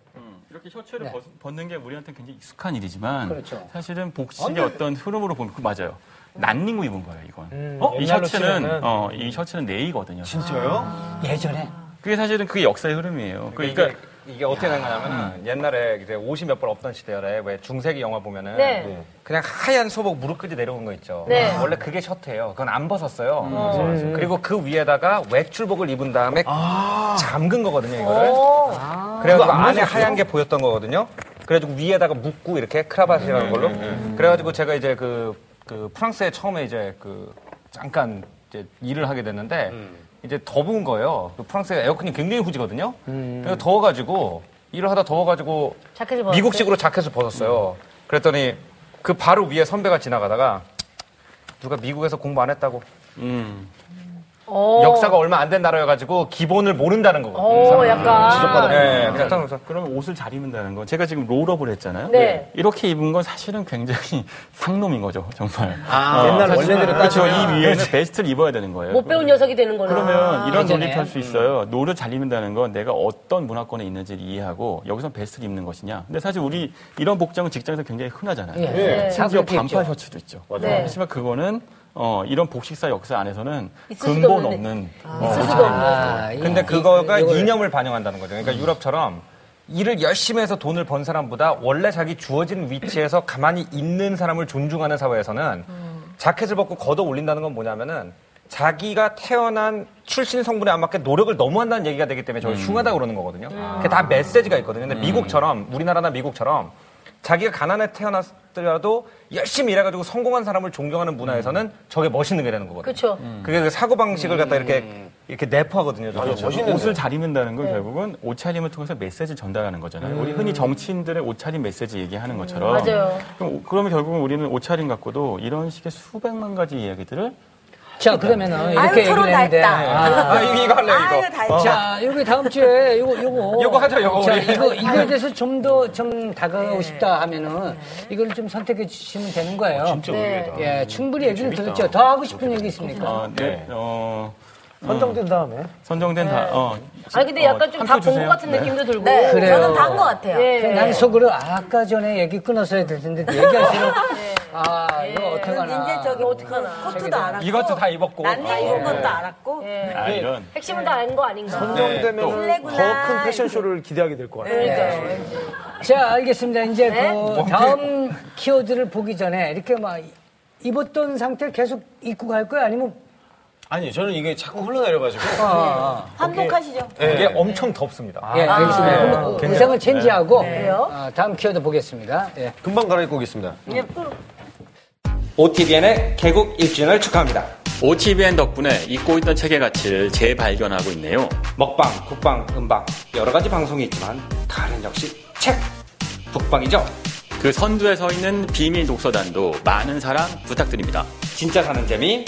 Speaker 6: 이렇게 셔츠를
Speaker 1: 네.
Speaker 6: 벗, 는게 우리한테는 굉장히 익숙한 일이지만
Speaker 1: 그렇죠.
Speaker 6: 사실은 복식의 어떤 흐름으로 보면 그거 맞아요. 난닝구 입은 거예요, 이건.
Speaker 7: 어?
Speaker 6: 이
Speaker 7: 옛날로
Speaker 6: 셔츠는
Speaker 7: 치면은.
Speaker 6: 어, 이 셔츠는 네이거든요. 아.
Speaker 3: 진짜요?
Speaker 1: 예전에
Speaker 6: 그게 사실은 그게 역사의 흐름이에요. 그러니까
Speaker 4: 어,
Speaker 6: 음.
Speaker 4: 이게, 이게 어떻게 된 거냐면은 옛날에 이제 50몇 번 없던 시대에 왜 중세기 영화 보면은
Speaker 2: 네.
Speaker 4: 그냥 하얀 소복 무릎까지 내려온 거 있죠. 아,
Speaker 2: 네. 음.
Speaker 4: 원래 그게 셔츠예요. 그건 안 벗었어요.
Speaker 6: 음.
Speaker 4: 그리고 그 위에다가 외출복을 입은 다음에
Speaker 6: 아.
Speaker 4: 잠근 거거든요, 이거를.
Speaker 2: 오.
Speaker 4: 그래가지고 안에 하얀 게 보였던 거거든요. 그래가지고 위에다가 묶고 이렇게 크라vat이라는 걸로. 그래가지고 제가 이제 그, 그 프랑스에 처음에 이제 그 잠깐 이제 일을 하게 됐는데 이제 더운 거예요. 그 프랑스에 에어컨이 굉장히 후지거든요. 그래서 더워가지고 일을 하다 더워가지고
Speaker 2: 자켓을 벗었어요?
Speaker 4: 미국식으로 자켓을 벗었어요. 그랬더니 그 바로 위에 선배가 지나가다가 누가 미국에서 공부 안 했다고
Speaker 2: 오.
Speaker 4: 역사가 얼마 안 된 나라여가지고 기본을 모른다는 거거든요.
Speaker 2: 오,
Speaker 4: 이 사람은.
Speaker 2: 어, 약간.
Speaker 4: 예, 그래서 딱 그래서
Speaker 6: 그러면 옷을 잘 입는다는 거. 제가 지금 롤업을 했잖아요.
Speaker 2: 네.
Speaker 6: 이렇게 입은 건 사실은 굉장히 <laughs> 상놈인 거죠, 정말.
Speaker 3: 옛날 원래대로
Speaker 6: 그렇죠.
Speaker 3: 따지면
Speaker 6: 이 위에는 베스트를 입어야 되는 거예요.
Speaker 2: 못 배운 녀석이 되는 거는.
Speaker 6: 그러면 이런
Speaker 1: 예전에.
Speaker 6: 논리를 할
Speaker 2: 음.
Speaker 6: 수 있어요. 노를 잘 입는다는 건 내가 어떤 문화권에 있는지를 이해하고 여기서 베스트를 입는 것이냐. 근데 사실 우리 이런 복장은 직장에서 굉장히 흔하잖아요.
Speaker 1: 예. 네.
Speaker 6: 심지어
Speaker 1: 다 그렇게
Speaker 6: 반팔
Speaker 1: 입죠.
Speaker 6: 셔츠도 있죠.
Speaker 2: 네.
Speaker 6: 하지만 그거는 어, 이런 복식사 역사 안에서는
Speaker 2: 있을 수도
Speaker 6: 근본
Speaker 2: 없는.
Speaker 6: 없는
Speaker 2: 있을 수도 없는.
Speaker 1: 아, 이-
Speaker 4: 근데 그거가
Speaker 1: 이- 이걸- 음.
Speaker 4: 이념을 반영한다는 거죠. 그러니까 유럽처럼 일을 열심히 해서 돈을 번 사람보다 원래 자기 주어진 위치에서 가만히 있는 사람을 존중하는 사회에서는
Speaker 1: 음.
Speaker 4: 자켓을 벗고 걷어 올린다는 건 뭐냐면은 자기가 태어난 출신 성분에 안 맞게 노력을 너무 한다는 얘기가 되기
Speaker 1: 음.
Speaker 4: 때문에 저희 흉하다 그러는 거거든요. 그게 다 메시지가 있거든요. 근데 미국처럼 우리나라나 미국처럼 자기가 가난에 태어났더라도 열심히 일해가지고 성공한 사람을 존경하는 문화에서는 저게 멋있는 게 되는 거거든요.
Speaker 2: 그렇죠.
Speaker 4: 그게 그 사고 방식을 갖다
Speaker 5: 음,
Speaker 4: 이렇게 이렇게 내포하거든요. 저는.
Speaker 2: 네.
Speaker 6: 옷을 잘 입는다는 건 결국은 옷차림을 통해서 메시지 를 전달하는 거잖아요. 우리 흔히 정치인들의 옷차림 메시지 얘기하는 것처럼.
Speaker 2: 음. 맞아요.
Speaker 6: 그럼, 오- 그러면 결국은 우리는 옷차림 갖고도 이런 식의 수백만 가지 이야기들을
Speaker 1: 자 그러면은
Speaker 5: 아유,
Speaker 1: 이렇게
Speaker 5: 토론
Speaker 1: 얘기를
Speaker 5: 다
Speaker 1: 했는데
Speaker 5: 했다.
Speaker 1: 아,
Speaker 4: 아, 이거, 이거 할래요, 이거.
Speaker 5: 아유, 다 했죠.
Speaker 1: 자, 여기 다음 주에 요거 요거
Speaker 4: <laughs> 요거 하죠, 요거
Speaker 1: 자,
Speaker 4: 우리.
Speaker 1: 이거 이거에 대해서 좀 더 좀 다가가고 싶다 하면은 이걸 좀 선택해 주시면 되는 거예요. 진짜
Speaker 2: 의외다.
Speaker 1: 예, 충분히 얘기를 들었죠. 더 하고 싶은 얘기 있습니까?
Speaker 6: 어, 네. 어,
Speaker 7: 선정된 다음에
Speaker 6: 네, 선정된 다. 어,
Speaker 2: 아 근데 약간 좀
Speaker 6: 한
Speaker 2: 다본 것
Speaker 6: 표 주세요.
Speaker 2: 같은
Speaker 6: 네.
Speaker 2: 느낌도 들고.
Speaker 5: 네,
Speaker 1: 그래요.
Speaker 5: 저는 다 한 것 같아요.
Speaker 2: 예.
Speaker 1: 난 속으로 아까 전에 얘기 끊었어야 될 텐데 얘기할수록 아 이거 어떡
Speaker 5: 저는
Speaker 1: 하나?
Speaker 5: 이제 저기 어떡하나. 코트도 알았고.
Speaker 4: 이것도 다 입었고.
Speaker 5: 난 입은 것도 알았고.
Speaker 6: 아, 이런.
Speaker 2: 핵심은 다 아는 거 아닌가.
Speaker 7: 선정되면
Speaker 5: 실례구나.
Speaker 7: 더 큰 패션쇼를 기대하게 될 것 같아요.
Speaker 1: 자, 알겠습니다. 이제
Speaker 2: 네.
Speaker 1: 그 다음 키워드를 보기 전에 이렇게 막 입었던 상태 계속 입고 갈 거야 아니면
Speaker 3: 아니 저는 이게 자꾸 흘러내려가지고
Speaker 2: 네.
Speaker 3: 네.
Speaker 5: 반복하시죠.
Speaker 4: 이게 엄청 덥습니다.
Speaker 1: 예,
Speaker 2: 아,
Speaker 1: 알겠습니다. 그럼
Speaker 2: 네.
Speaker 1: 의상을 체인지하고 어, 다음 키워드 보겠습니다. 예.
Speaker 3: 금방 갈아입고 오겠습니다.
Speaker 4: OTBN의 개국 1주년을 축하합니다.
Speaker 6: OTBN 덕분에 잊고 있던 책의 가치를 재발견하고 있네요.
Speaker 4: 먹방, 국방, 음방 여러 가지 방송이 있지만 다른 역시 책 북방이죠.
Speaker 6: 그 선두에 서 있는 비밀 독서단도 많은 사랑 부탁드립니다.
Speaker 4: 진짜 사는 재미